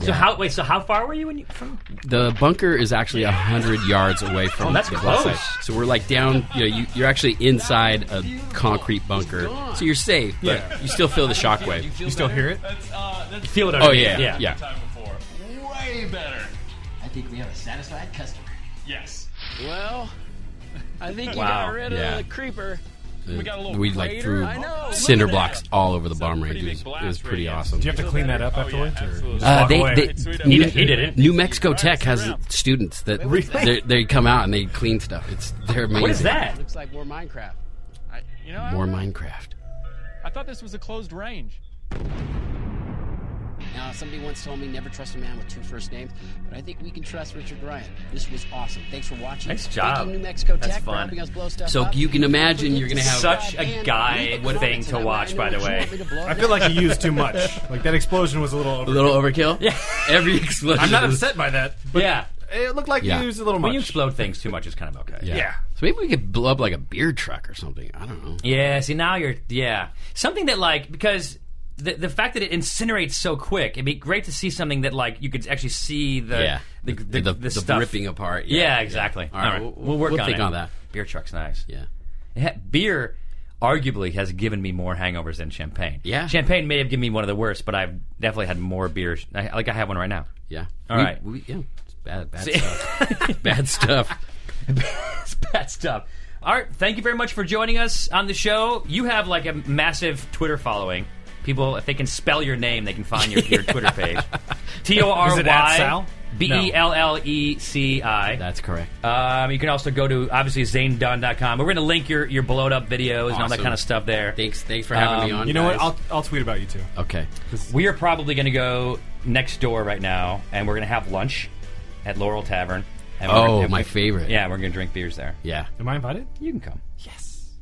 Speaker 3: So
Speaker 5: Yeah.
Speaker 3: how wait, so how far were you when you from
Speaker 5: The bunker is actually hundred yards away from.
Speaker 3: Oh, that's
Speaker 5: the
Speaker 3: close.
Speaker 5: outside. So we're like down. You know, you, you're actually inside a concrete bunker, so you're safe. But you still feel the shockwave.
Speaker 4: You still hear it?
Speaker 10: That's, uh, that's
Speaker 3: feel it
Speaker 5: Oh
Speaker 3: already?
Speaker 5: yeah,
Speaker 3: yeah.
Speaker 5: yeah.
Speaker 10: time before. Way better.
Speaker 6: I think we have a satisfied customer.
Speaker 10: Yes.
Speaker 6: Well, I think you
Speaker 3: Wow.
Speaker 6: got rid of
Speaker 5: Yeah.
Speaker 6: the creeper.
Speaker 5: We,
Speaker 10: got a little Oh,
Speaker 5: like
Speaker 10: crater.
Speaker 5: threw
Speaker 10: I
Speaker 6: know.
Speaker 5: cinder
Speaker 10: Look at
Speaker 5: blocks
Speaker 10: that.
Speaker 5: all over the bomb
Speaker 10: pretty
Speaker 5: range. It
Speaker 10: big
Speaker 5: was,
Speaker 10: blast
Speaker 5: it was pretty
Speaker 10: radius.
Speaker 5: awesome.
Speaker 4: Do you have to clean that up
Speaker 10: Oh, yeah,
Speaker 4: afterwards? or
Speaker 10: absolutely.
Speaker 4: just
Speaker 5: Uh,
Speaker 4: walk
Speaker 5: they,
Speaker 4: away?
Speaker 5: they,
Speaker 10: Sweet
Speaker 5: New,
Speaker 10: up. He
Speaker 3: didn't.
Speaker 5: New Mexico Tech
Speaker 10: Alright,
Speaker 5: has
Speaker 10: round.
Speaker 5: students that they they come out and they clean stuff. It's they're amazing.
Speaker 3: What is that?
Speaker 6: Looks like more Minecraft.
Speaker 10: I, you know, I,
Speaker 5: More
Speaker 10: don't know.
Speaker 5: Minecraft.
Speaker 10: I thought this was a closed range.
Speaker 6: Now, somebody once told me never trust a man with two first names, but I think we can trust Richard Ryan. This was awesome. Thanks for watching.
Speaker 3: Nice
Speaker 6: Thank
Speaker 3: job.
Speaker 6: you, New Mexico
Speaker 3: That's
Speaker 6: Tech, for
Speaker 3: fun.
Speaker 6: helping us blow stuff
Speaker 5: So
Speaker 6: up.
Speaker 5: you can imagine
Speaker 6: Don't
Speaker 5: you're
Speaker 6: forget
Speaker 5: gonna have-
Speaker 3: Such a
Speaker 6: subscribe
Speaker 3: guy
Speaker 6: and leave a
Speaker 3: thing
Speaker 6: comment
Speaker 3: to
Speaker 6: tonight.
Speaker 3: watch,
Speaker 6: I know
Speaker 3: by the
Speaker 6: what you
Speaker 3: way.
Speaker 6: want me to blow
Speaker 4: I
Speaker 6: up.
Speaker 4: feel like you used too much. Like that explosion was a little
Speaker 5: A
Speaker 4: over.
Speaker 5: little overkill. Yeah. Every explosion.
Speaker 4: I'm not
Speaker 5: is-
Speaker 4: upset by that, but
Speaker 3: Yeah.
Speaker 4: it looked like
Speaker 5: Yeah.
Speaker 4: you used a little much.
Speaker 3: When you explode things too much it's kind of okay.
Speaker 5: Yeah.
Speaker 4: Yeah.
Speaker 5: So maybe we could blow up like a beer truck or something. I don't know.
Speaker 3: Yeah, see now you're yeah. Something that like because the, the fact that it incinerates so quick, it'd be great to see something that like you could actually see the
Speaker 5: Yeah.
Speaker 3: the, the,
Speaker 5: the,
Speaker 3: the
Speaker 5: the
Speaker 3: stuff.
Speaker 5: ripping apart.
Speaker 3: Yeah, exactly.
Speaker 5: All right,
Speaker 3: All right,
Speaker 5: we'll-
Speaker 3: work
Speaker 5: we'll
Speaker 3: on
Speaker 5: think
Speaker 3: it.
Speaker 5: on that.
Speaker 3: Beer truck's nice.
Speaker 5: Yeah.
Speaker 3: Yeah, beer. arguably has given me more hangovers than champagne.
Speaker 5: Yeah.
Speaker 3: Champagne may have given me one of the worst, but I've definitely had more beers. I, like I have one right now.
Speaker 5: Yeah.
Speaker 3: All
Speaker 5: we,
Speaker 3: right.
Speaker 5: We, yeah. It's bad, bad
Speaker 3: See?
Speaker 5: stuff. bad stuff.
Speaker 3: it's bad stuff. All right, thank you very much for joining us on the show. You have like a massive Twitter following. People, if they can spell your name, they can find your, your Twitter page. T O
Speaker 12: Is
Speaker 3: R
Speaker 12: it at Sal?
Speaker 3: Y B E L L E C I.
Speaker 5: That's correct.
Speaker 3: Um, you can also go to obviously zanedunn.com. We're going to link your your blowed up videos and all that
Speaker 5: Awesome.
Speaker 3: kind of stuff there.
Speaker 5: Thanks. Thanks for having me
Speaker 3: Um,
Speaker 5: on.
Speaker 12: You know what?
Speaker 5: guys.
Speaker 12: I'll, I'll tweet about you too.
Speaker 5: okay.
Speaker 3: We are probably going to go next door right now, and we're going to have lunch at Laurel Tavern. And we're
Speaker 5: Oh,
Speaker 3: gonna-
Speaker 5: my favorite.
Speaker 3: Yeah, we're going to drink beers there.
Speaker 5: Yeah.
Speaker 12: Am I invited?
Speaker 3: You can come. Yes.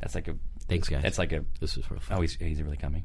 Speaker 3: That's like a.
Speaker 5: Thanks, guys.
Speaker 3: That's like a.
Speaker 5: this is for fun.
Speaker 3: Oh, he's, he's really coming.